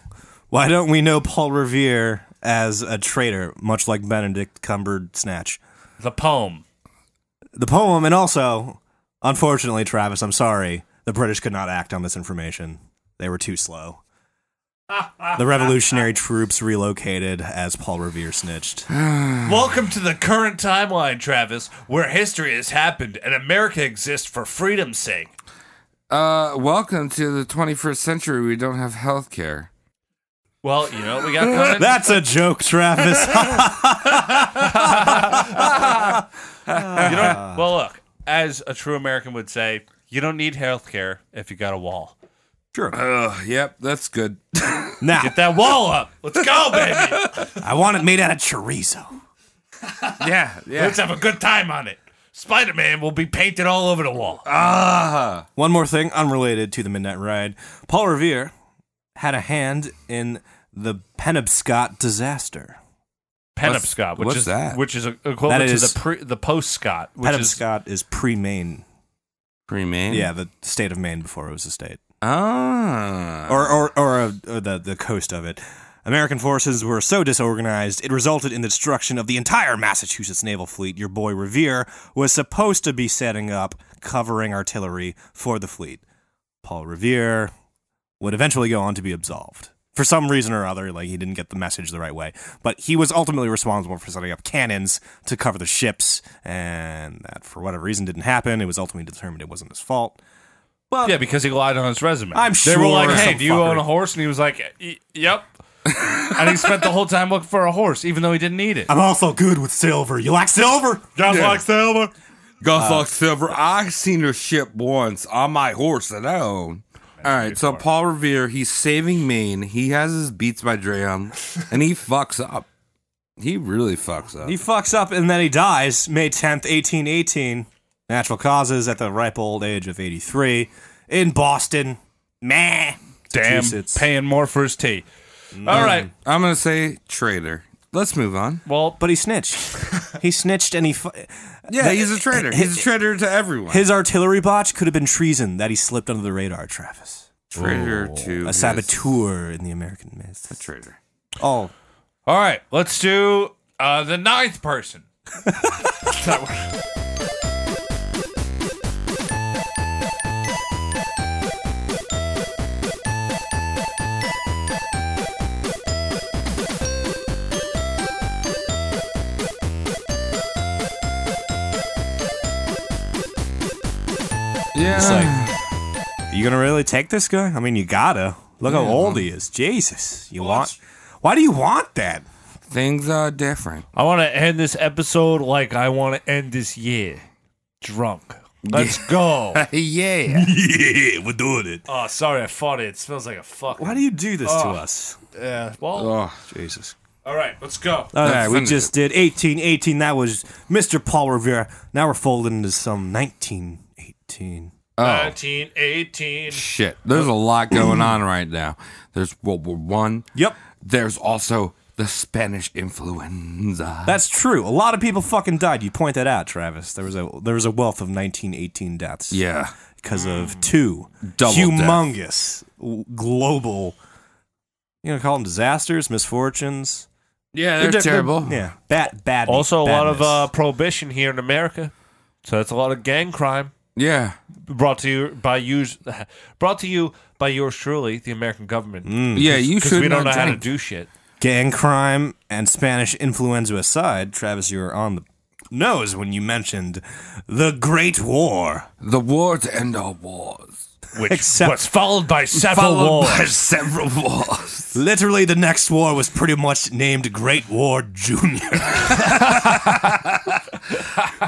S7: why don't we know Paul Revere as a traitor, much like Benedict Cumbered Snatch?
S5: The poem.
S7: The poem, and also, unfortunately, Travis, I'm sorry, the British could not act on this information. They were too slow. The revolutionary troops relocated as Paul Revere snitched.
S5: Welcome to the current timeline, Travis, where history has happened and America exists for freedom's sake.
S8: Uh, welcome to the 21st century. We don't have health care.
S5: Well, you know what we got coming.
S7: That's a joke, Travis.
S5: You don't, well, look, as a true American would say, you don't need health care if you got a wall.
S8: Ugh, yep, that's good.
S7: now,
S5: Get that wall up. Let's go, baby.
S7: I want it made out of chorizo.
S8: yeah, yeah.
S5: Let's have a good time on it. Spider Man will be painted all over the wall.
S7: Uh, One more thing, unrelated to the Midnight Ride. Paul Revere had a hand in the Penobscot disaster.
S5: Penobscot, which
S8: what's
S5: is
S8: that?
S5: which is equivalent
S7: That
S5: to
S7: is-
S5: the pre, the post Scot, which
S7: Penobscot is, pre-Maine.
S8: Free man.
S7: Yeah, the state of Maine before it was a state,
S8: Ah.
S7: or or or, uh, or the the coast of it. American forces were so disorganized, it resulted in the destruction of the entire Massachusetts naval fleet. Your boy Revere was supposed to be setting up covering artillery for the fleet. Paul Revere would eventually go on to be absolved. For some reason or other, like he didn't get the message the right way, but he was ultimately responsible for setting up cannons to cover the ships, and that for whatever reason didn't happen. It was ultimately determined it wasn't his fault.
S5: is yeah, because he lied on his resume.
S7: I'm
S5: They
S7: sure
S5: were like, "Hey,
S7: some
S5: do you
S7: fucker-
S5: own a horse?" And he was like, "Y- "Yep." and he spent the whole time looking for a horse, even though he didn't need it.
S7: I'm also good with silver. You like silver?
S5: Just
S8: Yeah.
S5: like silver.
S8: Gus
S7: Uh,
S8: like Silver. I seen a ship once on my horse that I own. All right, so Paul Revere, he's saving Maine. He has his Beats by Dre on, and he fucks up. He really fucks up.
S7: He fucks up and then he dies May 10th, 1818. Natural causes at the ripe old age of 83 in Boston. Meh.
S5: Damn,
S7: Massachusetts.
S5: paying more for his tea.
S7: Mm.
S5: All right.
S8: I'm gonna say traitor. Let's move on.
S5: Well,
S7: But he snitched. he snitched and he. Fu-
S8: Yeah,
S7: That-
S8: he's a traitor. He's a traitor to everyone.
S7: eh, his artillery botch could have been treason that he slipped under the radar, Travis.
S8: traitor
S7: Oh,
S8: to
S7: A
S8: his-
S7: saboteur in the American myth.
S8: A traitor.
S7: Oh,
S5: all right. Let's do uh, the ninth person.
S8: Yeah.
S7: it's like. You gonna really take this guy? I mean, you gotta. Look how old he is. Jesus. You want. Why do you want that?
S8: things are different.
S5: I want to end this episode like I want to end this year. Drunk. Let's go.
S8: yeah.
S7: yeah, we're doing it.
S5: oh, sorry, I fought it. It smells like a fuck.
S7: Why do you do this to us?
S5: Yeah. Well,
S8: Oh,
S7: Jesus.
S5: all right. Let's go.
S7: All
S8: Let's
S7: right, we
S8: finish
S7: just did 1818. That was Mr. Paul Revere. Now we're folding into some 1918.
S8: oh
S5: 1918.
S8: shit. There's a lot going on right now. There's World War One.
S7: Yep.
S8: There's also the Spanish influenza.
S7: That's true. A lot of people fucking died. You point that out, Travis. There was a there was a wealth of 1918 deaths.
S8: yeah. Mm.
S7: Because of two
S8: Double death.
S7: humongous w- global you know call them disasters, misfortunes.
S8: Yeah, they're,
S7: di-
S8: terrible.
S7: yeah. Bad bad.
S5: Also, a lot of
S7: badness.
S5: uh, prohibition here in America. So that's a lot of gang crime.
S8: yeah.
S5: Brought to you by you, brought to you by yours truly, the American government.
S7: Mm.
S8: Yeah, you
S5: Because
S8: should
S5: we don't know
S8: not
S5: how to
S8: drink.
S5: do shit.
S7: gang crime and Spanish influenza aside, Travis, you were on the nose when you mentioned the Great War.
S8: The war to end all wars.
S5: Which
S7: Except-
S5: was followed by several
S8: Followed
S5: wars.
S8: by several wars.
S7: Literally, the next war was pretty much named Great War Junior.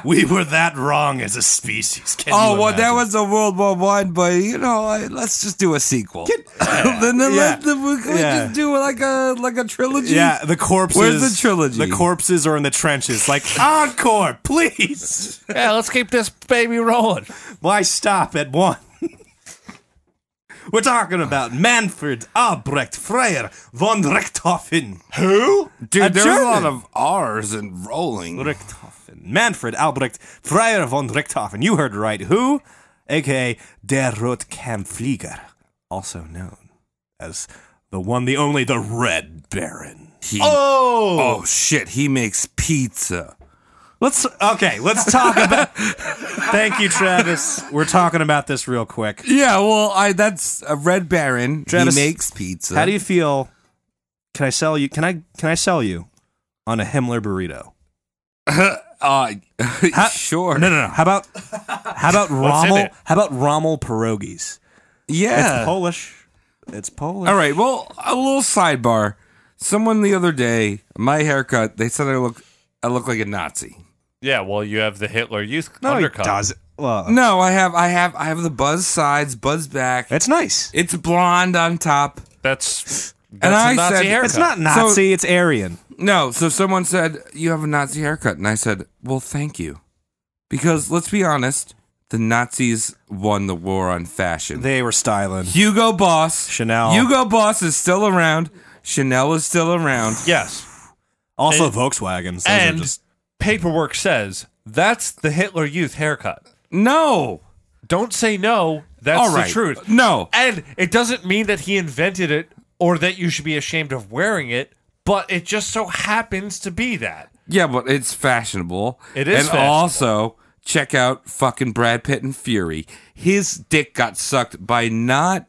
S7: we were that wrong as a species. Can
S8: Oh
S7: you
S8: well, that
S7: imagine?
S8: was a World War One, but you know, I, let's just do a sequel. then then let
S7: Yeah.
S8: the, we, can we
S7: Yeah.
S8: just do like a like a trilogy.
S7: Yeah, the corpses.
S8: Where's the trilogy?
S7: The corpses are in the trenches. Like encore, please.
S5: yeah, let's keep this baby rolling.
S7: Why stop at one? We're talking about Manfred Albrecht Freyer von Richthofen. Who?
S8: dude, there's a lot
S7: German.
S8: of R's and rolling.
S7: Richthofen. Manfred Albrecht Freyer von Richthofen. You heard right. Who? AKA Der Rotkampflieger, also known as the one, the only, the Red Baron.
S8: Oh shit, he makes pizza.
S7: Let's okay. Let's talk about. Thank you, Travis. We're talking about this real quick.
S8: Yeah, well, I that's a Red Baron.
S7: Travis,
S8: he makes pizza.
S7: How do you feel? Can I sell you? Can I? Can I sell you on a Himmler burrito?
S8: Uh, sure.
S7: No, no, no. How about? How about
S5: What's in
S7: Rommel?
S5: it?
S7: How about Rommel pierogies?
S8: Yeah.
S7: It's Polish. It's Polish.
S8: All right. Well, a little sidebar. Someone the other day, my haircut. They said I look, I look like a Nazi.
S5: Yeah, well, you have the Hitler Youth
S7: No, he
S5: undercut.
S7: does. Well,
S8: No, I have, I have, I have the buzz sides, buzz back.
S7: it's nice.
S8: It's blonde on top.
S5: That's that's
S8: And
S5: a
S8: I
S5: Nazi
S8: said-
S5: haircut.
S7: It's not Nazi. it's Aryan.
S8: No, so someone said you have a Nazi haircut, and I said, well, thank you, because let's be honest, the Nazis won the war on fashion.
S7: They were styling.
S8: Hugo Boss,
S7: Chanel.
S8: Hugo Boss is still around. Chanel is still around.
S5: Yes,
S7: Also Volkswagens. Those are
S5: and
S7: just-
S5: paperwork says that's the Hitler Youth haircut.
S8: No.
S5: Don't say no. That's
S8: All right.
S5: the truth.
S8: No.
S5: and it doesn't mean that he invented it or that you should be ashamed of wearing it. But it just so happens to be that.
S8: Yeah, but it's fashionable.
S5: It is
S8: And
S5: fashionable.
S8: also, check out fucking Brad Pitt and Fury. His dick got sucked by not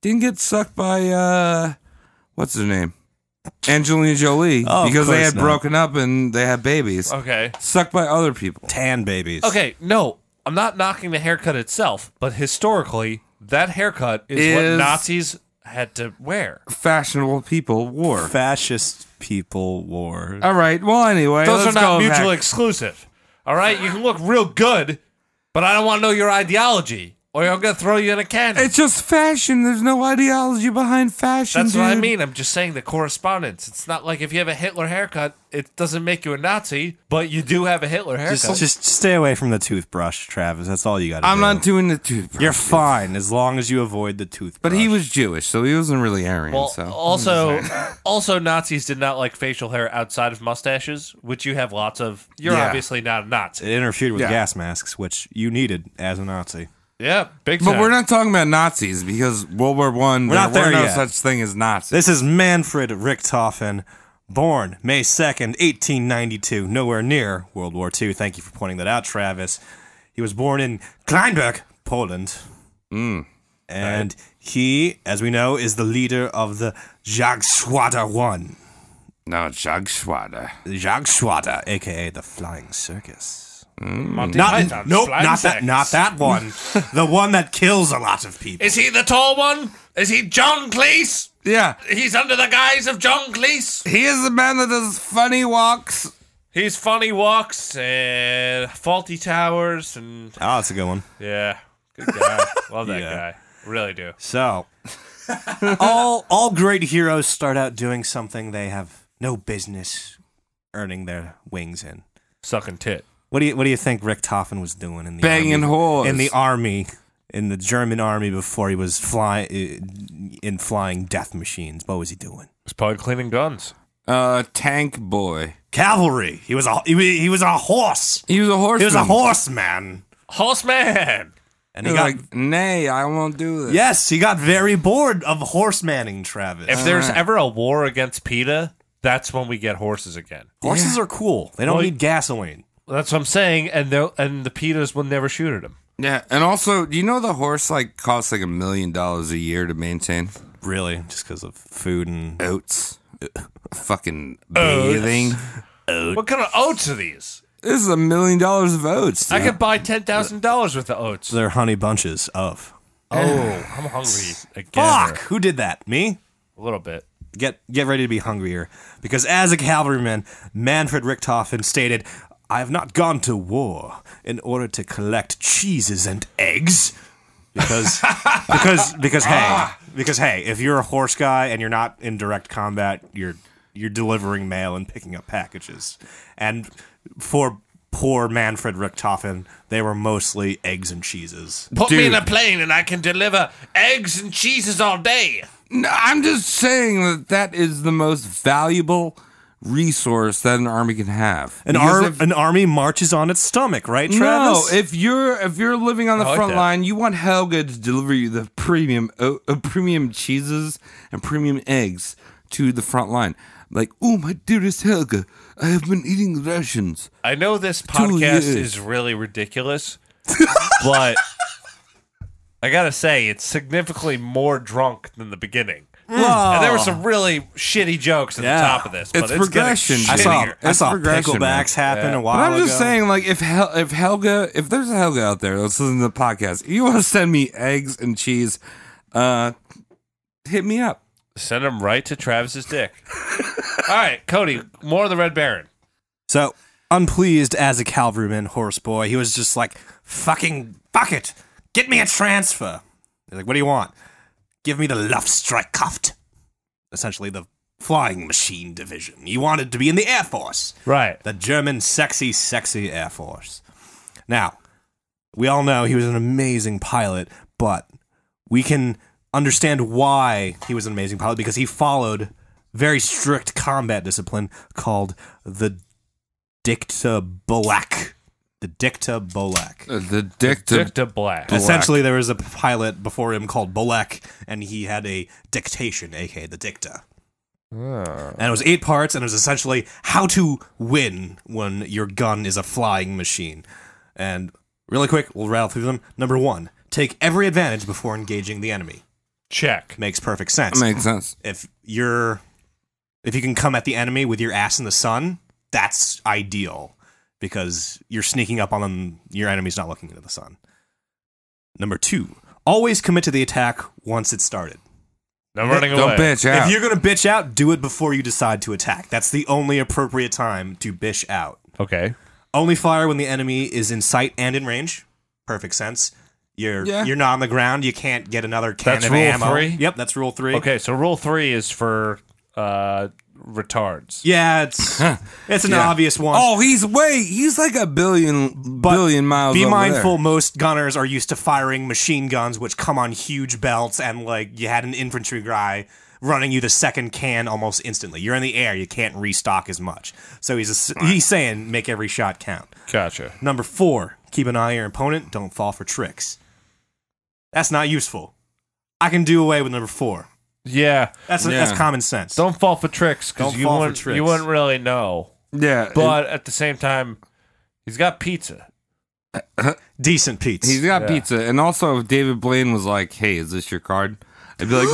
S8: didn't get sucked by uh what's her name? Angelina Jolie
S7: Oh, of
S8: because they
S7: course
S8: had
S7: not.
S8: broken up and they had babies.
S5: Okay.
S8: Sucked by other people.
S7: tan babies.
S5: Okay. No, I'm not knocking the haircut itself, but historically, that haircut is,
S8: Is-
S5: what Nazis had to wear.
S8: fashionable people wore.
S7: Fascist people war.
S8: All right. Well, anyway,
S5: Those
S8: let's
S5: are
S8: go
S5: not mutually
S8: back.
S5: exclusive. All right, you can look real good, but I don't want to know your ideology, or I'm gonna throw you in a cannon.
S8: It's just fashion. There's no ideology behind fashion.
S5: That's what I
S8: dude.
S5: mean. I'm just saying the correspondence. It's not like if you have a Hitler haircut, it doesn't make you a Nazi, but you do have a Hitler haircut.
S7: Just, just stay away from the toothbrush, Travis. That's all you got to do.
S8: I'm not doing the toothbrush.
S7: You're fine as long as you avoid the toothbrush.
S8: But he was Jewish, so he wasn't really Aryan.
S5: well,
S7: Hmm.
S8: so
S5: also, also Nazis did not like facial hair outside of mustaches, which you have lots of. You're
S8: Yeah.
S5: obviously not a Nazi.
S7: It interfered with
S8: Yeah.
S7: gas masks, which you needed as a Nazi.
S5: Yeah, big
S8: But
S5: time.
S8: we're not talking about Nazis because World War One.
S7: We're
S8: there
S7: not there
S8: were no
S7: yet.
S8: such thing as Nazis.
S7: This is Manfred Richthofen, born May 2nd, 1892, nowhere near World War II. Thank you for pointing that out, Travis. He was born in Kleinberg, Poland. And he, as we know, is the leader of the Jagdschwader One.
S8: no, Jagschwader.
S7: Jagdschwader, aka the Flying Circus.
S5: Monty
S7: Not,
S5: Python's
S7: nope,
S5: flying
S7: not that,
S5: sex.
S7: not that one. the one that kills a lot of people.
S5: Is he the tall one? Is he John Cleese?
S8: Yeah,
S5: He's under the guise of John Cleese.
S8: he is the man that does funny walks.
S5: He's funny walks and faulty towers and
S7: Oh, that's a good one.
S5: yeah, good guy. Love that
S7: Yeah.
S5: guy. Really do.
S7: So, all all great heroes start out doing something they have no business earning their wings in.
S5: Sucking tit.
S7: What do you What do you think Rick Toffin was doing in the
S8: Banging
S7: army,
S8: whores.
S7: in the army in the German army before he was fly in flying death machines? What was he doing?
S5: He's probably cleaning guns.
S8: Uh, tank boy.
S7: Cavalry. He was a he, wa- he was a horse.
S8: He was a horse.
S7: He was a horseman.
S5: Horseman.
S7: And he
S8: He's
S7: got
S8: like, nay, I won't do this.
S7: yes, he got very bored of horsemanning. Travis.
S5: If there's
S8: right.
S5: ever a war against PETA, that's when we get horses again.
S7: Horses are cool. They don't
S5: Well,
S7: need gasoline.
S5: That's what I'm saying, and they'll- and the PETAs will never shoot at him.
S8: Yeah, and also, do you know the horse like costs like a million dollars a year to maintain?
S7: Really, just because of food and
S8: Oats, fucking bathing.
S5: What kind of oats are these?
S8: This is a million dollars of oats.
S5: I
S8: dude.
S5: could buy ten thousand dollars worth of oats.
S7: They're honey bunches of.
S5: Oh, I'm hungry again.
S7: Fuck! Who did that? Me?
S5: A little bit.
S7: Get get ready to be hungrier. Because as a cavalryman, Manfred Richthofen stated, I have not gone to war in order to collect cheeses and eggs. Because because because hey because hey, if you're a horse guy and you're not in direct combat, you're you're delivering mail and picking up packages. And for poor Manfred Richthofen, they were mostly eggs and cheeses.
S5: Put me
S8: Dude.
S5: in a plane and I can deliver eggs and cheeses all day.
S8: No, I'm just saying that that is the most valuable resource that an army can have.
S7: An,
S8: Because
S7: ar-
S8: if-
S7: an army marches on its stomach, right,
S8: no,
S7: Travis?
S8: if you're if you're living on the
S5: like
S8: front
S5: that.
S8: line, you want Helga to deliver you the premium uh, uh, premium cheeses and premium eggs to the front line. Like, oh my dearest Helga, I have been eating rations.
S5: I know this podcast
S8: years.
S5: is really ridiculous, but I gotta say it's significantly more drunk than the beginning. And there were some really shitty jokes at
S7: Yeah.
S5: the top of this, but
S8: Mm. It's
S5: it's, getting
S8: progression, dude.
S7: I saw
S5: shittier.
S7: I
S8: It's
S7: saw
S8: progression, man.
S7: picklebacks happen a while
S8: But I'm just
S7: ago.
S8: saying, like, if Hel- if Helga, if there's a Helga out there that's listening to the podcast, if you want to send me eggs and cheese, uh, hit me up.
S5: Send him right to Travis's dick. All right, Cody, more of the Red Baron.
S7: So unpleased as a cavalryman horse boy, he was just like, "Fucking bucket, get me a transfer." He's like, "What do you want? Give me the Luftstreitkopf, essentially the flying machine division. He wanted to be in the Air Force."
S5: Right.
S7: The German sexy, sexy Air Force. Now, we all know he was an amazing pilot, but we can understand why he was an amazing pilot because he followed very strict combat discipline called the Dicta Bolak. The Dicta Bolak.
S8: Uh, the dick to
S5: Dick to Black.
S7: Essentially, there was a pilot before him called Bolek, and he had a dictation, aka the dicta. And it was eight parts, and it was essentially how to win when your gun is a flying machine. And really quick, we'll rattle through them. Number one, take every advantage before engaging the enemy.
S5: Check.
S7: Makes perfect sense.
S8: makes sense.
S7: if you're, if you can come at the enemy with your ass in the sun, that's ideal because you're sneaking up on them. Your enemy's not looking into the sun. Number two, always commit to the attack once it started.
S5: No running
S8: Don't
S5: away.
S8: bitch out.
S7: If you're gonna bitch out, do it before you decide to attack. That's the only appropriate time to bitch out.
S5: Okay.
S7: Only fire when the enemy is in sight and in range. Perfect sense. You're
S8: Yeah.
S7: you're not on the ground. You can't get another can
S5: That's
S7: of
S5: rule
S7: ammo.
S5: three?
S7: Yep, that's rule three.
S5: Okay, so rule three is for uh, retards.
S7: Yeah, it's it's an
S8: Yeah.
S7: obvious one.
S8: Oh, he's way. He's like a billion
S7: but
S8: billion miles.
S7: Be
S8: over
S7: mindful.
S8: there.
S7: Most gunners are used to firing machine guns, which come on huge belts, and like you had an infantry guy running you the second can almost instantly. You're in the air. You can't restock as much. So he's a, he's saying make every shot count.
S5: Gotcha.
S7: Number four, keep an eye on your opponent. Don't fall for tricks. That's not useful. I can do away with number four.
S5: Yeah.
S7: That's that's common sense.
S5: Don't fall for tricks because
S7: Don't
S5: you
S7: fall for
S5: wouldn't
S7: tricks.
S5: you wouldn't really know.
S8: Yeah,
S5: But at the same time, he's got pizza.
S7: decent Pete's.
S8: he's got pizza. And also, if David Blaine was like, "Hey, is this your card?" I'd be like,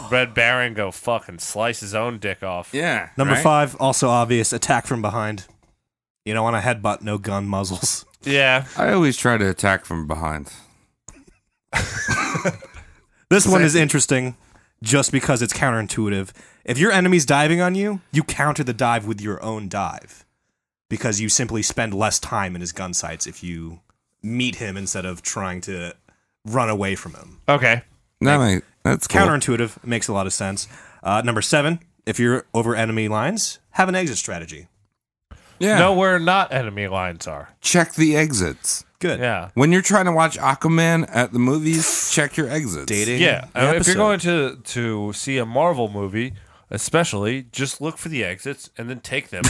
S8: "What?"
S5: Red Baron go fucking slice his own dick off.
S8: yeah.
S7: Number
S8: right?
S7: five, also obvious, attack from behind. You don't want a headbutt, no gun muzzles.
S5: Yeah.
S8: I always try to attack from behind.
S7: This one is interesting just because it's counterintuitive. If your enemy's diving on you, you counter the dive with your own dive because you simply spend less time in his gun sights if you meet him instead of trying to run away from him.
S5: Okay.
S8: That might, that's cool.
S7: Counterintuitive, it makes a lot of sense. Uh, number seven, if you're over enemy lines, have an exit strategy.
S8: Yeah.
S5: Know where not enemy lines are.
S8: Check the exits.
S7: Good.
S5: Yeah.
S8: When you're trying to watch Aquaman at the movies, check your exits.
S7: Dating.
S5: Yeah.
S7: the
S5: I mean, if
S7: episode.
S5: you're going to to see a Marvel movie, especially, just look for the exits and then take them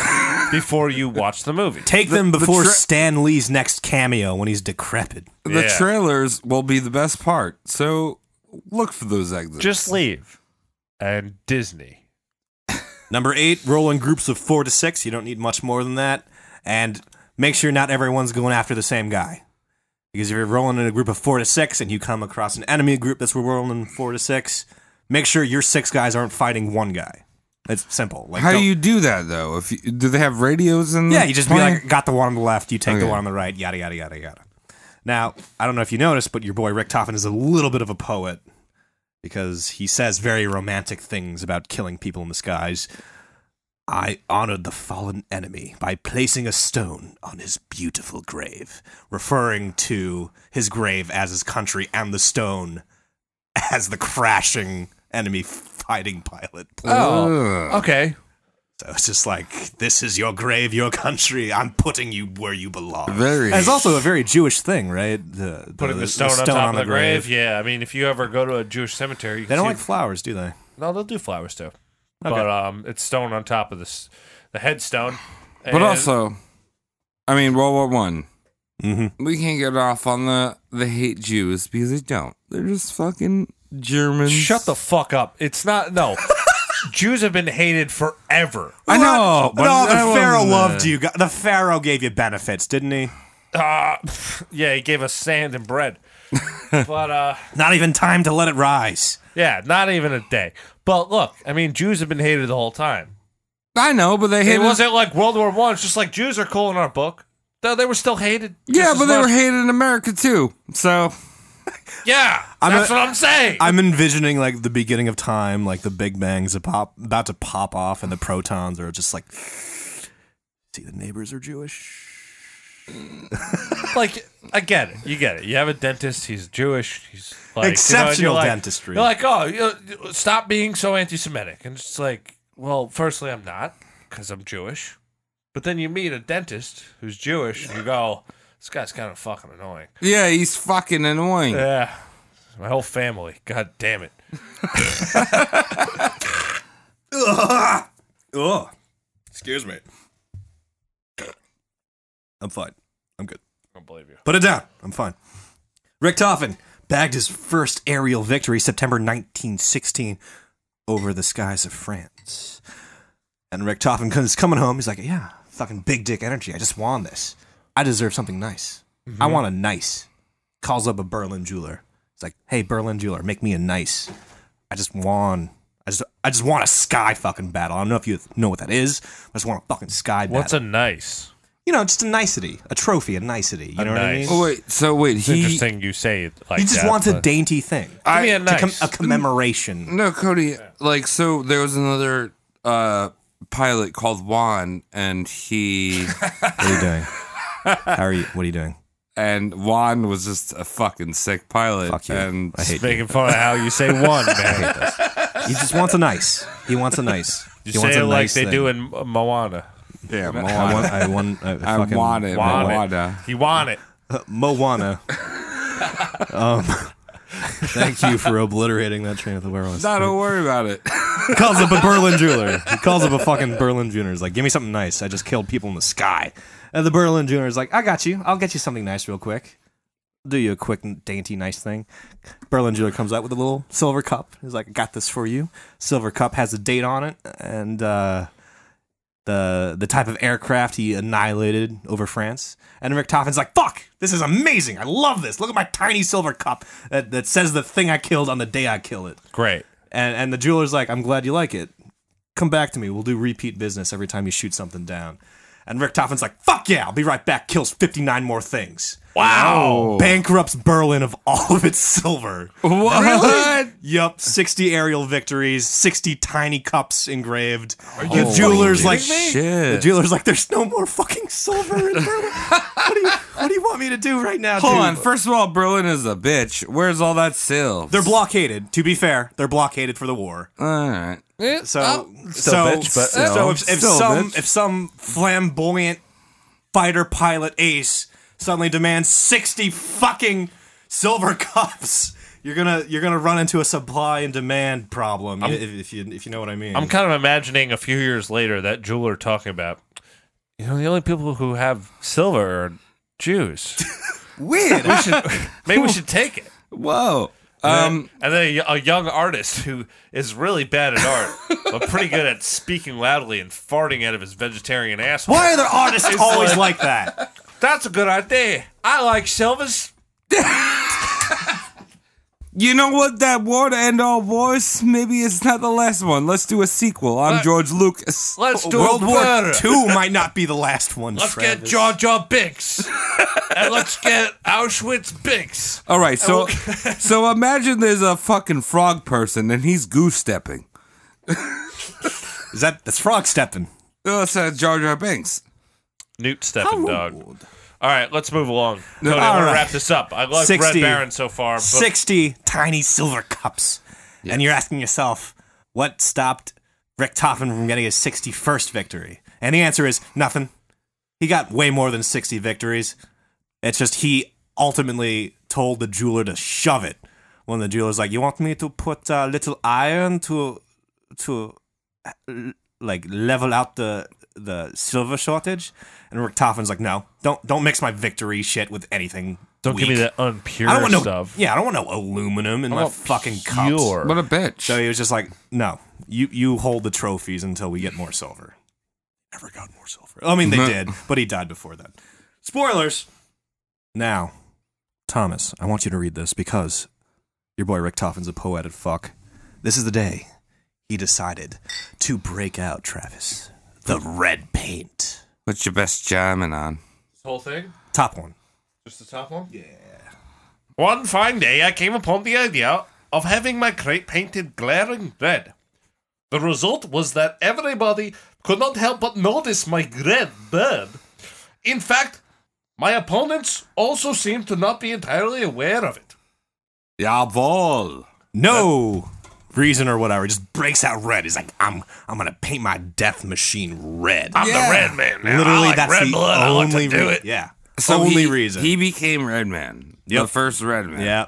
S5: before you watch the movie.
S7: Take them
S8: the
S7: before
S8: tra-
S7: Stan Lee's next cameo when he's decrepit.
S8: The
S5: Yeah.
S8: trailers will be the best part. So look for those exits.
S5: Just leave. And Disney.
S7: Number eight, roll in groups of four to six. You don't need much more than that. And make sure not everyone's going after the same guy. Because if you're rolling in a group of four to six and you come across an enemy group that's rolling four to six, make sure your six guys aren't fighting one guy. It's simple. Like,
S8: How do
S7: don't-
S8: you do that though? If you, do they have radios in?
S7: Yeah,
S8: the
S7: you just be
S8: plane?
S7: like, got the one on the left, you take the
S8: Um, Okay.
S7: one on the right, yada yada yada yada. Now, I don't know if you noticed, but your boy Rick Toffin is a little bit of a poet because he says very romantic things about killing people in the skies. I honored the fallen enemy by placing a stone on his beautiful grave, referring to his grave as his country and the stone as the crashing enemy fighting pilot.
S8: oh,
S5: Okay.
S7: So it's just like, this is your grave, your country. I'm putting you where you belong.
S8: very.
S7: And it's also a very Jewish thing, right? The, the-
S5: Putting the stone, on top of the grave. Yeah, I mean, if you ever go to a Jewish cemetery, you
S7: They
S5: can
S7: don't
S5: see
S7: like flowers, do they?
S5: No, they'll do flowers too. But um, it's stone on top of this, the headstone.
S8: but
S5: And-
S8: also, I mean, World War One.
S7: Mhm.
S5: Mm-hmm.
S8: We can't get off on the the hate Jews because they don't. They're just fucking Germans.
S5: shut the fuck up. It's not no. Jews have been hated forever.
S8: I
S5: Oh,
S8: know. but
S7: no,
S8: that
S7: the Pharaoh
S8: wasn't-
S7: loved you. gu- The Pharaoh gave you benefits, didn't he?
S5: Uh, yeah, he gave us sand and bread, but uh,
S7: Not even time to let it rise.
S5: yeah, not even a day. But look, I mean, Jews have been hated the whole time.
S8: I know, but they hated.
S5: it wasn't like World War One. It's just like Jews are cool in our book. No, they were still hated. just
S8: yeah,
S5: as
S8: but they were
S5: much.
S8: hated in America too. So
S5: Yeah,
S7: I'm
S5: that's
S7: a-
S5: what I'm saying.
S7: I'm envisioning like the beginning of time, like the Big Bang's a pop, about to pop off, and the protons are just like, see, the neighbors are Jewish.
S5: like I get it. You get it. You have a dentist. He's Jewish. He's like
S7: Exceptional
S5: you know, and you're like-
S7: dentistry.
S5: You're like, oh, you know, stop being so anti-Semitic. And it's like, well, firstly, I'm not because I'm Jewish. But then you meet a dentist who's Jewish, and you go, this guy's kind of fucking annoying.
S8: yeah, he's fucking annoying.
S5: Yeah, my whole family. God damn it.
S7: Oh, excuse me. I'm fine. I'm good.
S5: I don't believe you.
S7: Put it down. I'm fine. Rick Toffin bagged his first aerial victory September 1916 over the skies of France. And Rick Toffin comes coming home. He's like, yeah, fucking big dick energy. I just won this. I deserve something nice.
S5: Mhm.
S7: I want a nice. Calls up a Berlin jeweler. He's like, hey, Berlin jeweler, make me a nice. I just won. I just, I just want a sky fucking battle. I don't know if you know what that is. I just want a fucking sky battle.
S5: What's a nice?
S7: you know, just a nicety, a trophy, a nicety. You know
S5: nice.
S7: what I mean?
S8: Oh wait, so wait,
S5: It's
S8: he
S5: interesting you say it like
S7: He just
S5: that,
S7: wants a
S5: but-
S7: dainty thing,
S5: Give me a
S7: To com-
S5: nice.
S7: a commemoration.
S8: No, Cody, like so there was another uh pilot called Juan and he
S7: What are you doing? How are you? What are you doing?
S8: and Juan was just a fucking sick pilot
S7: Fuck you.
S8: and
S7: I hate you.
S5: making fun of how you say one, man.
S7: He just wants a nice. He wants a nice.
S5: You
S7: he wants
S5: say it
S7: a
S5: like
S7: nice
S5: they
S7: thing.
S5: do in Mo- Moana.
S8: yeah,
S7: I
S8: Moana.
S7: want. I want. I,
S8: I
S7: fucking,
S8: want it. uh,
S5: Want
S8: Moana.
S5: it. You want it.
S7: Moana. um, thank you for obliterating that train of the werewolves.
S8: No, don't worry about it.
S7: He calls up a Berlin jeweler. He calls up a fucking Berlin jeweler. He's like, "Give me something nice. I just killed people in the sky." And the Berlin jeweler's like, "I got you. I'll get you something nice real quick. Do you a quick, dainty, nice thing." Berlin jeweler comes out with a little silver cup. He's like, "I got this for you." Silver cup has a date on it and uh, the the type of aircraft he annihilated over France. And Rick Toffin's like, "Fuck, this is amazing. I love this. Look at my tiny silver cup that, that says the thing I killed on the day I killed it."
S5: Great.
S7: And and the jeweler's like, I'm glad you like it. Come back to me. We'll do repeat business every time you shoot something down. And Rick Toffin's like, fuck yeah, I'll be right back. Kills 59 more things. Oh.
S5: Wow.
S7: Bankrupts Berlin of all of its silver.
S8: What?
S7: Yup, 60 aerial victories, 60 tiny cups engraved. the
S8: you
S7: jeweler's
S8: fucking
S7: like,
S8: kidding me?
S7: the jeweler's like, there's no more fucking silver in Berlin. what, do you, what do you want me to do right now,
S8: Hold
S7: dude?
S8: on. First of all, Berlin is a bitch. Where's all that silver?
S7: They're blockaded. To be fair, they're blockaded for the war.
S8: all right.
S7: So, oh. so,
S5: still bitch, but
S7: so
S8: still.
S7: if, if
S8: Still
S7: some
S8: bitch.
S7: if some flamboyant fighter pilot ace suddenly demands sixty fucking silver cups, you're gonna you're gonna run into a supply and demand problem if, if you if you know what I mean.
S5: I'm kind of imagining a few years later that jeweler talking about, you know, the only people who have silver are Jews.
S7: weird.
S5: Maybe we should take it.
S8: Whoa. Um.
S5: and then a, a young artist who is really bad at art, but pretty good at speaking loudly and farting out of his vegetarian asshole.
S7: Why are the artists always like that?
S5: That's a good idea. I like silvers.
S8: You know what? That war to end all wars. Maybe it's not the last one. Let's do a sequel. I'm George Lucas.
S5: Let's do
S7: World
S5: it
S7: War
S5: better.
S7: Two might not be the last one.
S5: Let's
S7: Travis.
S5: get Jar Jar Binks, and let's get Auschwitz Binks.
S8: All right. So, so imagine there's a fucking frog person and he's goose stepping.
S7: Is that that's frog stepping?
S8: Oh, it's uh, Jar Jar Binks.
S5: Newt stepping dog. All right, let's move along. Cody,
S7: All
S5: I want
S7: right.
S5: to wrap this up. I love Red
S7: 60.
S5: Baron so far, but
S7: 60 tiny silver cups. And you're asking yourself, what stopped Rick Toffin from getting his 61st victory? And the answer is nothing. He got way more than 60 victories. It's just he ultimately told the jeweler to shove it. When the jeweler's like, "You want me to put a little iron to to uh, l- like level out the the silver shortage?" And Rick Toffin's like, "No, don't don't mix my victory shit with anything.
S5: don't give me
S7: weak."
S5: that unpure
S7: I don't want no.
S5: stuff.
S7: Yeah, I don't want no aluminum in my fucking cups.
S5: Pure.
S8: What a bitch.
S7: So he was just like, no, you you hold the trophies until we get more silver. Never got more silver. I mean, they
S8: No.
S7: did, but he died before that. Spoilers. Now, Thomas, I want you to read this because your boy Rick Toffin's a poetic fuck. This is the day he decided to break out, Travis. The red paint.
S8: What's your best jamming on?
S5: This whole thing?
S7: Top one.
S5: Just the top one? Yeah. One fine day, I came upon the idea of having my crate painted glaring red. The result was that everybody could not help but notice my red bird. In fact, my opponents also seemed to not be entirely aware of it.
S8: Jawohl.
S7: no reason or whatever. Just breaks out red. He's like, I'm I'm gonna paint my death machine red.
S5: I'm
S8: Yeah.
S5: the red man now.
S7: Literally,
S5: I like
S7: that's
S5: red
S7: the
S5: blood. I like
S7: only
S5: to do
S7: re-
S5: it.
S7: Yeah,
S8: So
S7: only
S8: he-
S7: reason.
S8: he became Redman. The
S7: Yep.
S8: first Redman.
S7: yeah,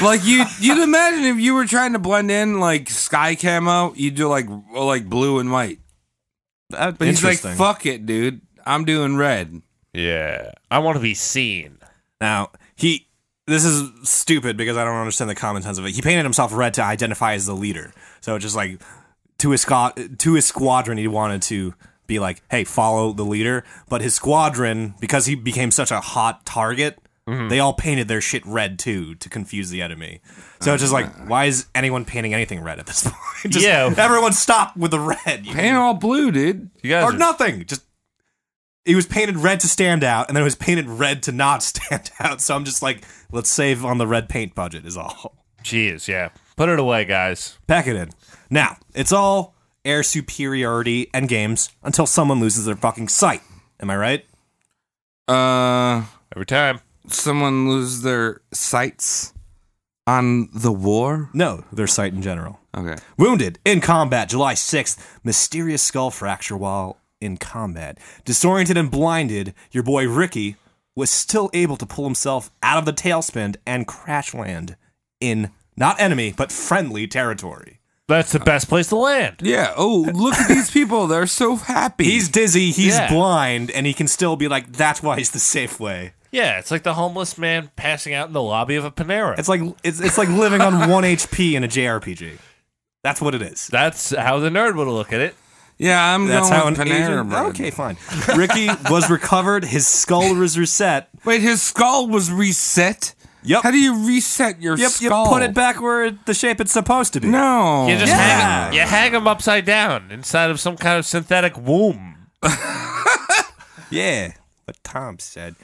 S8: Like you, you'd imagine if you were trying to blend in like sky camo, you do like like blue and white. But he's like, "Fuck it, dude. I'm doing red."
S5: Yeah. I want to be seen.
S7: now he. This is stupid because I don't understand the common sense of it. He painted himself red to identify as the leader. So just like to his squad, to his squadron, he wanted to be like, "Hey, follow the leader." But his squadron, because he became such a hot target, they all painted their shit red too to confuse the enemy. So it's just like, why is anyone painting anything red at this point? Just-
S5: Yeah.
S7: everyone stop with the red.
S8: Paint all blue, dude.
S5: You guys
S7: or nothing. Just it was painted red to stand out, and then it was painted red to not stand out. So I'm just like, let's save on the red paint budget is all.
S5: Jeez, yeah. Put it away, guys.
S7: Pack it in. Now, it's all air superiority and games until someone loses their fucking sight. Am I right?
S8: Uh,
S5: Every time.
S8: someone lose their sights on the war.
S7: No, their sight in general.
S8: Okay.
S7: Wounded in combat, July 6th. Mysterious skull fracture while in combat. Disoriented and blinded, your boy Ricky was still able to pull himself out of the tailspin and crash land in not enemy, but friendly territory.
S5: That's the best place to land.
S8: Yeah. Oh, look at these people. They're so happy.
S7: He's dizzy, he's
S5: Yeah.
S7: blind, and he can still be like, that's why it's the safe way.
S5: Yeah, it's like the homeless man passing out in the lobby of a Panera.
S7: It's like it's, it's like living on one HP in a JRPG. That's what it is.
S5: That's how the nerd would look at it.
S8: yeah, I'm
S7: That's
S8: going
S7: how an
S8: with Panera
S7: Asian-
S8: Bread.
S7: Okay, fine. Ricky was recovered. His skull was reset.
S8: Wait, his skull was reset.
S7: Yep.
S8: How do you reset your
S7: Yep,
S8: skull?
S7: you put it back where it- the shape it's supposed to be.
S8: No.
S5: You just
S7: Yeah.
S5: hang, you hang him upside down inside of some kind of synthetic womb.
S7: Yeah. What Tom said.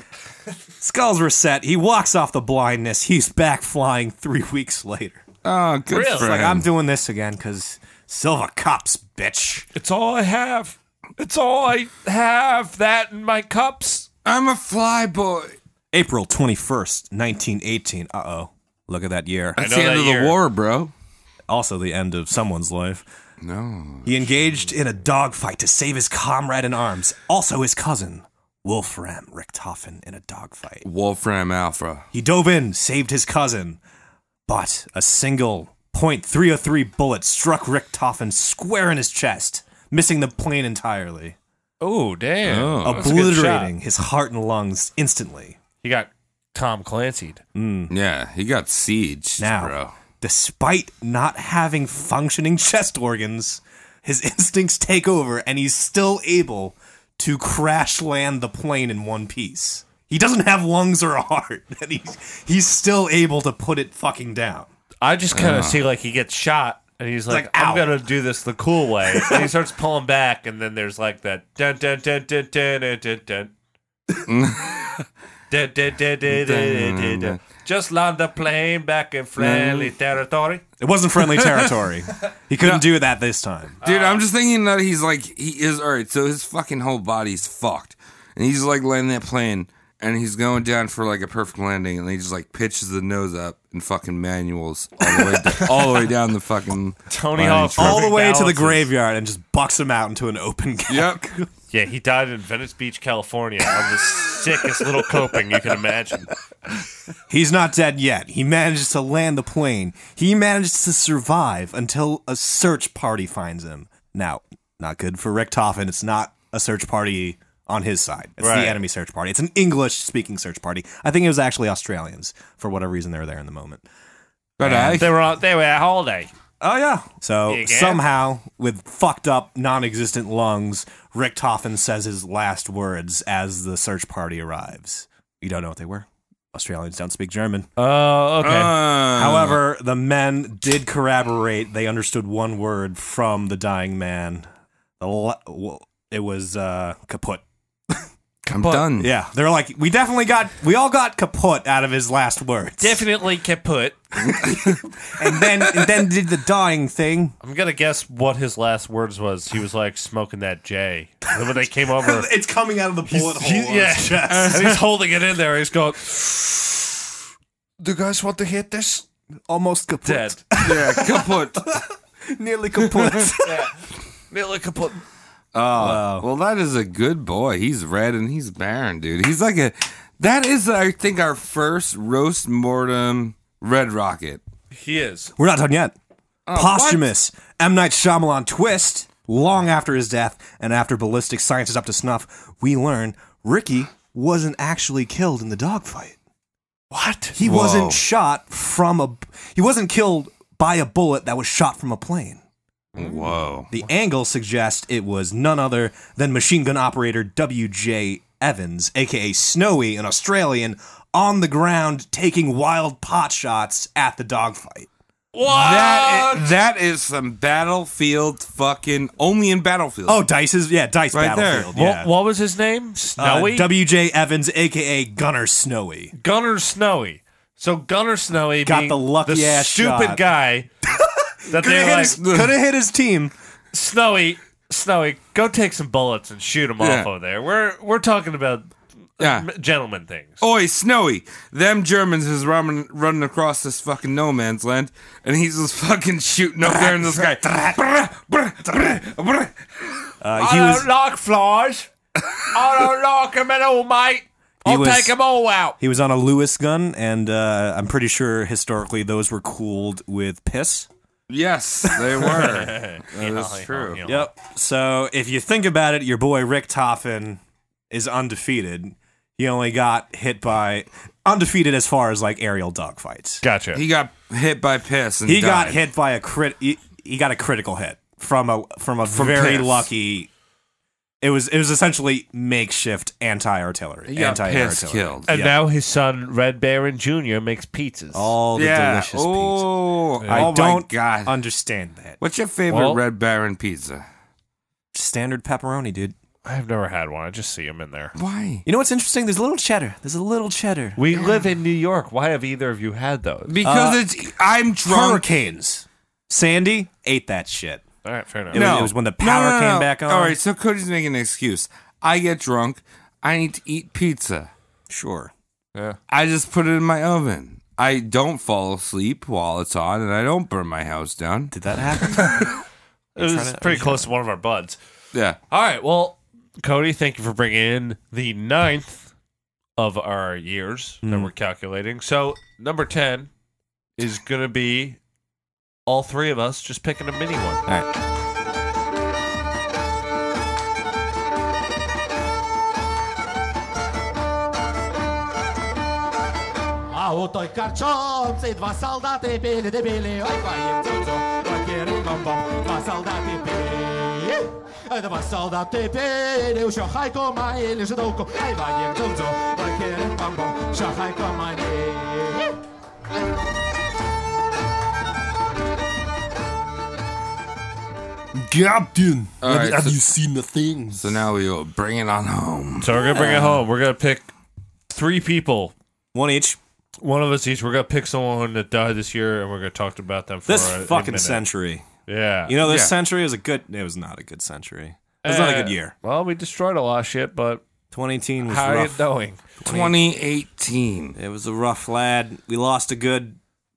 S7: Skulls were set. He walks off the blindness. He's back flying three weeks later.
S8: oh, good
S5: Really?
S8: for
S5: Like,
S8: him.
S7: I'm doing this again because silver cups, bitch.
S5: It's all I have. It's all I have. That in my cups.
S8: I'm a fly boy.
S7: April 21st, 1918. Uh oh. Look at that year.
S8: That's
S5: know
S8: the end
S5: that
S8: of
S5: year.
S8: the war, bro.
S7: Also, the end of someone's life.
S8: No.
S7: He engaged in a dogfight to save his comrade in arms, also his cousin, Wolfram Richthofen, in a dogfight.
S8: Wolfram Alpha.
S7: He dove in, saved his cousin, but a single .303 bullet struck Richtofen square in his chest, missing the plane entirely,
S5: Oh damn!
S8: Oh.
S5: That's a good shot.
S7: obliterating his heart and lungs instantly.
S5: He got Tom Clancy'd.
S8: Yeah, he got sieged,
S7: Now,
S8: bro.
S7: despite not having functioning chest organs, his instincts take over and he's still able to crash land the plane in one piece. He doesn't have lungs or a heart, and he's, he's still able to put it fucking down.
S5: I just kind of see like he gets shot and he's like,
S7: like,
S5: I'm
S7: "Ow."
S5: gonna do this the cool way. and he starts pulling back, and then there's like that dun dun dun dun dun dun dun dun. Dun, dun, dun, dun, dun, dun, dun. Just land the plane back in friendly territory.
S7: It wasn't friendly territory. he couldn't do that this time.
S8: Dude, I'm just thinking that he's like he is all right. So his fucking whole body's fucked, and he's like landing that plane, and he's going down for like a perfect landing, and he just like pitches the nose up and fucking manuals all the way down, all the way down the fucking
S5: Tony
S8: landing
S5: Hawk.
S8: strip.
S7: All the way to the
S5: balances.
S7: graveyard and just bucks him out into an open gap.
S8: Yep.
S5: Yeah, he died in Venice Beach, California, on the sickest little coping you can imagine.
S7: He's not dead yet. He manages to land the plane. He manages to survive until a search party finds him. Now, not good for Richtofen. It's not a search party on his side. It's
S5: Right.
S7: the enemy search party. It's an English speaking search party. I think it was actually Australians for whatever reason they were there in the moment.
S8: But I
S5: They were on, they were at holiday.
S7: Oh yeah. So
S5: Yeah, yeah.
S7: somehow, with fucked up, non-existent lungs, Richtofen says his last words as the search party arrives. You don't know what they were. Australians don't speak German.
S5: Oh, okay.
S7: However, the men did corroborate. They understood one word from the dying man. The la- w- it was uh, kaput.
S8: I'm done.
S7: Yeah, they're like, we definitely got, we all got kaput out of his last words.
S5: Definitely kaput.
S7: and then, and then did the dying thing.
S5: I'm gonna guess what his last words was. He was like smoking that J. And when they came over,
S7: It's coming out of the bullet hole.
S5: he-
S7: on
S5: yeah,
S7: his chest.
S5: and he's holding it in there. He's going, "Do you guys want to hit this?"
S7: almost kaput.
S5: Dead.
S8: yeah, kaput.
S7: nearly kaput.
S5: Nearly kaput.
S8: Oh, Well, that is a good boy. He's red and he's barren, dude. He's like a. That is, I think, our first roast mortem red rocket.
S5: He is.
S7: We're not done yet.
S5: Oh,
S7: Posthumous M Night Shyamalan twist. Long after his death and after ballistic science is up to snuff, we learn Ricky wasn't actually killed in the dogfight. What? He
S8: Whoa.
S7: wasn't shot from a. He wasn't killed by a bullet that was shot from a plane.
S8: Whoa.
S7: The angle suggests it was none other than machine gun operator W.J. Evans, aka Snowy, an Australian, on the ground taking wild pot shots at the dogfight.
S8: That is, that is some battlefield fucking only in battlefield.
S7: Oh, Dice is yeah, Dice
S8: Right there.
S7: Battlefield.
S5: What,
S7: Yeah.
S5: what was his name?
S7: Uh,
S5: Snowy?
S7: W.J. Evans, aka Gunner Snowy.
S5: Gunner Snowy. So Gunner Snowy
S7: Got
S5: being
S7: the lucky ass
S5: stupid
S7: shot.
S5: guy that they
S7: Could
S5: were like
S7: have hit his team.
S5: Snowy, Snowy, go take some bullets and shoot him
S8: Yeah.
S5: off over there. We're we're talking about
S8: yeah.
S5: m- gentleman things.
S7: Oh,
S8: Oi, Snowy! Them Germans is running running across this fucking no man's land, and he's just fucking shooting up there in the sky. Brr, brr, brr, brr.
S7: Uh, he was
S5: like flies. I don't like them at all, mate.
S7: I'll was- take 'em
S5: all out.
S7: he was on a Lewis gun, and uh, I'm pretty sure historically those were cooled with piss.
S8: Yes, they were.
S9: That's true.
S7: Yep. So if you think about it, your boy Rick Toffin is undefeated. He only got hit by undefeated as far as like aerial dog fights.
S9: Gotcha.
S8: he got hit by piss and
S7: He got
S8: died.
S7: hit by a crit. He, he got a critical hit from a from a very
S8: piss.
S7: lucky. It was it was essentially makeshift anti artillery.
S8: He got
S7: Anti air
S8: piss
S7: artillery.
S8: killed.
S5: And now his son Red Baron Jr. makes pizzas.
S7: All the
S8: yeah.
S7: delicious pizza.
S8: oh,
S7: I
S8: oh
S7: don't
S8: my god.
S7: understand that.
S8: What's your favorite
S5: Well-
S8: Red Baron pizza?
S7: Standard pepperoni, dude.
S5: I've never had one. I just see him in there.
S8: Why?
S7: You know what's interesting? There's a little cheddar. There's a little cheddar.
S5: We live in New York. Why have either of you had those?
S8: Because it's I'm drunk.
S7: Hurricanes. Sandy ate that shit.
S5: All right, fair enough.
S7: It was- it was when the power came back on.
S8: All right, so Cody's making an excuse. I get drunk. I need to eat pizza.
S7: Sure.
S8: I just put it in my oven. I don't fall asleep while it's on, and I don't burn my house down.
S7: Did that happen?
S5: It was pretty close to one of our buds.
S8: Yeah.
S5: All right, well, Cody, thank you for bringing in the ninth of our years
S7: Hmm.
S5: that we're calculating. So number ten is going to be all three of us just picking a mini one.
S7: All right.
S3: А у той корчонці два солдати білі дебілі, ой поїм цю-цю, покірим бомбом, два солдати білі. Ей, Два солдати білі, у шохайку маїлі жидовку, ай ваїм цю-цю, покірим бомбом, шохайку маїлі.
S10: Captain,
S8: All right,
S10: have
S8: so-
S10: you seen the things?
S8: So now we will bring it on home.
S5: So we're going to bring it home. We're going to pick three people.
S7: One each.
S5: One of us each. We're gonna pick someone that died this year, and we're gonna talk about them for
S7: This
S5: a, a
S7: fucking
S5: minute.
S7: century.
S5: Yeah,
S7: You know, this
S8: Yeah.
S7: century was a good. It was not a good century. It was not a
S5: Uh,
S7: good year.
S5: Well, we destroyed a lot of shit, but
S7: 2018 was
S5: how are you
S7: rough.
S5: doing?
S8: 2018.
S7: It was a rough lad. We lost a good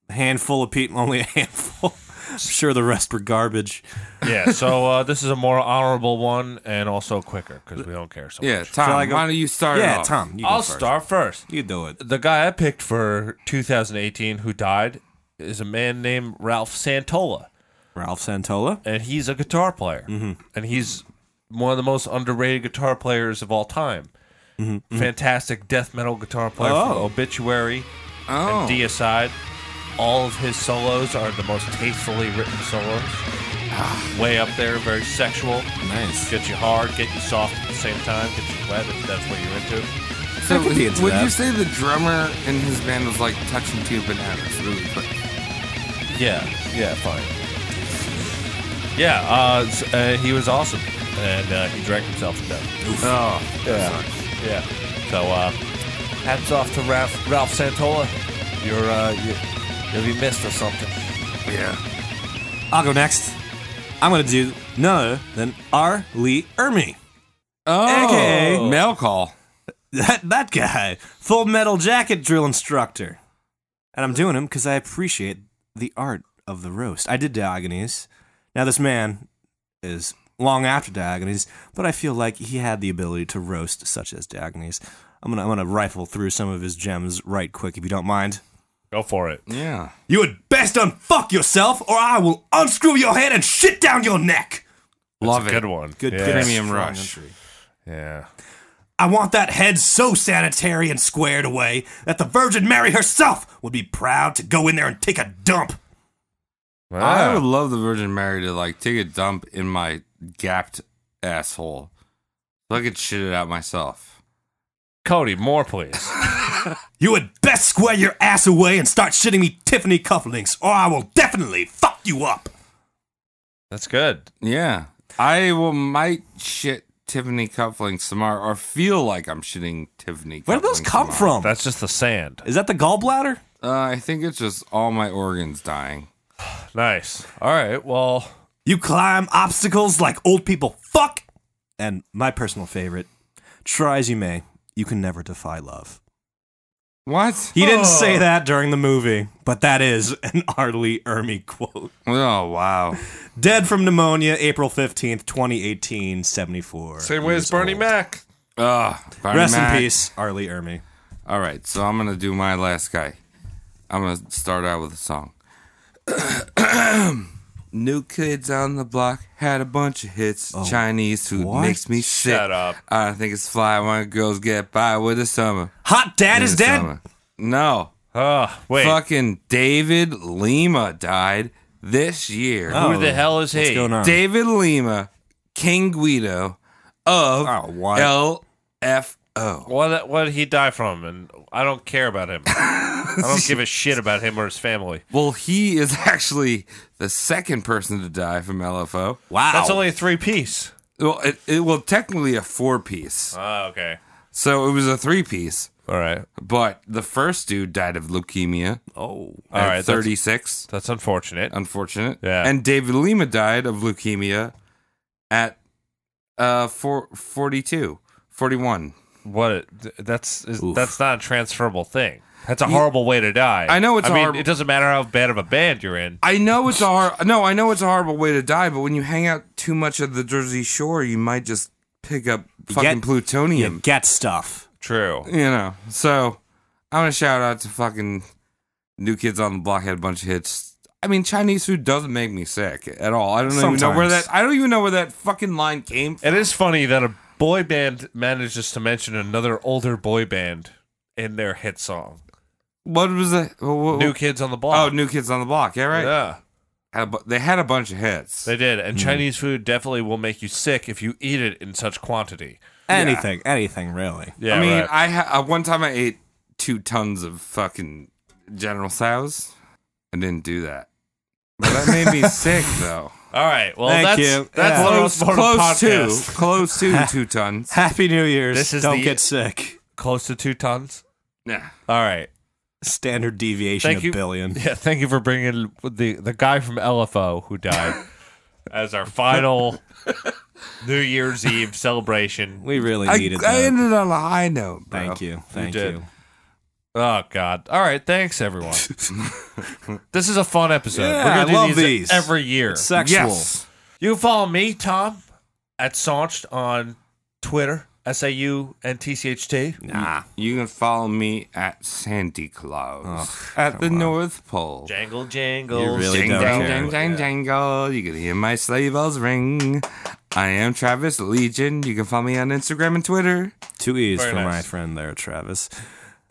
S7: handful of people. Only a handful. I'm sure the rest were garbage.
S5: yeah, so uh, this is a more honorable one and also quicker because we don't care so
S8: Yeah,
S5: much.
S8: Tom,
S7: I go-
S8: why don't you start it
S7: yeah,
S8: off?
S7: Tom, you go
S5: I'll
S7: first.
S5: start first.
S7: You do it.
S5: The guy I picked for 2018 who died is a man named Ralph Santola,
S7: Ralph Santola.
S5: and he's a guitar player, and he's one of the most underrated guitar players of all time. Mm-hmm. Fantastic death metal guitar player from
S7: Oh.
S5: Obituary.
S8: Oh.
S5: and Deicide. All of his solos are the most tastefully written solos. Way up there, very sexual.
S7: Nice.
S5: Get you hard, get you soft at the same time, get you wet if that's what you're into.
S8: so
S7: I could be into
S8: would
S7: that.
S8: you say the drummer in his band was like touching two bananas really quick?
S5: Yeah, yeah, fine. Yeah, uh, s- uh, he was awesome, and uh, he drank himself to death.
S8: Oh,
S5: Yeah. So, uh, hats off to Ralph, Ralph Santola. You're, uh, you, you'll be missed or something.
S8: yeah.
S7: I'll go next. I'm gonna do none other than R. Lee Ermey.
S8: Oh,
S7: AKA.
S8: mail call.
S7: That that guy, full metal jacket drill instructor. And I'm doing him because I appreciate the art of the roast. I did Diogenes. Now this man is long after Diogenes, but I feel like he had the ability to roast such as Diogenes. I'm gonna I'm gonna rifle through some of his gems right quick if you don't mind.
S5: Go for it.
S8: Yeah.
S7: You had best unfuck yourself, or I will unscrew your head and shit down your neck.
S8: Love it.
S5: Good one.
S7: Good
S5: yeah.
S8: Premium
S7: strong
S8: rush.
S7: entry.
S5: Yeah.
S7: I want that head so sanitary and squared away that the Virgin Mary herself would be proud to go in there and take a dump.
S8: I would love the Virgin Mary to like take a dump in my gapped asshole. So I could shit it out myself.
S5: Cody, more please.
S7: You had best square your ass away and start shitting me Tiffany cufflinks, or I will definitely fuck you up.
S5: That's good.
S8: Yeah. I will might shit Tiffany cufflinks tomorrow or feel like I'm shitting Tiffany cufflinks.
S7: Where did those come
S8: tomorrow.
S7: from?
S5: That's just the sand.
S7: Is that the gallbladder?
S8: Uh, I think it's just all my organs dying.
S5: Nice. All right. Well,
S7: You climb obstacles like old people fuck. And my personal favorite, try as you may, you can never defy love.
S8: What?
S7: He didn't say that during the movie, but that is an Ardley Ermy quote.
S8: Oh, wow.
S7: Dead from pneumonia, April 15th, 2018, 74.
S5: same way as
S7: years
S5: Bernie
S7: old.
S5: Mac.
S8: Ugh, Barney
S7: Rest
S8: Mac.
S7: in peace, Arlie Ermy.
S8: All right, so I'm gonna do my last guy. I'm gonna start out with a song. New kids on the block had a bunch of hits. Chinese food
S7: Oh, what?
S8: makes me sick.
S5: Shut up.
S8: I don't think it's fly when girls get by with the summer.
S7: Hot Dad
S8: In
S7: is
S8: the
S7: dead.
S8: summer. No,
S5: Uh, wait.
S8: fucking David Lima died this year.
S7: Oh,
S5: Who the hell is he?
S7: What's going on?
S8: David Lima, King Guido of
S7: Oh, what?
S8: LFO.
S5: What what did he die from? And I don't care about him. I don't give a shit about him or his family.
S8: Well, he is actually the second person to die from LFO.
S7: Wow.
S5: That's only a three piece.
S8: Well, it, it well technically a four piece.
S5: Oh, okay.
S8: So it was a three piece,
S5: All right.
S8: but the first dude died of leukemia
S7: oh.
S5: All
S8: at
S5: right. That's,
S8: 36.
S5: that's unfortunate.
S8: Unfortunate.
S5: Yeah.
S8: And David Lima died of leukemia at uh four, 42, 41.
S5: What? th- That's is, that's not a transferable thing. That's a horrible way to die.
S8: I know it's
S5: I mean,
S8: horrible.
S5: it doesn't matter how bad of a band you're in.
S8: I know it's a hor- no, I know it's a horrible way to die, but when you hang out too much at the Jersey Shore, you might just pick up fucking
S7: get-
S8: plutonium.
S7: You get stuff.
S5: True.
S8: you know. So I'm gonna shout out to fucking New Kids on the Block had a bunch of hits. I mean, Chinese food doesn't make me sick at all. I don't even know where
S7: Sometimes.
S8: that. I don't even know where that fucking line came. from.
S5: It is funny that a boy band manages to mention another older boy band in their hit song.
S8: What was that? Wha- wha-
S5: New Kids on the
S8: oh,
S5: Block.
S8: New Kids on the Block. Yeah, right.
S5: Yeah. Hmm.
S8: Had a bu- they had a bunch of hits.
S5: They did, and Chinese food definitely will make you sick if you eat it in such quantity.
S7: Anything, anything really.
S5: Yeah,
S8: I mean,
S5: right.
S8: I ha- uh, one time I ate two tons of fucking General Tso's. I didn't do that, but that made me sick though.
S5: all right. Well,
S7: Thank
S5: that's
S7: you.
S5: that's
S7: Yeah.
S5: the
S8: Close,
S5: most sort of
S8: close to,
S5: podcast.
S8: close to two tons.
S7: Happy New Year's.
S5: This is
S7: Don't
S5: the-
S7: get sick.
S5: close to two tons.
S8: Yeah.
S5: All right.
S7: Standard deviation
S5: Thank
S7: of
S5: you.
S7: billion.
S5: Yeah. Thank you for bringing the the guy from LFO who died as our final New Year's Eve celebration.
S7: We really
S8: I,
S7: needed
S8: I
S7: that.
S8: ended on a high note. Bro.
S7: Thank you. Thank
S5: did.
S7: you.
S5: Oh God! All right, thanks everyone. this is a fun episode.
S7: Yeah,
S5: We're
S7: I
S5: gonna do
S7: love these.
S5: these every year.
S7: Sexual.
S8: Yes.
S5: You can follow me, Tom, at Saunched on Twitter, S A U N T C H T.
S7: Nah.
S8: You can follow me at Sandy Claus at the North Pole.
S5: Jangle jangle.
S7: Oh, You really
S8: Ding,
S7: don't
S8: dang,
S7: care.
S8: dang, dang, jangle. You can hear my sleigh bells ring. I am Travis Legion. You can follow me on Instagram and Twitter.
S7: Two E's
S5: Very
S7: for
S5: nice.
S7: my friend there, Travis.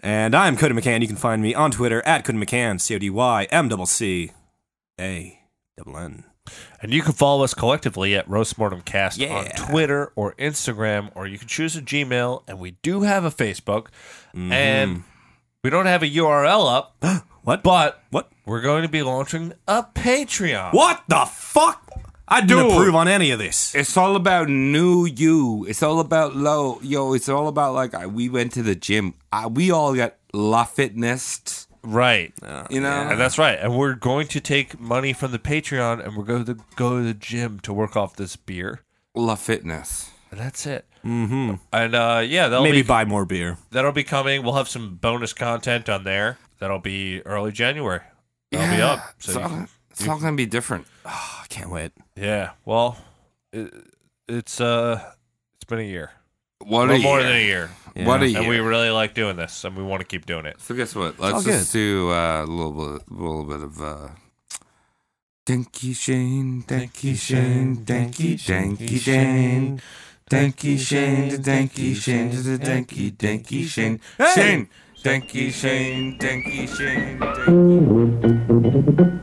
S7: And I'm Cody McCann. You can find me on Twitter at Cody McCann, C O D Y M double C A double N.
S5: And you can follow us collectively at RoastMortemCast on
S7: Yeah.
S5: Twitter or Instagram, or you can choose a Gmail. And we do have a Facebook,
S7: Mm-hmm.
S5: and we don't have a URL up,
S7: What?
S5: but
S7: What?
S5: we're going to be launching a Patreon.
S7: What the fuck? I didn't
S8: Dude.
S7: approve on any of this.
S8: It's all about new you. It's all about low. Yo, it's all about like I, we went to the gym. I, we all got La Fitness.
S5: Right.
S7: Oh,
S8: You know?
S5: And that's right. And we're going to take money from the Patreon, and we're going to go to the gym to work off this beer.
S8: La Fitness.
S5: And that's it. Mm-hmm. And uh, yeah, that'll
S7: Maybe
S5: be
S7: buy more beer.
S5: that'll be coming. We'll have some bonus content on there. That'll be early January. That'll be up. So
S8: It's
S5: you
S8: all,
S5: can-
S8: it's all going to be different.
S7: I can't wait.
S5: yeah. Well, it, it's uh, it's been a year, a
S8: What
S5: little
S8: a
S5: more
S8: year.
S5: than a year,
S8: What a
S5: and
S8: year.
S5: we really like doing this, and we want to keep doing it.
S8: So guess what? Let's
S7: all
S8: just do uh, a little bit, little bit of. Uh, Danky Shane, Danky Shane, Danky, Danky Shane, Danky Shane, Danky Shane, Danky, Danky Shane, Shane, Danky Shane, Danky Shane. Danky Shane.